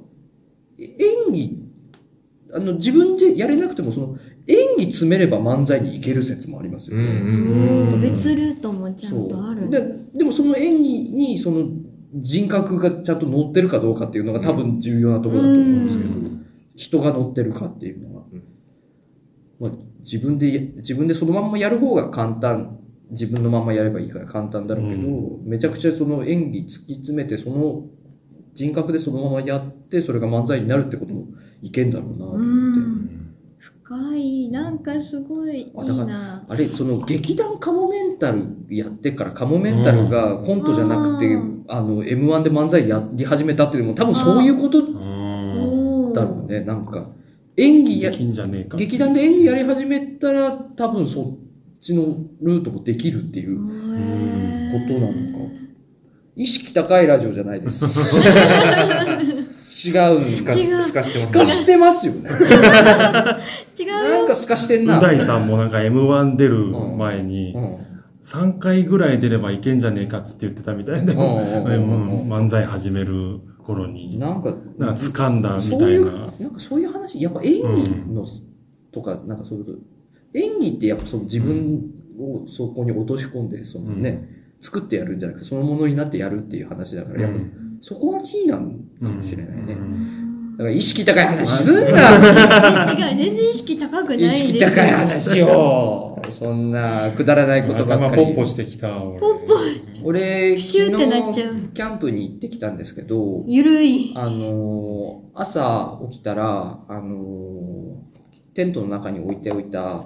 Speaker 2: 演技あの自分でやれなくてもその演技詰めれば漫才にいける説もありますよ
Speaker 4: うんう
Speaker 2: ね。
Speaker 4: んうん
Speaker 3: 別ルートもちゃんとあ
Speaker 2: そう
Speaker 3: る。
Speaker 2: ででもその演技にその人格がちゃんと乗ってるかどうかっていうのが多分重要なところだと思うんですけど、
Speaker 1: う
Speaker 2: 人が乗ってるかっていうのが
Speaker 4: うん、
Speaker 2: まあ、自分でや自分でそのまんまやる方が簡単自分のまんまやればいいから簡単だろうけど、めちゃくちゃその演技突き詰めてその人格でそのままやってそれが漫才になるってこともいけんだろうなと思って。
Speaker 3: うん。深い。なんかすごいいい
Speaker 2: あだから
Speaker 3: な。
Speaker 2: あれその劇団カモメンタルやってからカモメンタルがコントじゃなくて、
Speaker 3: うん
Speaker 2: あの m 1で漫才やり始めたっていうのも多分そういうこと
Speaker 1: うん
Speaker 3: おー
Speaker 2: だろうねなんか演技や
Speaker 1: できんじゃねえか
Speaker 2: 劇団で演技やり始めたら多分そっちのルートもできるっていうことなのか意識高いラジオじゃないです 違うん
Speaker 4: すか
Speaker 3: 違う
Speaker 4: すかしてます
Speaker 2: すかしてますよね
Speaker 3: 違う
Speaker 2: なんかすかしてん
Speaker 1: う
Speaker 2: な、
Speaker 1: 大さんもなんか M1 出る前に
Speaker 2: うん
Speaker 1: 3回ぐらい出ればいけんじゃねえかっつって言ってたみたいで、
Speaker 2: うんうん
Speaker 1: う
Speaker 2: うん
Speaker 1: ん漫才始める頃に、
Speaker 2: なんか
Speaker 1: なんか掴んだみ
Speaker 2: そう
Speaker 1: た
Speaker 2: い
Speaker 1: いうな。
Speaker 2: なんかそういう話やっぱ演技の、とかなんかそういうこと演技ってやっぱその自分をそこに落とし込んでそのね、
Speaker 1: う
Speaker 2: 作ってやるんじゃなくてそのものになってやるっていう話だから、やっ
Speaker 1: う
Speaker 2: ぱ
Speaker 1: ん
Speaker 2: そこはキーなんかもしれないね、
Speaker 1: う
Speaker 2: だ
Speaker 1: ん
Speaker 2: から意識高い話すんな
Speaker 3: 違う全然意識高くな
Speaker 2: 意
Speaker 3: いです
Speaker 2: 識高い話をそんなくだらないことばっ
Speaker 1: 頭
Speaker 2: か
Speaker 1: ポッ
Speaker 2: り
Speaker 1: ポしてきた。俺
Speaker 2: 俺
Speaker 3: プシューってなっちゃう
Speaker 2: 昨日キャンプに行ってきたんですけど
Speaker 3: ゆるい
Speaker 2: あのー朝起きたら、あのーテントの中に置いておいた、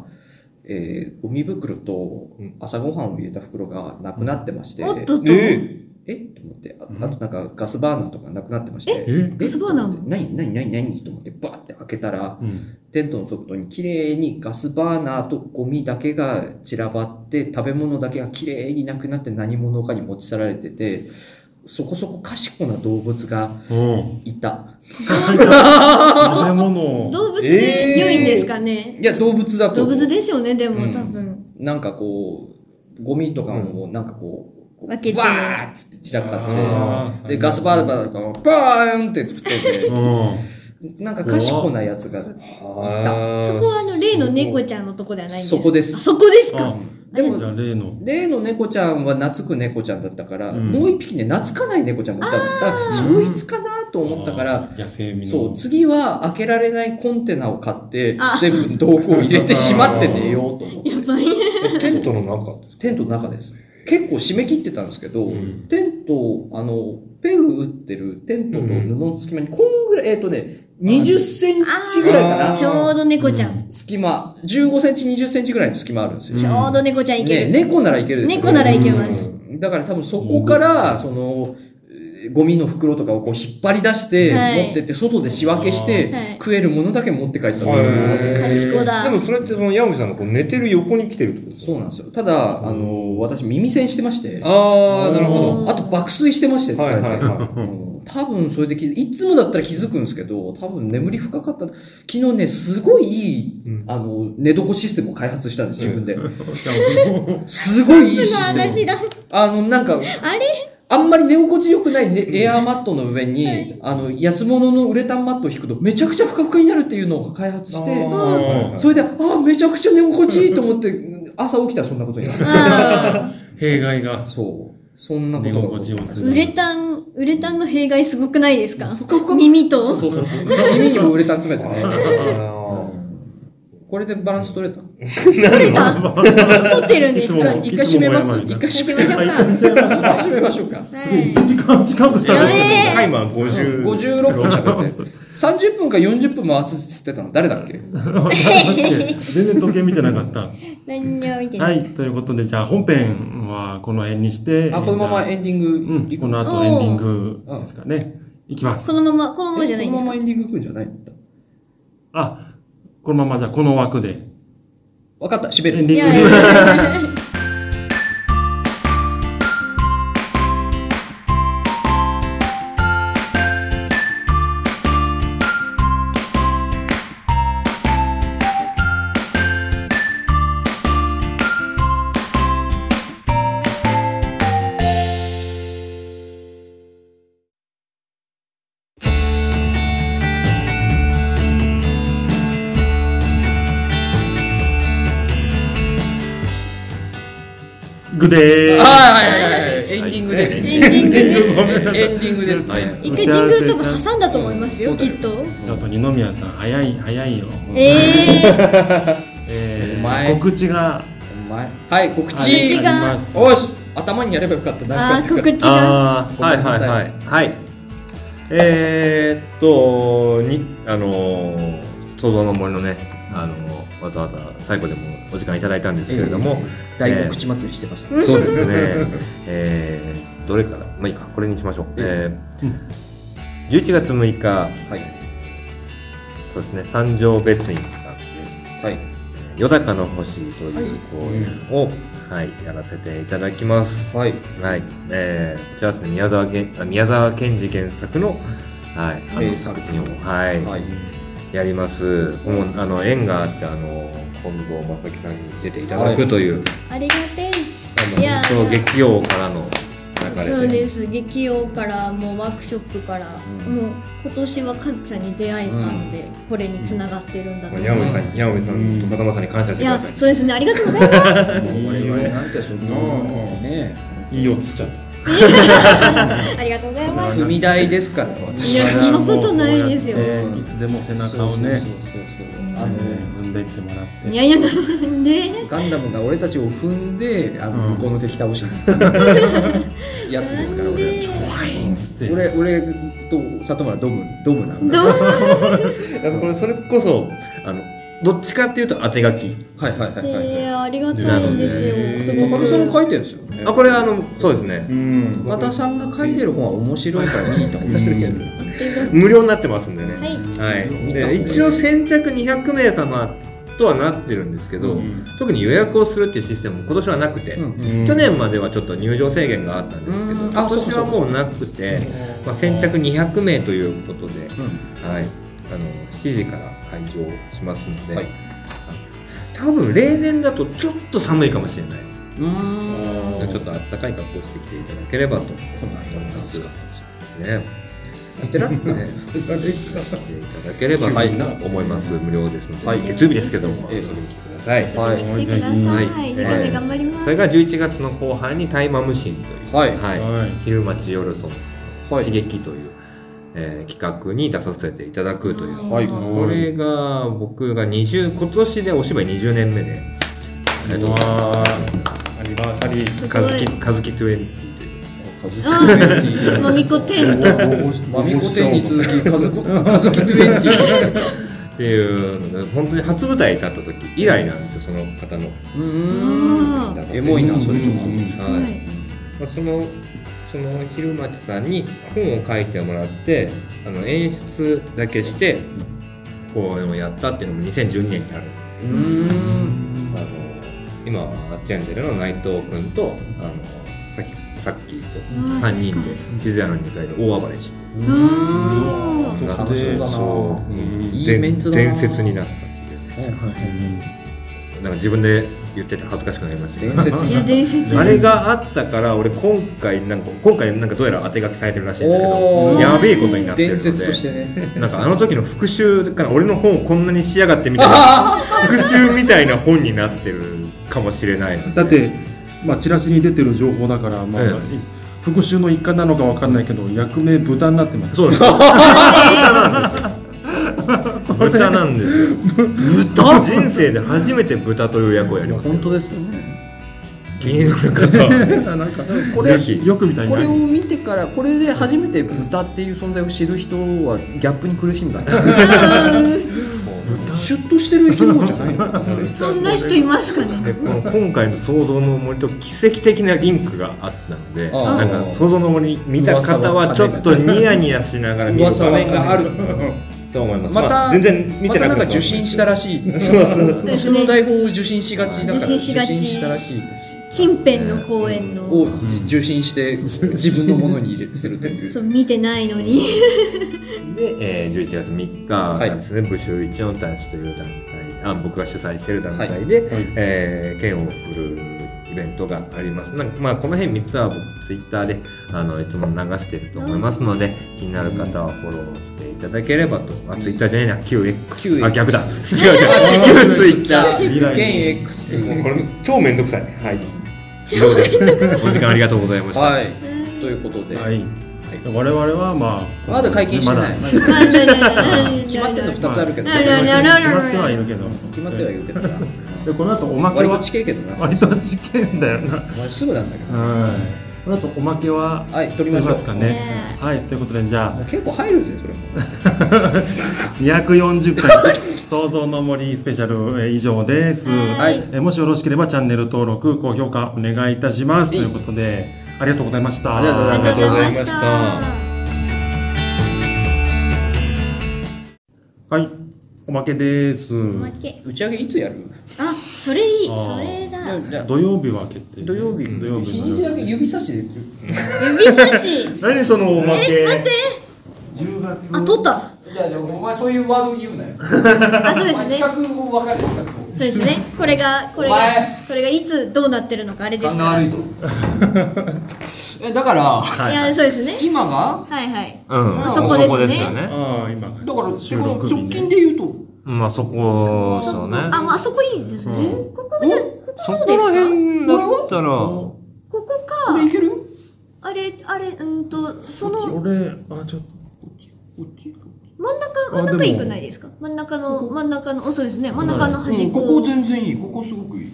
Speaker 2: えーゴミ袋と
Speaker 4: うん
Speaker 2: 朝ごはんを入れた袋がなくなってまして、
Speaker 3: おっとっと、
Speaker 4: え
Speaker 2: えっと思ってあ、
Speaker 1: うん
Speaker 2: あとなんかガスバーナーとかなくなってまして、
Speaker 1: え
Speaker 3: ガスバーナーも
Speaker 2: と思って何何何何と思ってバーって開けたら、
Speaker 1: うん
Speaker 2: テントの外に綺麗にガスバーナーとゴミだけが散らばって、食べ物だけが綺麗になくなって何者かに持ち去られてて、そこそこ賢な動物が
Speaker 1: うん
Speaker 2: いた。
Speaker 1: 食べ物を
Speaker 3: 動物で良いんですかね、
Speaker 2: いや、動物だと
Speaker 3: 動
Speaker 2: 思う。
Speaker 3: 物でしょうねでも、
Speaker 2: うん
Speaker 3: 多分
Speaker 2: なんかこう、ゴミとかもなんかこう、
Speaker 3: 分けて
Speaker 2: わーっつって散らか
Speaker 1: あ
Speaker 2: って、
Speaker 1: ー
Speaker 2: で、ガスバーバーとかもバーンって振 って
Speaker 1: うん
Speaker 2: て、なんか賢なやつが、
Speaker 4: あ
Speaker 3: そこはあの例の猫ちゃんのとこではないんですか
Speaker 2: そこです
Speaker 3: あそこですか、
Speaker 1: あ
Speaker 2: で
Speaker 1: じゃ
Speaker 2: も、
Speaker 1: あ例の。
Speaker 2: 例の猫ちゃんは懐く猫ちゃんだったから、
Speaker 1: うん
Speaker 2: もう一匹ね、懐かない猫ちゃんもいたのだから、そいつかなと思ったから、
Speaker 1: あー、野生味の。
Speaker 2: そう、次は開けられないコンテナを買って
Speaker 3: あ、
Speaker 2: 全部道具を入れてしまって寝ようと思 って。
Speaker 3: やばいね
Speaker 4: ーテントの中
Speaker 2: テントの中です。結構締め切ってたんですけど、
Speaker 1: ん
Speaker 2: テント、あの、ペグ打ってるテントと布の隙間に、こんぐらい、えっ、とね、20センチぐらいか
Speaker 3: あー
Speaker 2: な。
Speaker 3: ちょうど猫ちゃん、
Speaker 2: 隙間、15センチ、20センチぐらいの隙間あるんですよ。
Speaker 3: ちょうど猫ちゃんいけ
Speaker 2: ね、
Speaker 3: る、
Speaker 2: 猫ならいけるでしょ
Speaker 3: 猫ならいけます、
Speaker 2: だから多分そこから、その、えーゴミの袋とかをこう引っ張り出して、
Speaker 3: はい
Speaker 2: 持ってって、外で仕分けして、
Speaker 3: はい
Speaker 2: 食えるものだけ持って帰ったの
Speaker 4: へー
Speaker 3: 賢だ
Speaker 4: でもそれってそのヤオミさんがこう寝てる横に来てるってことです
Speaker 2: そうなんですよ。ただ、あの、私耳栓してまして、
Speaker 4: ああなるほど
Speaker 3: うん
Speaker 2: あと爆睡してまして、
Speaker 4: はいはい
Speaker 2: 疲れて
Speaker 4: は
Speaker 2: うん多分それで気づいつもだったら気づくんですけど、多分眠り深かった。昨日ね、すごいいい、
Speaker 4: うん
Speaker 2: あの、寝床システムを開発したんです、自分で。
Speaker 1: いやもう
Speaker 2: すごいいいシ
Speaker 3: の
Speaker 2: ステ
Speaker 3: 話
Speaker 2: ム。
Speaker 3: だ
Speaker 2: あの、なんか、
Speaker 3: あれ
Speaker 2: あんまり寝心地良くない、ね、エアーマットの上に、
Speaker 3: はい
Speaker 2: あの、安物のウレタンマットを引くとめちゃくちゃふかふかになるっていうのを開発
Speaker 4: い
Speaker 2: して、
Speaker 4: あー
Speaker 2: それで、ああ、めちゃくちゃ寝心地いいと思って、朝起きたらそんなことにな る。
Speaker 3: あ
Speaker 1: 弊害が。
Speaker 2: そう。そんなことが起こってま
Speaker 1: 寝心地を
Speaker 2: す
Speaker 1: す
Speaker 3: ー
Speaker 1: る
Speaker 3: ウレタンウレタンの弊害すごくないですか
Speaker 2: ふかふか
Speaker 3: 耳と
Speaker 2: そうそうそう。耳にもウレタン詰めてね。
Speaker 4: あー
Speaker 2: これでバランス取れた
Speaker 3: 取れた取ってるんですか
Speaker 1: いつも
Speaker 2: 一回閉めます
Speaker 1: いつも
Speaker 2: 一
Speaker 1: も
Speaker 2: 回閉
Speaker 3: 閉
Speaker 2: め
Speaker 3: め
Speaker 2: ま
Speaker 3: ち
Speaker 2: し
Speaker 1: はい一
Speaker 2: ょう一回閉めまし
Speaker 3: ゃった。
Speaker 2: ょうか
Speaker 3: はい
Speaker 1: 時間近くした
Speaker 3: やべえ
Speaker 4: タイマー 50
Speaker 2: 56分喋って30分か40分回すって言ってたの誰だっけ
Speaker 1: 全然時計見てなかった。
Speaker 3: 何にも見てな。
Speaker 1: はいい、ということで、じゃあ本編はこの辺にして、
Speaker 2: あこのまま
Speaker 1: じゃ
Speaker 2: エンディング
Speaker 1: あうん、
Speaker 2: いく
Speaker 1: この後エンディングですかね。いきます。
Speaker 3: このまま、このままじゃない
Speaker 2: え
Speaker 3: ん
Speaker 2: この
Speaker 3: です
Speaker 2: ま
Speaker 3: か
Speaker 2: まエンディングいくんじゃないんだ
Speaker 1: あ、このままじゃあこの枠で。
Speaker 2: 分かった閉め
Speaker 1: エン
Speaker 2: る
Speaker 1: デ
Speaker 3: い
Speaker 1: ィ
Speaker 3: やい
Speaker 1: ング。
Speaker 3: やいや。
Speaker 1: グデー
Speaker 2: はいはいはいはいエンディングですね
Speaker 3: エンディング
Speaker 1: エンディン
Speaker 3: で
Speaker 1: グごめんなさい
Speaker 2: エンディングですね
Speaker 1: はい
Speaker 3: 一回ジングル多分挟んだと思います
Speaker 2: う
Speaker 3: よ、
Speaker 2: ん
Speaker 3: きっと。
Speaker 1: ちょっと二宮さん、早い、早いよ。
Speaker 3: ええ。
Speaker 1: えー
Speaker 2: お前
Speaker 1: 告知が
Speaker 2: お前はい告
Speaker 1: あり
Speaker 2: 知
Speaker 3: 告知が
Speaker 1: ます。
Speaker 2: おし頭にやればよかったな
Speaker 3: あ
Speaker 2: んかや
Speaker 3: ー、
Speaker 2: って
Speaker 3: 告
Speaker 2: くれ
Speaker 3: 知が。
Speaker 1: あー
Speaker 2: ごめんなさい
Speaker 1: はい
Speaker 4: はい。えーっと、に、あのー、東蔵の森のね、あのーわざわざ最後でもお時間いただいたんですけれども、
Speaker 2: 大黒口祭りしてました
Speaker 4: そうですね。えー、どれから、まあいいか、これにしましょう。えー
Speaker 1: うん
Speaker 4: 11月6日、
Speaker 2: はい
Speaker 4: そうですね、三条別院さんで、
Speaker 2: はい
Speaker 4: えー夜高の星という公演を、はい、やらせていただきます。
Speaker 2: はい
Speaker 4: はい、えー、こちらですね、宮沢げあ宮沢賢治原作の、はい、あの
Speaker 2: 名作
Speaker 4: 作品を、はい、
Speaker 2: はい
Speaker 4: やります。もう、あの、縁があって、あの、近藤正樹さんに出ていただくという、
Speaker 3: ありがてえす
Speaker 4: あ。
Speaker 3: いや
Speaker 4: の、本当劇王からの流
Speaker 3: そう
Speaker 4: れで。
Speaker 3: です劇用からもうワークショップから、
Speaker 2: うん
Speaker 3: もう今年は和樹さんに出会えたので、これに繋がってるんだと
Speaker 4: まあ
Speaker 3: 思いま
Speaker 4: 矢上
Speaker 3: す、
Speaker 4: さん、矢上さんと坂間さんに感謝し
Speaker 3: い
Speaker 4: てくだ
Speaker 3: や
Speaker 4: さい。
Speaker 3: そうですねありがとうございます
Speaker 2: 我々なんてそんな ね
Speaker 1: いいよ、つっちゃった。
Speaker 3: ありがとうございます
Speaker 2: 踏み台ですから私
Speaker 3: いやそんなことないですよ
Speaker 1: えーいつでも背中をね
Speaker 2: そう、そうそうそう
Speaker 1: あ
Speaker 2: あ
Speaker 1: の
Speaker 2: の
Speaker 1: 踏んでいってもらっ
Speaker 3: い
Speaker 1: て。
Speaker 3: やいやなんで
Speaker 2: ガンダムが俺たちを踏んであの
Speaker 1: うん
Speaker 2: 向こうの敵倒しに やつですから
Speaker 3: なんで
Speaker 2: 俺
Speaker 1: つって
Speaker 2: 俺俺と里村ドムドムなんだ
Speaker 3: どう
Speaker 4: だからこれ、それこそ、あの、どっちかっていうと当て書き。
Speaker 2: はいはいはいはい
Speaker 3: いやありがたいんですよす
Speaker 2: 中田さんが
Speaker 3: ご
Speaker 2: 書
Speaker 3: く
Speaker 2: いてるんですよね
Speaker 4: あ、これ、あの、そうですね。
Speaker 1: うん。
Speaker 2: 中田さんが書いてる本は面白いからいいと思ってるけど
Speaker 4: 無料になってますんでね。
Speaker 3: はい
Speaker 4: はい
Speaker 2: 見、た方がい
Speaker 4: で
Speaker 2: いです
Speaker 4: 一応先着200名様とはなってるんですけど、
Speaker 1: うん
Speaker 4: 特に予約をするっていうシステムも今年はなくて、
Speaker 2: うん
Speaker 4: 去年まではちょっと入場制限があったんですけど、
Speaker 2: うんあ
Speaker 4: 今年はもうなくて、まあ、先着200名ということで、はい、あの7時から開場しますので、
Speaker 2: はい
Speaker 4: 多分例年だとちょっと寒いかもしれないです。
Speaker 2: うんうん
Speaker 4: でちょっとあったかい格好をしてきていただければと思い
Speaker 2: この間も
Speaker 4: ます。
Speaker 2: 暑かっ
Speaker 4: ね
Speaker 2: やってらん
Speaker 4: ね、来ていただければと思います、無料ですので、
Speaker 2: はい
Speaker 4: 月曜日ですけども、
Speaker 2: ええ
Speaker 4: 遊びに来てください、
Speaker 2: はい
Speaker 3: 来てください、
Speaker 4: はい
Speaker 3: 二日目頑張ります、
Speaker 4: それが11月の後半に「タイマムシン」という、
Speaker 2: はい
Speaker 1: はい。
Speaker 4: 昼町夜その
Speaker 2: はい
Speaker 4: 刺激という、えー企画に出させていただくという、
Speaker 3: はい
Speaker 4: これが僕が20今年でお芝居20年目で、えっ
Speaker 1: う
Speaker 4: と
Speaker 1: わーアニバーサリー。
Speaker 3: す
Speaker 4: カ
Speaker 3: ご
Speaker 4: ズキ
Speaker 3: い
Speaker 4: カズキ20という
Speaker 3: あマミコ10と
Speaker 2: マミコ店に続きカズコカズキ20
Speaker 4: っていうのが本当に初舞台立った時以来なんですよその方の
Speaker 2: うーん
Speaker 3: あ
Speaker 4: 出させて
Speaker 2: エモいなそれちょっと
Speaker 1: うんうん
Speaker 3: ー
Speaker 4: は
Speaker 3: はいい
Speaker 4: まあそのその昼町さんに本を書いてもらってあの演出だけして公演をやったっていうのも2012年にあるんですけ
Speaker 2: う
Speaker 4: ど、
Speaker 2: ーん
Speaker 4: あの今はあっちゃんでるの内藤君とあのさっきさっきと
Speaker 3: うん
Speaker 4: 3人で
Speaker 3: そ
Speaker 4: 地図屋の2階で大暴れして
Speaker 3: あ
Speaker 1: そう
Speaker 4: なっ
Speaker 2: 楽しそ
Speaker 4: て
Speaker 2: うだな
Speaker 4: そううん
Speaker 2: いい
Speaker 4: で
Speaker 2: メンツだな
Speaker 4: 伝説になったっていうなんか自分で言ってて恥ずかしくなりましたけど
Speaker 2: 伝説
Speaker 3: ーいや伝説
Speaker 4: あれがあったから俺今回なんか今回なんかどうやら当て書きされてるらしいんですけ
Speaker 2: お
Speaker 4: ど
Speaker 3: ー
Speaker 4: やべえことになって
Speaker 2: 伝
Speaker 4: るの
Speaker 2: 説と
Speaker 4: で
Speaker 2: してね
Speaker 4: なんかあの時の復習から俺の本をこんなに仕上がってみたいな 復習みたいな本になってるかもしれないので
Speaker 1: だって、まあ、チラシに出てる情報だから、まあ
Speaker 4: ええ、
Speaker 1: 復讐の一環なのかわかんないけど、役名豚になってます。
Speaker 4: そうなんです豚なんですよ 豚なんですよ
Speaker 2: 豚
Speaker 4: 人生で初めて豚という役をやります
Speaker 2: 本当
Speaker 4: で
Speaker 2: ですよね
Speaker 4: 気になる方は
Speaker 1: あなんか
Speaker 2: これ
Speaker 4: ぜひ
Speaker 1: よくみたいに
Speaker 2: こ
Speaker 1: あ
Speaker 2: れ
Speaker 1: る
Speaker 2: を見てからこれで初めて豚っていう存在を知る人はギャップに苦しむからねシュッとしてる生き物じゃないの
Speaker 3: そんな人いますかね
Speaker 4: でこの今回の「創造の森」と奇跡的なリンクがあったので
Speaker 2: あ
Speaker 4: な
Speaker 2: ー
Speaker 4: んか創造の森見た方はちょっとニヤニヤしながら見る
Speaker 2: 噂
Speaker 4: 場
Speaker 2: は
Speaker 4: 面があると思います
Speaker 2: また
Speaker 4: あ全然見
Speaker 2: ま
Speaker 4: て
Speaker 2: た
Speaker 4: な
Speaker 2: なんか
Speaker 4: くても
Speaker 2: 受信したらしい
Speaker 4: そうそうそう
Speaker 3: です
Speaker 2: 私
Speaker 3: ね
Speaker 2: の台本を受信しがちだから
Speaker 3: 受信しがち
Speaker 2: 受信したらしいです
Speaker 3: 近辺の公園の
Speaker 2: を受信して自分のものに入れすると い
Speaker 3: そうう見てないのに
Speaker 4: で、えー、11月3日がですね、部署一のたちという団体あ僕が主催している団体で、
Speaker 1: はい
Speaker 4: えー剣を振るイベントがありますなんか、まあ、この辺3つは僕ツイッターであのいつも流してると思いますので気になる方はフォローしていただければと、あツイッターじゃないな QX あ
Speaker 2: QX
Speaker 4: 逆だ違う違う Q ツイッター
Speaker 2: 現 X
Speaker 4: もうこれ超めんどくさいはい以上ですお時間ありがとうございました、
Speaker 2: はいということで、
Speaker 1: はい、我々はまあ
Speaker 2: まだ解禁してな
Speaker 1: まだ
Speaker 2: い、まだ
Speaker 3: 決
Speaker 2: 決まってんの二つあるけど、
Speaker 3: あるある
Speaker 1: 決まってはいるけど
Speaker 2: 決まってはいるけどな
Speaker 1: でこの後おまけ
Speaker 2: 割と
Speaker 1: は
Speaker 2: 近いけどな
Speaker 1: 割と事件だよな
Speaker 2: お前すぐなんだけど
Speaker 1: はいこの後おまけは
Speaker 2: はい取りましょう
Speaker 1: ますかね
Speaker 3: ね
Speaker 1: はいということでじゃあ
Speaker 2: もう結構入るぜそれも
Speaker 1: 240回創造の森スペシャルえー以上です、
Speaker 3: はい
Speaker 1: えーもしよろしければチャンネル登録高評価お願いいたしますと
Speaker 2: はい
Speaker 1: いうことでありがとうございました
Speaker 2: ありがとうござ
Speaker 3: あ
Speaker 2: い
Speaker 3: り
Speaker 2: ま
Speaker 3: が
Speaker 2: す
Speaker 3: とうございま
Speaker 4: ありがとうござい
Speaker 3: し
Speaker 4: ましたた。
Speaker 1: はいおまけです
Speaker 3: おまけ。
Speaker 2: 打ち上げいつやる
Speaker 3: あ、それいい。
Speaker 1: あー
Speaker 3: それだ。
Speaker 2: じゃあ
Speaker 1: 土曜日は決定
Speaker 2: 土曜日
Speaker 1: 土曜日
Speaker 2: 日
Speaker 1: の
Speaker 2: にちだけ指差しで
Speaker 3: 指差し。
Speaker 1: 何そのおまけ待って
Speaker 3: あ、取った。
Speaker 2: じゃあお前そういうワード言うなよ
Speaker 3: あ、そうですね。そ
Speaker 2: 企画を分かる企画
Speaker 3: うですね。これが、これ
Speaker 2: お
Speaker 3: が
Speaker 2: 前、
Speaker 3: これがいつどうなってるのかあれです
Speaker 2: 勘
Speaker 3: か
Speaker 2: が
Speaker 3: ら。
Speaker 2: 悪い
Speaker 3: い
Speaker 2: ぞ えだから
Speaker 3: や、そうですね。
Speaker 2: 今が
Speaker 3: はいはい。
Speaker 4: うん
Speaker 3: あそこですね
Speaker 4: よね
Speaker 1: ああ今だ
Speaker 2: だからってこの直近で言うと
Speaker 4: まあそこですよね
Speaker 3: あ、もうあそこいいですね。ここじゃ、こ
Speaker 4: そ
Speaker 3: こどう
Speaker 4: こ
Speaker 3: で
Speaker 4: ら
Speaker 3: すか。
Speaker 4: 辺だったら、
Speaker 3: ここ
Speaker 2: これい
Speaker 3: か。
Speaker 2: ける
Speaker 3: あれ、あれ、うんと、その
Speaker 1: 俺あちょっ
Speaker 2: こっち
Speaker 3: 真ん中、真ん
Speaker 1: あ
Speaker 3: 中
Speaker 1: でも
Speaker 3: いくないですか。真ん中の、真ん中の、おそうですね。真ん中の
Speaker 2: う
Speaker 3: 端っ
Speaker 2: んこ
Speaker 3: こ。
Speaker 2: こ全然いいここすごくいい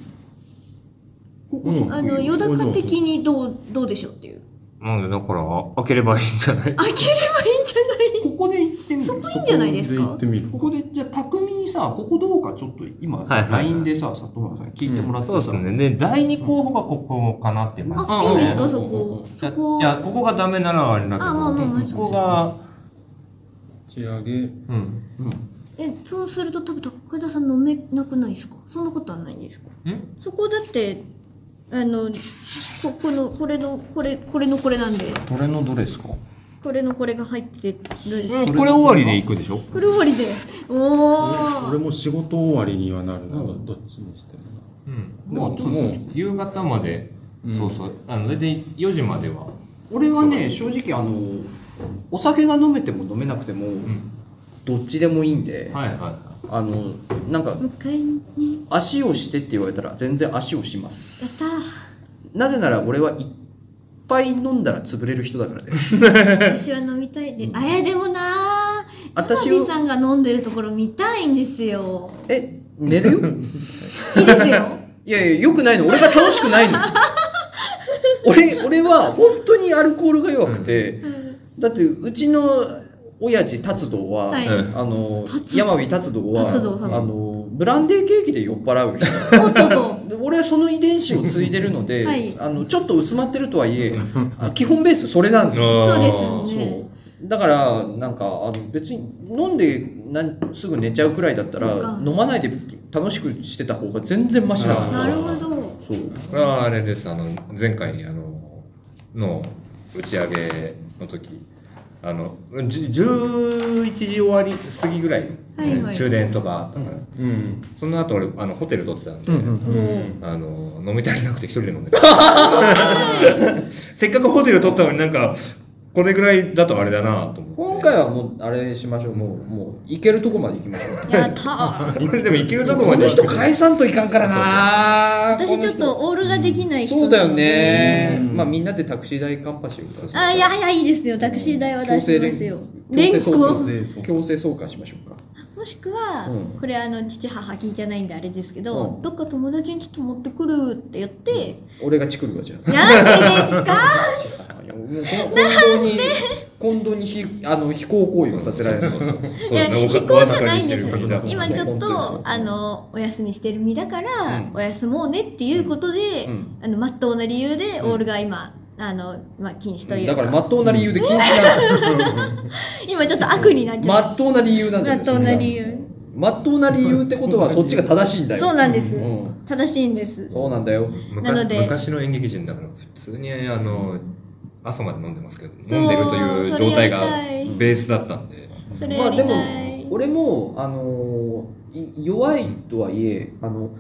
Speaker 2: ここすご
Speaker 1: うん
Speaker 2: く
Speaker 3: あの、
Speaker 2: いい
Speaker 3: よだか的にどう、どうでしょうっていう。
Speaker 4: うん、だから、開ければいいんじゃな
Speaker 3: 開
Speaker 4: い
Speaker 3: ければいいんじゃな
Speaker 2: こ
Speaker 3: い。
Speaker 2: こで行ってみ
Speaker 3: そ
Speaker 2: る
Speaker 3: こいいんじゃないです
Speaker 1: と行っ
Speaker 3: か
Speaker 1: て。みる
Speaker 2: ここでじゃあ巧みにさここどうかちょっと今
Speaker 4: はい
Speaker 2: さ
Speaker 4: はいはい
Speaker 2: LINE でさ里村さんに聞いてもらって
Speaker 4: そうです
Speaker 2: さ
Speaker 4: ね。で、第二候補がここかなって感じ。
Speaker 3: あ、いいんです
Speaker 2: う
Speaker 3: か、
Speaker 2: ん
Speaker 3: そ
Speaker 2: うん
Speaker 3: こ。そ
Speaker 4: い
Speaker 3: こ。
Speaker 4: や、ここがダメならあれだけ
Speaker 3: あまあまあまあ
Speaker 4: ど、ここが、
Speaker 1: 打ち上げ
Speaker 4: うん。
Speaker 3: え、そうすると、多分高田さん飲めなくないですか。そんなことはないんですか。
Speaker 4: ん
Speaker 3: そこだって。あの、こ、この、これの、これ、これのこれなんで。
Speaker 2: どれのどれですか
Speaker 3: これのこれが入ってる。
Speaker 4: うんこれ終わりで行くでしょ
Speaker 3: これ終わりで。お
Speaker 1: 俺
Speaker 3: お。
Speaker 1: も仕事終わりにはなるなどっちにしても
Speaker 4: うん。
Speaker 2: まあ
Speaker 4: でももう、夕方まで、そうそう。あの、大体4時までは。
Speaker 2: 俺はね正直あのお酒が飲めても飲めなくても、どっちでもいいんで、
Speaker 4: はいはい。
Speaker 2: あのなんか
Speaker 3: 迎えに。
Speaker 2: 足をしてって言われたら全然足をします
Speaker 3: やったー。
Speaker 2: なぜなら俺はいっぱい飲んだら潰れる人だからね
Speaker 3: 私は飲みたいで。あやでもなー。
Speaker 2: 私を
Speaker 3: 山火さんが飲んでるところ見たいんですよ。
Speaker 2: え寝るよ
Speaker 3: いいですよ。
Speaker 2: いやいやよくないの俺が楽しくない の俺俺は本当にアルコールが弱くて、だってうちの親父達道は、
Speaker 3: はい
Speaker 2: あの
Speaker 3: 達道
Speaker 2: 山火達道は
Speaker 3: 達道様
Speaker 2: あのブランデーケーキで酔っ払う人
Speaker 3: おっとっ と。
Speaker 2: で俺はその遺伝子を継いでるので、
Speaker 3: はい
Speaker 2: あのちょっと薄まってるとはいえあ基本ベースそれなんですよ。
Speaker 3: そうですよ
Speaker 2: そ
Speaker 3: ね。
Speaker 2: うだからなんかあの別に飲んでなんすぐ寝ちゃうくらいだったら
Speaker 3: そうか
Speaker 2: 飲まないで楽しくしてた方が全然マシなの
Speaker 3: なるほど。
Speaker 2: そう
Speaker 4: これはあれです、あの、前回、あの、の打ち上げの時、あの、じ11時終わり過ぎぐらい、
Speaker 3: はいはい
Speaker 4: 終電とかあったから、
Speaker 1: うん
Speaker 4: その後俺、あの、ホテル取ってたん
Speaker 1: う
Speaker 4: で、
Speaker 1: んうん
Speaker 4: あの飲み足りなくて一人で飲んでたせっかくホテル取ったのになんかこれぐらいだとあれだなと
Speaker 2: 今
Speaker 4: 思っ
Speaker 2: 回
Speaker 4: て
Speaker 2: はもうあれしましょうもうもう行けるとこまで行きましょう。
Speaker 3: やったー。
Speaker 4: これでも行けると こ
Speaker 2: こ
Speaker 4: まで
Speaker 2: の人返さんといかんからな
Speaker 3: 私ちょっとオールができない人
Speaker 2: そ
Speaker 3: なの
Speaker 2: う
Speaker 3: で
Speaker 2: だよね、まあみんなでタクシー代カンパしようか
Speaker 3: あいやいやいいですよタクシー代は出しますよ
Speaker 2: 強制連
Speaker 3: 連行
Speaker 2: 強制送還しましょうか
Speaker 3: もしくは、
Speaker 2: うん
Speaker 3: これあの父母聞いてないんであれですけど、
Speaker 2: うん
Speaker 3: どっか友達にちょっと持ってくるって言って、
Speaker 2: 俺がチクるわじゃあ
Speaker 3: なんでですか
Speaker 2: いやもうこの近藤 に近藤にひあの非行行為はさせられるの
Speaker 3: いや非行じゃないんです
Speaker 4: 大阪にしてるみた
Speaker 3: 今
Speaker 4: いな
Speaker 3: ちょっ
Speaker 2: 本当に
Speaker 3: とあのお休みしてる身だから、
Speaker 2: うん
Speaker 3: お休もうねっていうことで、
Speaker 2: うん
Speaker 3: あのまっとうな理由で
Speaker 2: うん
Speaker 3: オールが今、あのまあ、禁止というか
Speaker 2: だからまっとうな理由で禁止なん だよ
Speaker 3: 今ちょっと悪になっちゃ
Speaker 2: ま
Speaker 3: っ
Speaker 2: っとうな理由な
Speaker 3: た
Speaker 2: んだ
Speaker 3: ま
Speaker 2: よ
Speaker 3: っとうな理由
Speaker 2: まっとうな理由ってことはそっちが正しいんだよ
Speaker 3: そうなんです、
Speaker 2: うん
Speaker 3: 正しいんです
Speaker 2: そうなんだよ
Speaker 3: な
Speaker 4: 昔
Speaker 3: ので
Speaker 4: 昔の演劇人だから普通にあの朝まで飲んでますけど
Speaker 3: そう
Speaker 4: 飲んでるという状態が
Speaker 3: それやりたい
Speaker 4: ベースだったんで
Speaker 3: それ
Speaker 2: ま
Speaker 3: や
Speaker 2: あ
Speaker 3: り
Speaker 2: でも
Speaker 3: たい、
Speaker 2: 俺もあのい弱いとはいえあの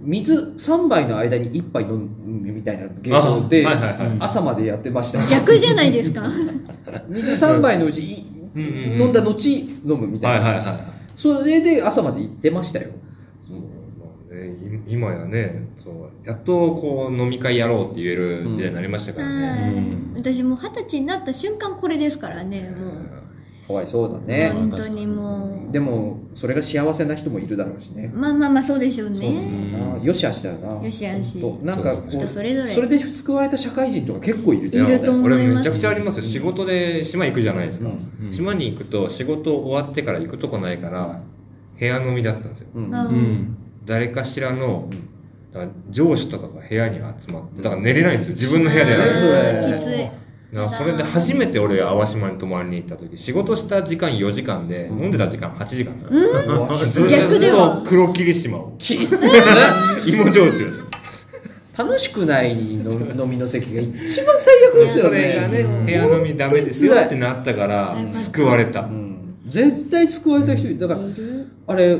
Speaker 2: 水3杯の間に1杯飲むみたいな芸能で
Speaker 4: あはいはいはい
Speaker 2: 朝までやってました
Speaker 3: 逆じゃないですか
Speaker 2: 水3杯のうちい
Speaker 4: うんうんうん
Speaker 2: 飲んだ後飲むみた
Speaker 4: はいい
Speaker 2: な
Speaker 4: はいはい
Speaker 2: それで朝まで行ってましたよ。
Speaker 4: そうねい今やねそうやっとこう飲み会やろうって言える時代になりましたからね、
Speaker 3: はい私もう二十歳になった瞬間これですからねもう
Speaker 2: かわいそうだね。
Speaker 3: 本当にも
Speaker 2: でも、それが幸せな人もいるだろうしね
Speaker 3: う。まあまあまあそうでしょう
Speaker 2: そう
Speaker 3: ね
Speaker 2: なんだよな。よしあしだよな。
Speaker 3: よしあし
Speaker 2: ほんとなんかこう、
Speaker 3: 人それぞれ
Speaker 2: それで救われた社会人とか結構いるじゃん。
Speaker 3: いると思いま
Speaker 4: 俺
Speaker 3: す
Speaker 4: めちゃくちゃありますよ仕事で島行くじゃないですか、
Speaker 2: うん
Speaker 1: うん
Speaker 4: 島に行くと仕事終わってから行くとこないから部屋飲みだったんですよ
Speaker 2: うん
Speaker 3: あ
Speaker 1: うん。
Speaker 4: 誰かしらのだから上司とかが部屋に集まってだから寝れないんですよ自分の部屋でやらない
Speaker 2: そう
Speaker 3: あーきつい
Speaker 4: だからそれで初めて俺淡島に泊まりに行った時仕事した時間4時間で
Speaker 2: うん
Speaker 4: 飲んでた時間8時間だか
Speaker 3: う
Speaker 4: ら
Speaker 3: ん
Speaker 2: うわ
Speaker 4: ず
Speaker 3: 逆で
Speaker 4: ー
Speaker 3: は
Speaker 4: っと黒霧島を
Speaker 2: きつい
Speaker 4: 芋焼酎ですよ
Speaker 2: 楽しくない飲み飲みの席が一番最悪です
Speaker 4: そ
Speaker 2: よ
Speaker 4: れが
Speaker 2: ね。
Speaker 4: ね部屋飲みダメですよってなったから
Speaker 3: うん
Speaker 4: 救われた
Speaker 2: うん絶対救われた人いる。だから、
Speaker 3: いる
Speaker 2: あれ、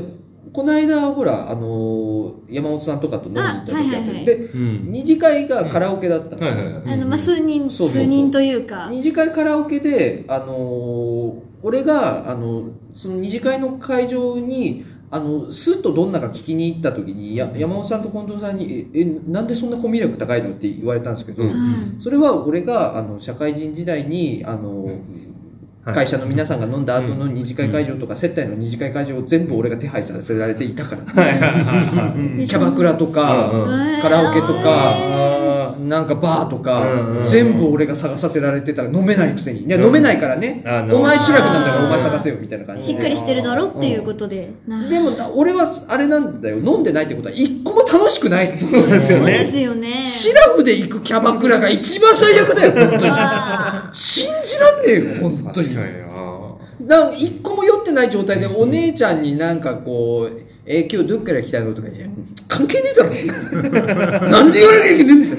Speaker 2: この間、ほら、あのー山本さんとかと飲みに行った時あっ
Speaker 3: あはいはいは
Speaker 2: て、
Speaker 3: い
Speaker 2: で、
Speaker 1: うん。
Speaker 2: 二次会がカラオケだったんです
Speaker 4: は
Speaker 2: よ
Speaker 4: いはいはい
Speaker 3: あのまあ数人
Speaker 2: そうそうそう
Speaker 3: 数人というか
Speaker 2: 二次会カラオケで、あのー俺が、あのその二次会の会場に、あのスッとどんなか聞きに行った時にや山本さんと近藤さんに「ええなんでそんなコミュ力高いの?」って言われたんですけど、
Speaker 4: うん
Speaker 3: うん
Speaker 2: それは俺があの社会人時代にあの、
Speaker 4: はい
Speaker 2: 会社の皆さんが飲んだ後の二次会会場とか、接待の二次会会場を全部俺が手配させられていたから、
Speaker 3: で
Speaker 2: キャバクラとか、
Speaker 4: うん
Speaker 2: カラオケとか
Speaker 4: あ
Speaker 2: なんかバーとか、
Speaker 4: うんうん
Speaker 2: 全部俺が探させられてた飲めないくせに、ね
Speaker 4: うん
Speaker 2: 飲めないからね
Speaker 4: あなるほど
Speaker 2: お前調べなんだからお前探せよみたいな感
Speaker 3: し
Speaker 2: じ
Speaker 3: っ
Speaker 2: で
Speaker 3: かりしてるだろっていうことでな
Speaker 2: でもな俺はあれなんだよ飲んでないってことは一個も楽しくない
Speaker 4: です
Speaker 3: そう
Speaker 4: よね
Speaker 3: ですよね
Speaker 2: シラフで行くキャバクラが一番最悪だよ本当に
Speaker 3: わ
Speaker 2: 信じらんねえよ
Speaker 4: ー
Speaker 2: 本当
Speaker 4: 確
Speaker 2: に
Speaker 4: かにな
Speaker 2: なん一個も酔ってない状態でお姉ちゃんになんかこう「えー今日どっから来たの?」とか言って「関係ねえだろ」 なんで言わなきゃいけねえんだよ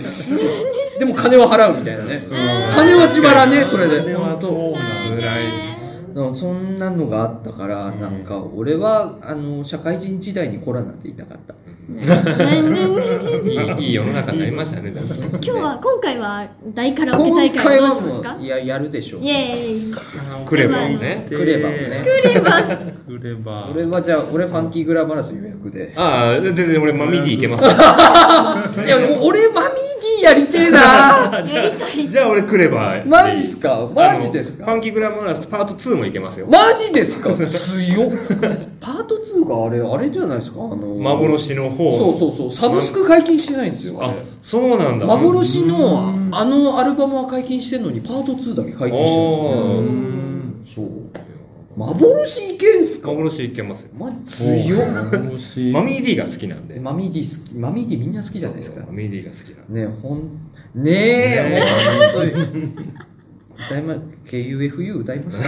Speaker 2: でも金は払うみたいなね金は自腹ねそれで
Speaker 1: 金はそうなんだ
Speaker 4: 辛い
Speaker 2: うんそんなのがあったからなんか俺はあの社会人時代にコラなんていなかった
Speaker 3: ー
Speaker 4: いいいい世の中になりましたねだから
Speaker 3: 今日は今回は大カラオケ大
Speaker 2: 今回
Speaker 3: 会どう
Speaker 2: は
Speaker 3: しますか
Speaker 2: もういややるでしょう
Speaker 3: イエーイ
Speaker 4: クレバーね
Speaker 2: クレバーね
Speaker 3: クレバ
Speaker 1: クレバー。
Speaker 2: 俺はじゃあ俺ファンキーグラマラス予約で
Speaker 4: ああ全然俺マミディいけます
Speaker 2: いやもう俺マミーディやりてえな
Speaker 3: やりたい
Speaker 4: じゃあ俺クレバー
Speaker 2: マジっすかマジですか
Speaker 4: あのファンキーグラマラスパート2もいけますよ
Speaker 2: マジですか強っパート2があれあれじゃないですかあの
Speaker 4: 幻の方
Speaker 2: そうそうそうサブスク解禁してないんですよあ
Speaker 4: あ
Speaker 2: れ
Speaker 4: そうなんだ
Speaker 2: 幻のあのアルバムは解禁してるのにパート2だけ解禁してる
Speaker 4: お
Speaker 2: んですよそう幻いけんすか
Speaker 4: 幻いけますよ
Speaker 2: マジ強っ
Speaker 1: い
Speaker 4: マミーディが好きなんで
Speaker 2: マミディ好きマミディみんな好きじゃないですか
Speaker 4: マミーディが好きなんで
Speaker 2: ねえほんねえほんとに歌いま KUFU 歌いますか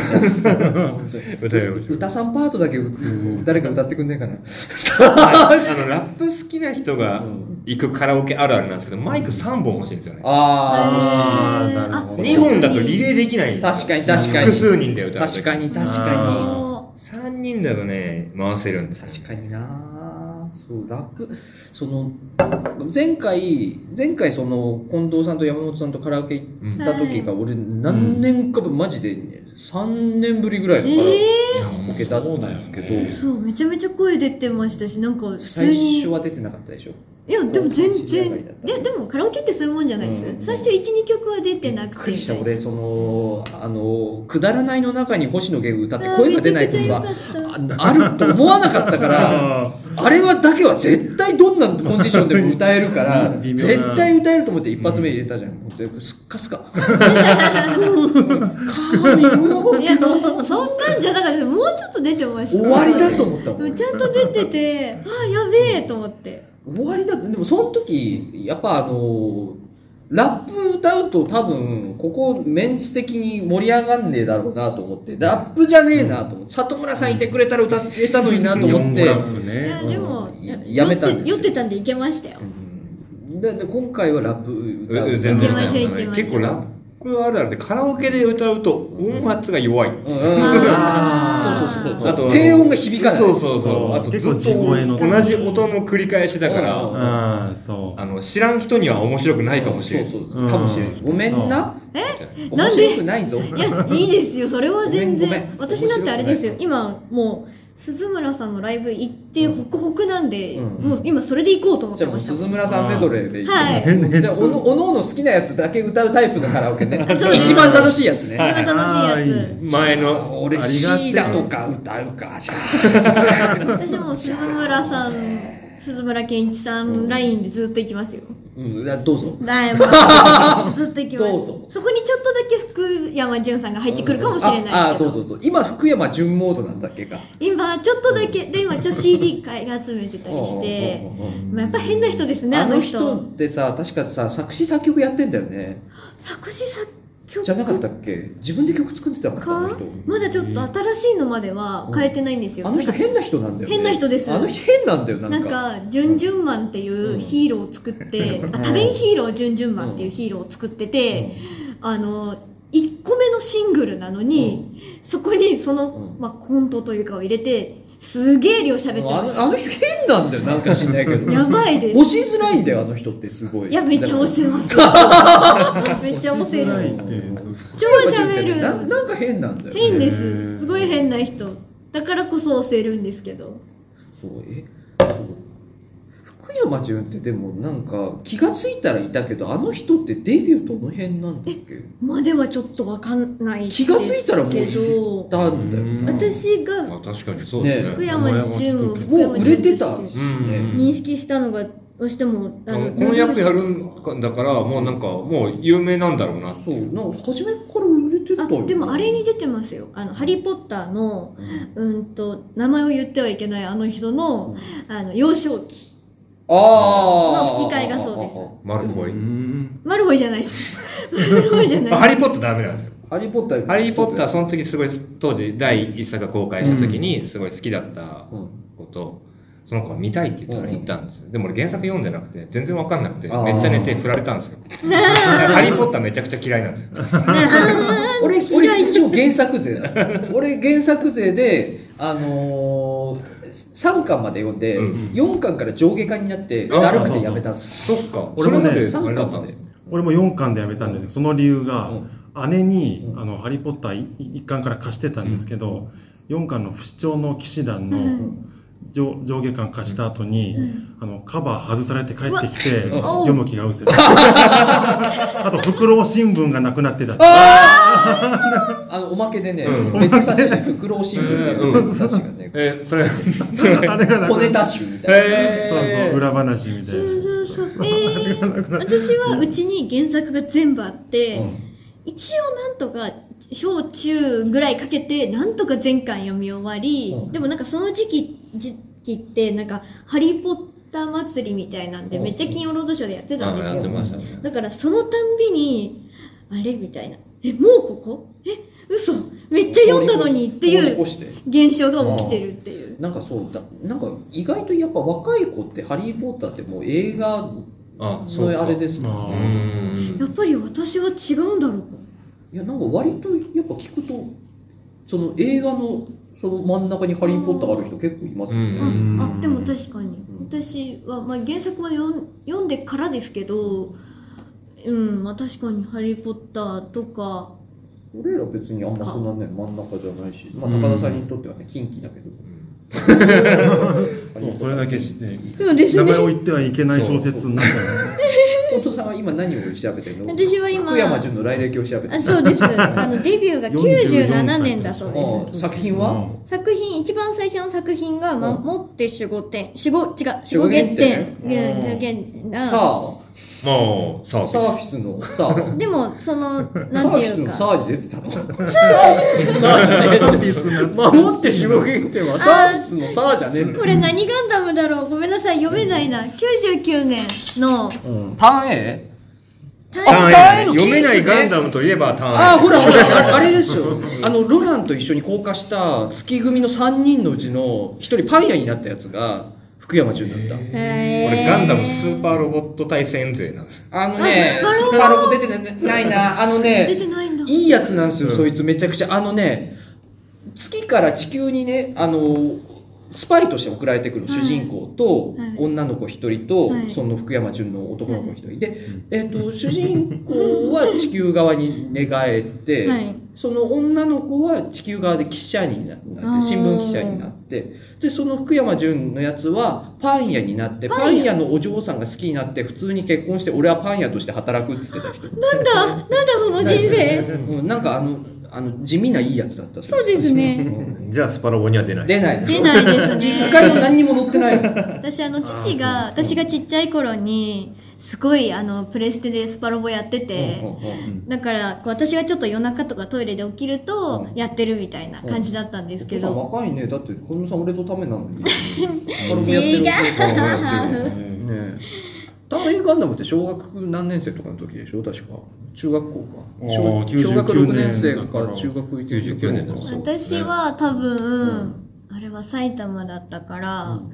Speaker 2: 本当に
Speaker 4: 歌いましょう
Speaker 2: 歌さんパートだけう誰か歌ってくんないかな
Speaker 4: あのラップ好きな人が行くカラオケあるあるなんですけどマイク3本欲しいんですよね
Speaker 2: あ
Speaker 1: ーなるほど
Speaker 4: 2本だとリレーできないん
Speaker 2: あ
Speaker 4: で
Speaker 2: 確
Speaker 4: す
Speaker 2: かに確かに
Speaker 4: 複数人で歌う
Speaker 2: 確かに確
Speaker 4: あ
Speaker 2: か
Speaker 3: そ
Speaker 4: 3人だとね回せるんです
Speaker 2: に確かになそうラップその前回前回その近藤さんと山本さんとカラオケ行った時が俺何年か分マジで3年ぶりぐらいうのカラ
Speaker 3: ええ
Speaker 2: オケだったんですけど
Speaker 1: そうだよね
Speaker 3: そうめちゃめちゃ声出てましたしなんか普通
Speaker 2: 最初
Speaker 3: に
Speaker 2: は出てなかったでしょ
Speaker 3: いやでも全
Speaker 2: 知り上がりだっ
Speaker 3: 然
Speaker 2: た
Speaker 3: ででもカラオケってそういうもんじゃないです、
Speaker 2: うん
Speaker 3: 最初12曲は出てな
Speaker 2: びっ
Speaker 3: く
Speaker 2: く
Speaker 3: て
Speaker 2: り
Speaker 3: み
Speaker 2: した
Speaker 3: たいな
Speaker 2: 俺そのあの「くだらない」の中に星野源歌って声が出ないっていうの
Speaker 3: あ
Speaker 2: が
Speaker 3: ーめちゃくちゃ良かっ
Speaker 2: ああると思わなかったから
Speaker 1: あ
Speaker 2: あれはだけは絶対どんなコンディションでも歌えるから
Speaker 1: 微妙な
Speaker 2: 絶対歌えると思って一発目入れたじゃん、もう全部すっかすか神の
Speaker 3: いやそんなんじゃなかったですもうちょっと出てました
Speaker 2: 終わりだと思ったもん
Speaker 3: ちゃんと出ててあーやべえと思って
Speaker 2: 終わりだでもその時やっぱあのラップ歌うと多分ここメンツ的に盛り上がんねえだろうなと思ってラップじゃねえなと思って里村さんいてくれたら歌ってたのになと思っ
Speaker 1: 日
Speaker 2: て
Speaker 1: 本語ラップ
Speaker 3: い
Speaker 1: ね
Speaker 3: やでも
Speaker 2: ややめたんですよ
Speaker 3: 酔って酔ってたんでいけましたよ
Speaker 2: でで今回はラップ
Speaker 4: え
Speaker 2: 歌う
Speaker 4: え全然
Speaker 3: 行きましょう行きましょう
Speaker 4: 結構ラップあるあるでカラオケで歌うと音圧が弱い、
Speaker 2: うん
Speaker 3: あー
Speaker 2: そうそうそう
Speaker 4: あと
Speaker 2: 低音が響かない
Speaker 4: そうそうそう
Speaker 1: そう
Speaker 4: あと
Speaker 1: 結構
Speaker 4: ずっと
Speaker 1: 地声の
Speaker 4: 同じ音の繰り返しだから、
Speaker 2: うん
Speaker 1: ああそう
Speaker 4: あの知らん人には面白くないかもしれない、
Speaker 2: そう
Speaker 1: う
Speaker 2: そうかもしれないですごめんな
Speaker 3: えな
Speaker 2: 面
Speaker 3: ん
Speaker 2: 白
Speaker 3: で
Speaker 2: くないぞ
Speaker 3: いやいいですよそれは全
Speaker 2: ごめんごめ
Speaker 3: 然
Speaker 2: ん
Speaker 3: 私なんてあれですよ今もう鈴村さんのライブ行ってホクホクなんで、
Speaker 2: うん
Speaker 3: もう今それで行こうと思っ
Speaker 2: じ
Speaker 3: て
Speaker 2: ゃあも
Speaker 3: ま
Speaker 2: う
Speaker 3: した
Speaker 2: 鈴村さんメドレーでいい
Speaker 3: は
Speaker 2: じゃあおのおのおの好きなやつだけ歌うタイプのカラオケね
Speaker 3: そうです
Speaker 2: 一番楽しいやつね、
Speaker 3: 一番楽しいやつ
Speaker 4: 前の
Speaker 2: 俺
Speaker 1: ありがてえ
Speaker 2: C だとか歌うかじゃ
Speaker 3: 私もう鈴村さん鈴村健一さんラインでずっと行き ますよ
Speaker 2: あ、うん、だどうぞ
Speaker 3: だいぶずっと行きます
Speaker 2: どうぞ
Speaker 3: そこにちょっとだけ福山潤さんが入ってくるかもしれないですけど
Speaker 2: ああどうぞどうぞ今福山純モードなんだっけか
Speaker 3: 今ちょっとだけで今ちょっと CD 買い集めてたりし
Speaker 2: う
Speaker 3: て
Speaker 2: んうんうんうん
Speaker 3: まあやっぱ変な人ですね
Speaker 2: あ
Speaker 3: あ
Speaker 2: の
Speaker 3: の
Speaker 2: 人
Speaker 3: 人
Speaker 2: ってさ確かさ作詞作曲やってんだよね
Speaker 3: 作詞作曲
Speaker 2: じゃなかったっけ自分で曲作ってたもんねあの
Speaker 3: か
Speaker 2: 人
Speaker 3: まだちょっと新しいのまでは変えてないんですよ
Speaker 2: あの人変な人なんだよね
Speaker 3: 変な人です
Speaker 2: あの人変なんだよな
Speaker 3: なんん
Speaker 2: か
Speaker 3: か「ジュンジュンマン」っていうヒーローを作って、あ食べにヒーロージュンジュンマンっていうヒーローを作ってて、あの1個目のシングルなのに、そこにその、
Speaker 2: うん
Speaker 3: まあ、コントというかを入れてすげえ量喋って
Speaker 2: あ
Speaker 3: まし
Speaker 2: の
Speaker 3: た
Speaker 2: あの人変なんだよなんか知んないけど
Speaker 3: やばいです
Speaker 2: 押しづらいんだよあの人ってすごい
Speaker 3: いやめっちゃ押せ ますめっちゃ押せ
Speaker 1: 辛
Speaker 3: る
Speaker 1: いってどうす
Speaker 3: 超喋
Speaker 2: な
Speaker 3: る
Speaker 2: なんか変なんだよね
Speaker 3: 変で
Speaker 1: へ
Speaker 3: す
Speaker 1: ー
Speaker 3: すごい変な人だからこそ押せるんですけど
Speaker 2: そうえそう福山潤ってでもなんか気がついたらいたけどあの人ってデビューどの辺なんだっけ
Speaker 3: まではちょっとわかんないです
Speaker 2: 気
Speaker 3: けど
Speaker 2: がついたらもういたんだよな
Speaker 4: うん
Speaker 3: 私が
Speaker 4: まあ、確かにそうですね
Speaker 2: ね
Speaker 3: 福山潤を福
Speaker 2: も
Speaker 3: 山
Speaker 2: う
Speaker 3: 潤
Speaker 2: 売れてた
Speaker 3: として
Speaker 4: うんうん
Speaker 3: 認識したのがどうしても
Speaker 4: あのこの役やるんだからもうなんかもう有名なんだろうな
Speaker 2: そうなんか初めから売れてた
Speaker 3: あ
Speaker 2: よね
Speaker 3: でもあれに出てますよ「あのハリー・ポッターの」うんと名前を言ってはいけないあの人のあの幼少期
Speaker 2: ああ
Speaker 3: の吹き替えがそうです
Speaker 4: 丸っこい、
Speaker 1: ん
Speaker 3: マルフォイじゃないです マルフォイじゃない
Speaker 4: あハリー・ポッターダメなんですよ
Speaker 2: ハリー・ポッター
Speaker 4: ハリー・ポッターその時すごい当時第一作が公開した時にすごい好きだったことその子が見たいって言ったから行ったんですよでも俺原作読んでなくて全然わかんなくて
Speaker 2: あー
Speaker 4: めっちゃ寝て振られたんですよハリー・ポッターめちゃくちゃ嫌いなんですよ
Speaker 2: 俺俺一応原作勢だ俺原作勢であのー、3巻まで読んで、
Speaker 4: うん
Speaker 2: 4巻から上下巻になって
Speaker 4: あー
Speaker 2: だるくてやめたんです
Speaker 4: そっか
Speaker 1: 俺もね
Speaker 4: それ
Speaker 2: 3
Speaker 4: であ
Speaker 2: 巻
Speaker 4: れだ
Speaker 2: ま
Speaker 4: った
Speaker 2: で
Speaker 1: 俺も4巻でやめたんですけどその理由が、姉に
Speaker 2: う
Speaker 1: 「あのハリー・ポッター」1巻から貸してたんですけど、4巻の不死鳥の騎士団の
Speaker 3: うん
Speaker 1: 上上下巻貸した後に、あのカバー外されて帰ってきて
Speaker 2: うわ
Speaker 1: 読む気がう せるあと袋新聞がなくなってたって
Speaker 2: ああのおまけでね、
Speaker 4: う
Speaker 2: ベッド冊子でフクロウ新聞っていうベッド冊子がね、
Speaker 4: えそれ
Speaker 1: あれがなく
Speaker 2: 小
Speaker 1: な
Speaker 2: ネ
Speaker 1: って
Speaker 2: タ集みたいな。
Speaker 1: そう
Speaker 4: え
Speaker 1: そう裏話みたいな
Speaker 3: そうそうそうえー、私はうちに原作が全部あって、一応なんとか小中ぐらいかけてなんとか全巻読み終わり、
Speaker 2: うん
Speaker 3: でもなんかその時期時期ってなんか「ハリー・ポッター」祭りみたいなんで
Speaker 2: うん
Speaker 3: めっちゃ金曜ロードショーでやってたんです
Speaker 4: やって
Speaker 3: よ
Speaker 4: ましたね
Speaker 3: だからそのたんびにあれみたいなえもうここえ嘘めっちゃ読んだのにってい
Speaker 2: 通り
Speaker 3: う
Speaker 2: 越して
Speaker 3: 現象が起きてるっていう
Speaker 2: なんかそうだなんか意外とやっぱ若い子って「ハリー・ポッター」ってもう映画
Speaker 4: あそう
Speaker 2: の
Speaker 4: か
Speaker 2: あれですもん
Speaker 1: あ
Speaker 4: う
Speaker 2: ね
Speaker 4: ん
Speaker 3: やっぱり私は違うんだろうか
Speaker 2: いやなんか割とやっぱ聞くとその映画のその真ん中に「ハリー・ポッター」がある人結構いますよね、
Speaker 4: うん
Speaker 3: ああでも確かに私は、まあ、原作は読ん読んでからですけどうんまあ確かに「ハリー・ポッター」とか
Speaker 2: 俺ら別にあんまそんなね真ん中じゃないしまあ高田さんにとってはね近畿だけど、か
Speaker 1: そうそれだけして
Speaker 3: そうです
Speaker 1: 名
Speaker 3: ね
Speaker 1: 前を言ってはいけない小説になったら
Speaker 2: 本当さんは今何を調べてるの
Speaker 3: 私は今
Speaker 2: 福山潤の来歴を調べて
Speaker 3: あ
Speaker 2: る
Speaker 3: そうですあのデビューが97年だそう
Speaker 2: あ
Speaker 3: です
Speaker 2: 作品は、
Speaker 3: 作品一番最初の作品が「
Speaker 2: うん
Speaker 3: 守って守護点守護違
Speaker 2: 守護
Speaker 3: う守護
Speaker 2: 原
Speaker 3: 原
Speaker 2: 点
Speaker 3: 点」
Speaker 1: うん
Speaker 3: うん原
Speaker 2: さ
Speaker 3: あ
Speaker 2: あ
Speaker 4: まあ、サービス
Speaker 2: サーフィスのさあ
Speaker 3: でもそのなんて
Speaker 2: サービス
Speaker 3: いう
Speaker 2: の
Speaker 3: か
Speaker 2: サーに出てたのサービスのサーじゃねえって守ってしぼけってはサービスのサーじゃねえんだ
Speaker 3: これ何ガンダムだろうごめんなさい読めないな99年の
Speaker 2: うんターン A? ターン
Speaker 4: ターン A だね
Speaker 2: A の
Speaker 4: 読めな
Speaker 2: ケー
Speaker 4: い
Speaker 2: スね
Speaker 4: ガンダムといえばターン A。
Speaker 2: ああほらほらあれですよあのロランと一緒に降下した月組の3人のうちの1人パリアになったやつが福山潤だった
Speaker 4: 俺
Speaker 3: 俺
Speaker 4: ガンダムスーパーロボット対戦勢なんですよ。
Speaker 2: あのね
Speaker 3: あスパロボ
Speaker 2: スパロボ出てないなあのね
Speaker 3: 出てないんだ
Speaker 2: いいやつなんですよ、
Speaker 4: うん
Speaker 2: そいつめちゃくちゃあのね月から地球にねあのスパイとして送られてくる主人公と、
Speaker 3: はいはい
Speaker 2: 女の子一人と、
Speaker 3: はい
Speaker 2: その福山潤の男の子一人で、えっと主人公は地球側に寝返って、
Speaker 3: はい
Speaker 2: その女の子は地球側で記者になって
Speaker 3: あー
Speaker 2: 新聞記者になってでその福山潤のやつはパン屋になってパ
Speaker 3: パ
Speaker 2: ン
Speaker 3: ン
Speaker 2: 屋
Speaker 3: 屋
Speaker 2: のお嬢さんが好きになって普通に結婚して俺はパン屋として働くっつってた人。
Speaker 3: なんだなんだその人生
Speaker 2: うん、なんかあのあの地味ないいやつだった
Speaker 3: そうですね
Speaker 4: じゃあスパロボには出ない。
Speaker 2: 出ないでし
Speaker 3: 出
Speaker 2: ょ
Speaker 3: ないです
Speaker 2: 一
Speaker 3: ね
Speaker 2: 回も何にも乗ってないの
Speaker 3: 私あの父が私がちっちゃい頃にすごいあのプレステでスパロボやってて、だからこう私がちょっと夜中とかトイレで起きると
Speaker 2: うん
Speaker 3: やってるみたいな感じだったんですけど、
Speaker 2: 若いねだって小室さん俺のためなのに
Speaker 3: 違う
Speaker 2: ねターン A ガンダムって小学何年生とかの時でしょ確か中学校か
Speaker 1: あー
Speaker 2: 小
Speaker 1: 99
Speaker 2: 小学6年
Speaker 1: 年
Speaker 2: 生
Speaker 1: だか
Speaker 2: から中学行って
Speaker 4: 99年だ
Speaker 2: そう
Speaker 3: 私は多分、あれは埼玉だったから、
Speaker 2: うん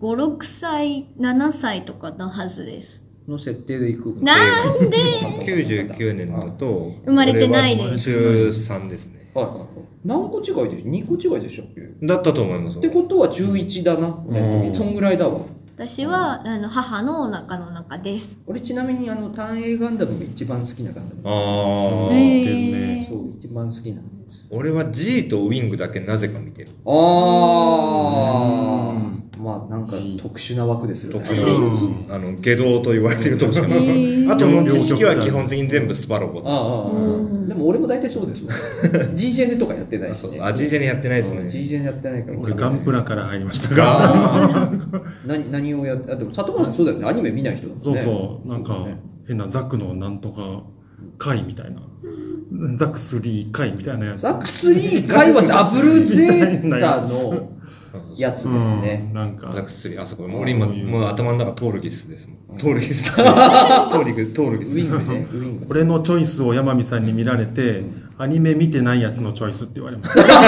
Speaker 3: 56歳7歳とかのはずです
Speaker 2: の設定で行く
Speaker 3: なんで
Speaker 4: 99年だと
Speaker 3: 生まれてないです
Speaker 4: 俺は13ですね。
Speaker 2: はいはいはい何個違いでしょ2個違いでしょっけっ
Speaker 4: だったと思います。
Speaker 2: てことは11だな、
Speaker 1: うん
Speaker 2: そんぐらいだわ
Speaker 3: 私は、あの母のお腹の中です
Speaker 2: 俺ちなみにあの単影ガンダムが一番好きなガンダム
Speaker 4: ああ、
Speaker 3: へー
Speaker 1: ね
Speaker 2: そう一番好きなんです
Speaker 4: 俺は G とウィングだけなぜか見てる。
Speaker 2: ああまあなんか特殊な枠ですよね
Speaker 4: 特殊あの下道と言われてるとこしか
Speaker 3: へー
Speaker 4: あとの知識は基本的に全部スパロボ
Speaker 2: あ。あああ
Speaker 3: うん
Speaker 2: でも俺も大体そうですもん GJN とかやってない
Speaker 4: あ、
Speaker 2: し、
Speaker 4: そう
Speaker 2: ね、
Speaker 4: あ、G ジェネやってないです
Speaker 2: うん
Speaker 4: ね。
Speaker 2: GJN やってないから
Speaker 1: 俺ガンプラから入りましたが
Speaker 4: が、
Speaker 2: 何何をやってあでも里村さんそうだよねアニメ見ない人だもんね
Speaker 1: そうそうなんか
Speaker 2: そうだね
Speaker 1: 変なザクのなんとか回みたいなザク3回みたいなやつ
Speaker 2: ザク3回はダブルゼータのやつです
Speaker 1: う
Speaker 2: ね
Speaker 1: んなんか
Speaker 4: ザクスリー、あそこ、俺今、もう頭の中トールギスですもん。トールギ ス。トールギス、トール
Speaker 2: ウ
Speaker 4: ギス。
Speaker 2: ィングねウィング
Speaker 1: 俺のチョイスを山見さんに見られてアニメ見てないやつのチョイスって言われました
Speaker 4: ガ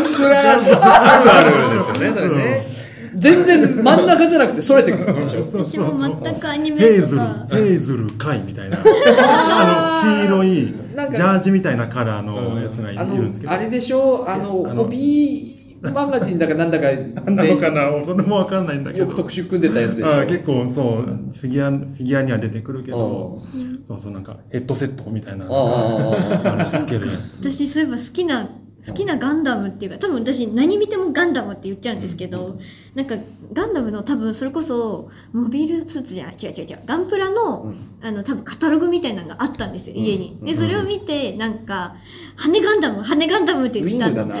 Speaker 4: ンプラあるあるですよね、それね。
Speaker 2: 全然真ん中じゃなくてそれてくるでしょ
Speaker 3: 私も全くアニメ
Speaker 1: ヘー
Speaker 3: と
Speaker 1: ズル
Speaker 3: か、
Speaker 1: ヘーズル貝みたい な、あの黄色いジ
Speaker 2: なんか
Speaker 1: ャージみたいなカラーのやつがい
Speaker 2: あ
Speaker 1: るん
Speaker 2: の
Speaker 1: ですけど、
Speaker 2: あれでしょあの
Speaker 1: あの
Speaker 2: ホビーマガジンだかなんだか
Speaker 1: なんなのか
Speaker 2: で
Speaker 1: な、それもわかんないんだけ
Speaker 2: よ
Speaker 1: ど
Speaker 2: く、特集組んでたやつでし
Speaker 1: あ
Speaker 2: ょ
Speaker 1: 結構そう、フィギュア、フィギュアには出てくるけど
Speaker 2: あ、
Speaker 1: そうそう、なんかヘッドセットみたいな、
Speaker 2: あああああ
Speaker 1: あれつけるやつ。
Speaker 3: 私そういえば好きな好きなガンダムっていうか多分私何見てもガンダムって言っちゃうんですけど、なんかガンダムの多分それこそモビルスーツじゃない違う違う違うガンプラの,、
Speaker 2: うん
Speaker 3: あの多分カタログみたいなのがあったんですよ
Speaker 2: うん
Speaker 3: 家に。
Speaker 2: う
Speaker 3: で
Speaker 2: ん
Speaker 3: それを見てなんか「羽ガンダム羽ガンダム」って
Speaker 2: ウ
Speaker 3: 言っ
Speaker 2: ィ
Speaker 3: てた
Speaker 2: ングだな
Speaker 3: の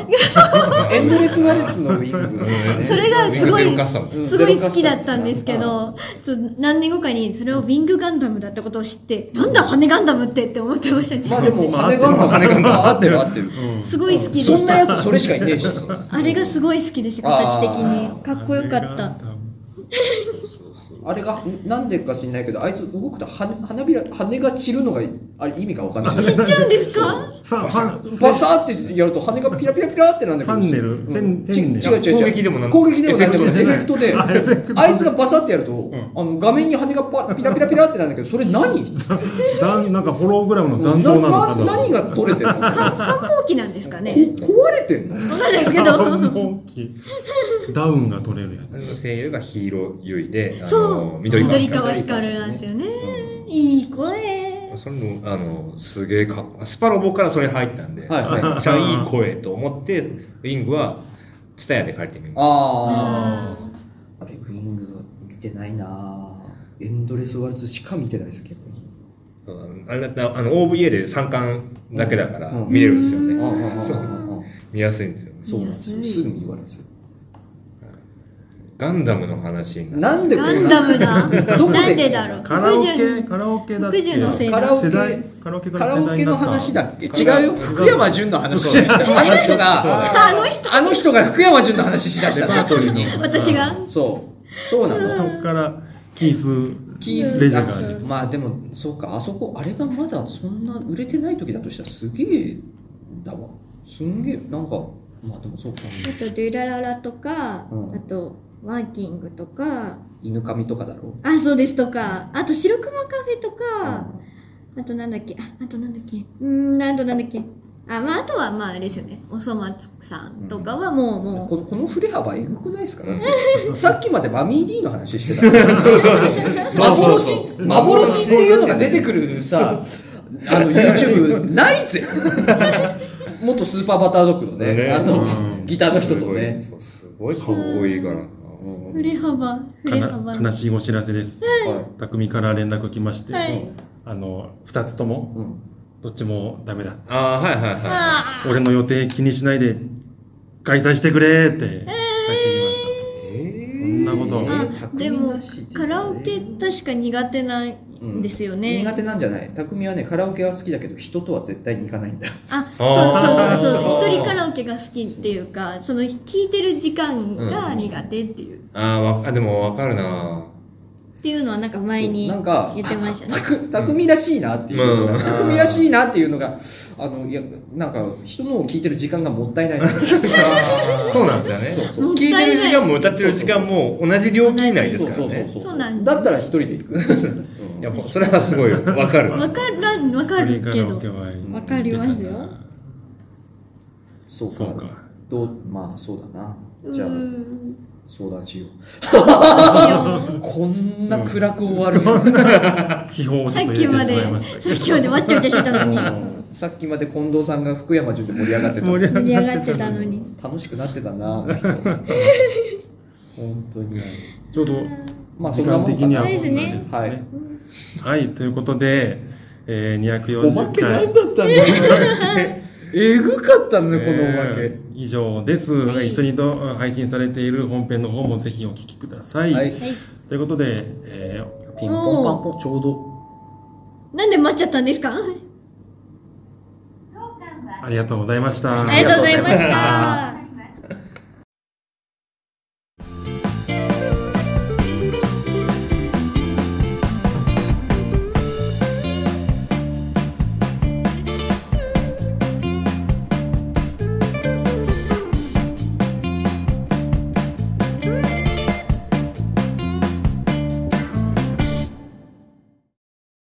Speaker 2: エンドレスワルツのウィング
Speaker 3: それがすごい
Speaker 4: ウィングゼロカスタム
Speaker 2: うん
Speaker 3: すごい好きだったんですけ
Speaker 2: ゼロ
Speaker 3: どそう何年後かにそれをウィングガンダムだったことを知って、なんだ羽ガンダムってって思ってましたね
Speaker 2: まあでも羽が羽が合ってる合ってる
Speaker 3: すごい好きでした、
Speaker 2: そんなやつそれしかいねえし
Speaker 3: あれがすごい好きでした形的
Speaker 2: あ
Speaker 3: にかっこよかった
Speaker 2: あれがなんでか知んないけどあいつ動くと羽花びら羽が散るのがあれ意味がわかん ない
Speaker 3: ちっちゃいんですか
Speaker 1: ファン、ファン、
Speaker 2: バサーってやると羽がピラピラピラってなんだけど
Speaker 1: ファンネル
Speaker 2: うん
Speaker 1: フェン
Speaker 2: ち
Speaker 1: フェンネル
Speaker 2: 違う違う違う
Speaker 4: 攻撃でもなん
Speaker 2: 攻撃でもなんだけどエ
Speaker 4: エ
Speaker 2: フ
Speaker 4: フ
Speaker 2: ェ
Speaker 4: ェ
Speaker 2: クト であいつがバサってやると、あの画面に羽がパピラピラピラってなんだけどそれ何
Speaker 1: 残なんかホログラムの残像なの
Speaker 2: な
Speaker 1: かな。
Speaker 2: 何が取れてるのこ
Speaker 3: さ三号機なんですかね
Speaker 2: 壊れてんの
Speaker 3: わかんないですけど
Speaker 1: ダウンダウンが取れるやつ。
Speaker 4: 声優がヒーローゆいで、あの
Speaker 3: そう
Speaker 4: 緑川
Speaker 3: 緑
Speaker 4: 光
Speaker 3: 川光なんですよねいい声
Speaker 4: それもあのすげえかっこスパロボからそれ入ったんで、
Speaker 2: はいはい
Speaker 4: めっちゃいい声と思ってウィングはツタヤで借りてみます。
Speaker 2: あ
Speaker 3: うん
Speaker 5: あれ、ウィングは見てないなぁエンドレスワルツしか見てないです、結構。
Speaker 4: うんあれだあの OVA で3巻だけだから
Speaker 2: うん
Speaker 4: 見れるんですよね。
Speaker 2: あああ
Speaker 4: そう
Speaker 2: あ
Speaker 4: 見やすいんですよね。
Speaker 5: そうなんですよ。
Speaker 3: 安い
Speaker 5: すぐに言われるんですよ。
Speaker 4: ガンダムの話になる
Speaker 5: なんでこ
Speaker 3: ガ
Speaker 5: ん
Speaker 3: ン
Speaker 5: な
Speaker 3: ダムだ。
Speaker 5: どこで
Speaker 3: なんでだろう。
Speaker 1: カラオケ
Speaker 3: 60
Speaker 1: カラオケだって
Speaker 3: 福寿のせい
Speaker 2: カラオケ
Speaker 1: 世代カラオケ
Speaker 2: カ
Speaker 1: が
Speaker 2: ラ
Speaker 1: 世
Speaker 2: オ
Speaker 1: 代
Speaker 2: ケ
Speaker 1: にな
Speaker 2: の
Speaker 1: った
Speaker 2: 話だっけ
Speaker 4: カラ
Speaker 2: 違うよ福山潤の話してたあの人が
Speaker 3: あの人、
Speaker 2: あの人が福山潤の話しだし
Speaker 4: レ
Speaker 2: た
Speaker 4: パ
Speaker 2: の
Speaker 4: ートリーに。
Speaker 3: 私が。
Speaker 2: そうそうなの
Speaker 1: そこからキース
Speaker 2: キース
Speaker 1: レジャーが
Speaker 2: あまあでもそうかあそこあれがまだそんな売れてない時だとしたらすげえだわすんげえなんかまあでもそうか
Speaker 3: あと、ドゥラララとか、
Speaker 2: うん
Speaker 3: あと、ワーキングとか、
Speaker 2: 犬神とかだろ
Speaker 3: あ、そうですとか、あと、白熊カフェとか、
Speaker 2: う
Speaker 3: あとなんだっけ、あ、あとなんだっけ、うーん、あとなんだっけ。あ、まあ、あとは、まあ、あれですよね。おそ松さんとかはもう、もう。
Speaker 2: このこの振れ幅えぐくないで すかだってさっきまでマミー D の話してたから 幻幻っていうのが出てくるさあの YouTube ないぜ元スーパーバタードッグのね
Speaker 4: ね
Speaker 2: あのギターの人
Speaker 4: す
Speaker 2: と
Speaker 4: ごい
Speaker 2: ね、
Speaker 4: そうすごいかっこいいからな。
Speaker 3: 振れ幅、振
Speaker 1: か
Speaker 3: れ
Speaker 1: な
Speaker 3: 幅。
Speaker 1: 悲しいお知らせです
Speaker 2: はい
Speaker 1: 匠から連絡来まして、
Speaker 3: はい
Speaker 1: あの2つとも
Speaker 2: うん、
Speaker 1: どっちもダメだ
Speaker 4: ああー、はいはいは
Speaker 1: 俺の予定気にしないで開催してくれって帰ってきま
Speaker 4: い。
Speaker 1: し
Speaker 4: え
Speaker 1: た、そんなこと、
Speaker 2: ー
Speaker 3: あ、
Speaker 2: 匠
Speaker 3: でも
Speaker 2: なしって、
Speaker 3: カラオケ確か苦手なんですよね。
Speaker 5: 苦手なんじゃない匠はね、カラオケは好きだけど、人とは絶対に行かないんだよ。
Speaker 3: あ、
Speaker 4: あー
Speaker 3: そうそうそう。
Speaker 4: そう
Speaker 3: 一人カラオケが好きっていうか、その聞いてる時間が苦手っていう。
Speaker 4: ー、あーわあ、でもわかるな。
Speaker 3: っていうのはなんか前に
Speaker 5: そうなん
Speaker 3: 言
Speaker 5: か
Speaker 3: ってました
Speaker 2: た
Speaker 3: ね。
Speaker 2: く匠らしいなっていうのが、
Speaker 4: うん
Speaker 2: 匠らしいなっていうのがあのいやなんか人のを聞いてる時間がもったいないそう
Speaker 4: そうなんですよね。
Speaker 2: そう
Speaker 3: もっ
Speaker 4: 聞い
Speaker 3: た
Speaker 4: て
Speaker 3: い
Speaker 4: る
Speaker 3: ない
Speaker 4: 時間も歌ってる時間も同じ料金内ですからね。
Speaker 3: そうなんだ
Speaker 2: だったら一人で行 く、
Speaker 4: いやもうそれはすごいわかる。
Speaker 3: わからん、わかる
Speaker 1: カ
Speaker 3: け
Speaker 1: ラオ
Speaker 3: ど
Speaker 1: ケ。は
Speaker 3: わかりますよ。
Speaker 2: そう
Speaker 1: そう
Speaker 2: か
Speaker 1: か
Speaker 2: どうまあそうだな
Speaker 3: う
Speaker 2: じゃあ
Speaker 3: ーん。
Speaker 2: 相談しよう
Speaker 3: さ
Speaker 2: こんな暗く終わる、
Speaker 1: 秘宝をちょっと入
Speaker 3: っき
Speaker 1: れて
Speaker 3: ま
Speaker 1: し
Speaker 3: で
Speaker 1: まいまし、た
Speaker 3: さっきまでわっちゃわちゃしてたのに。
Speaker 2: さっきまで近藤さんが福山潤で盛り上がってた
Speaker 1: 盛り上
Speaker 3: 盛り上がってたのに。
Speaker 2: 楽しくなってたなあの 人本当に
Speaker 1: ちょうど
Speaker 2: まあそ
Speaker 1: 時
Speaker 2: ん
Speaker 1: 間
Speaker 2: なもん
Speaker 1: 的
Speaker 2: か
Speaker 1: に
Speaker 2: な
Speaker 1: は
Speaker 3: そうですね
Speaker 1: こんなん
Speaker 2: は
Speaker 1: はいい、ということで、えー、240回
Speaker 2: だったんだえぐかったねこのおま
Speaker 1: えー以上です、
Speaker 3: はい
Speaker 1: 一緒にど配信されている本編の方もぜひお聞きください、
Speaker 2: けはい
Speaker 3: はい。
Speaker 1: ということで、えー
Speaker 2: ピンポンパンポンちょうど
Speaker 3: なんで待っちゃったんですか
Speaker 1: ありがとうございました。
Speaker 3: ありがとうございました。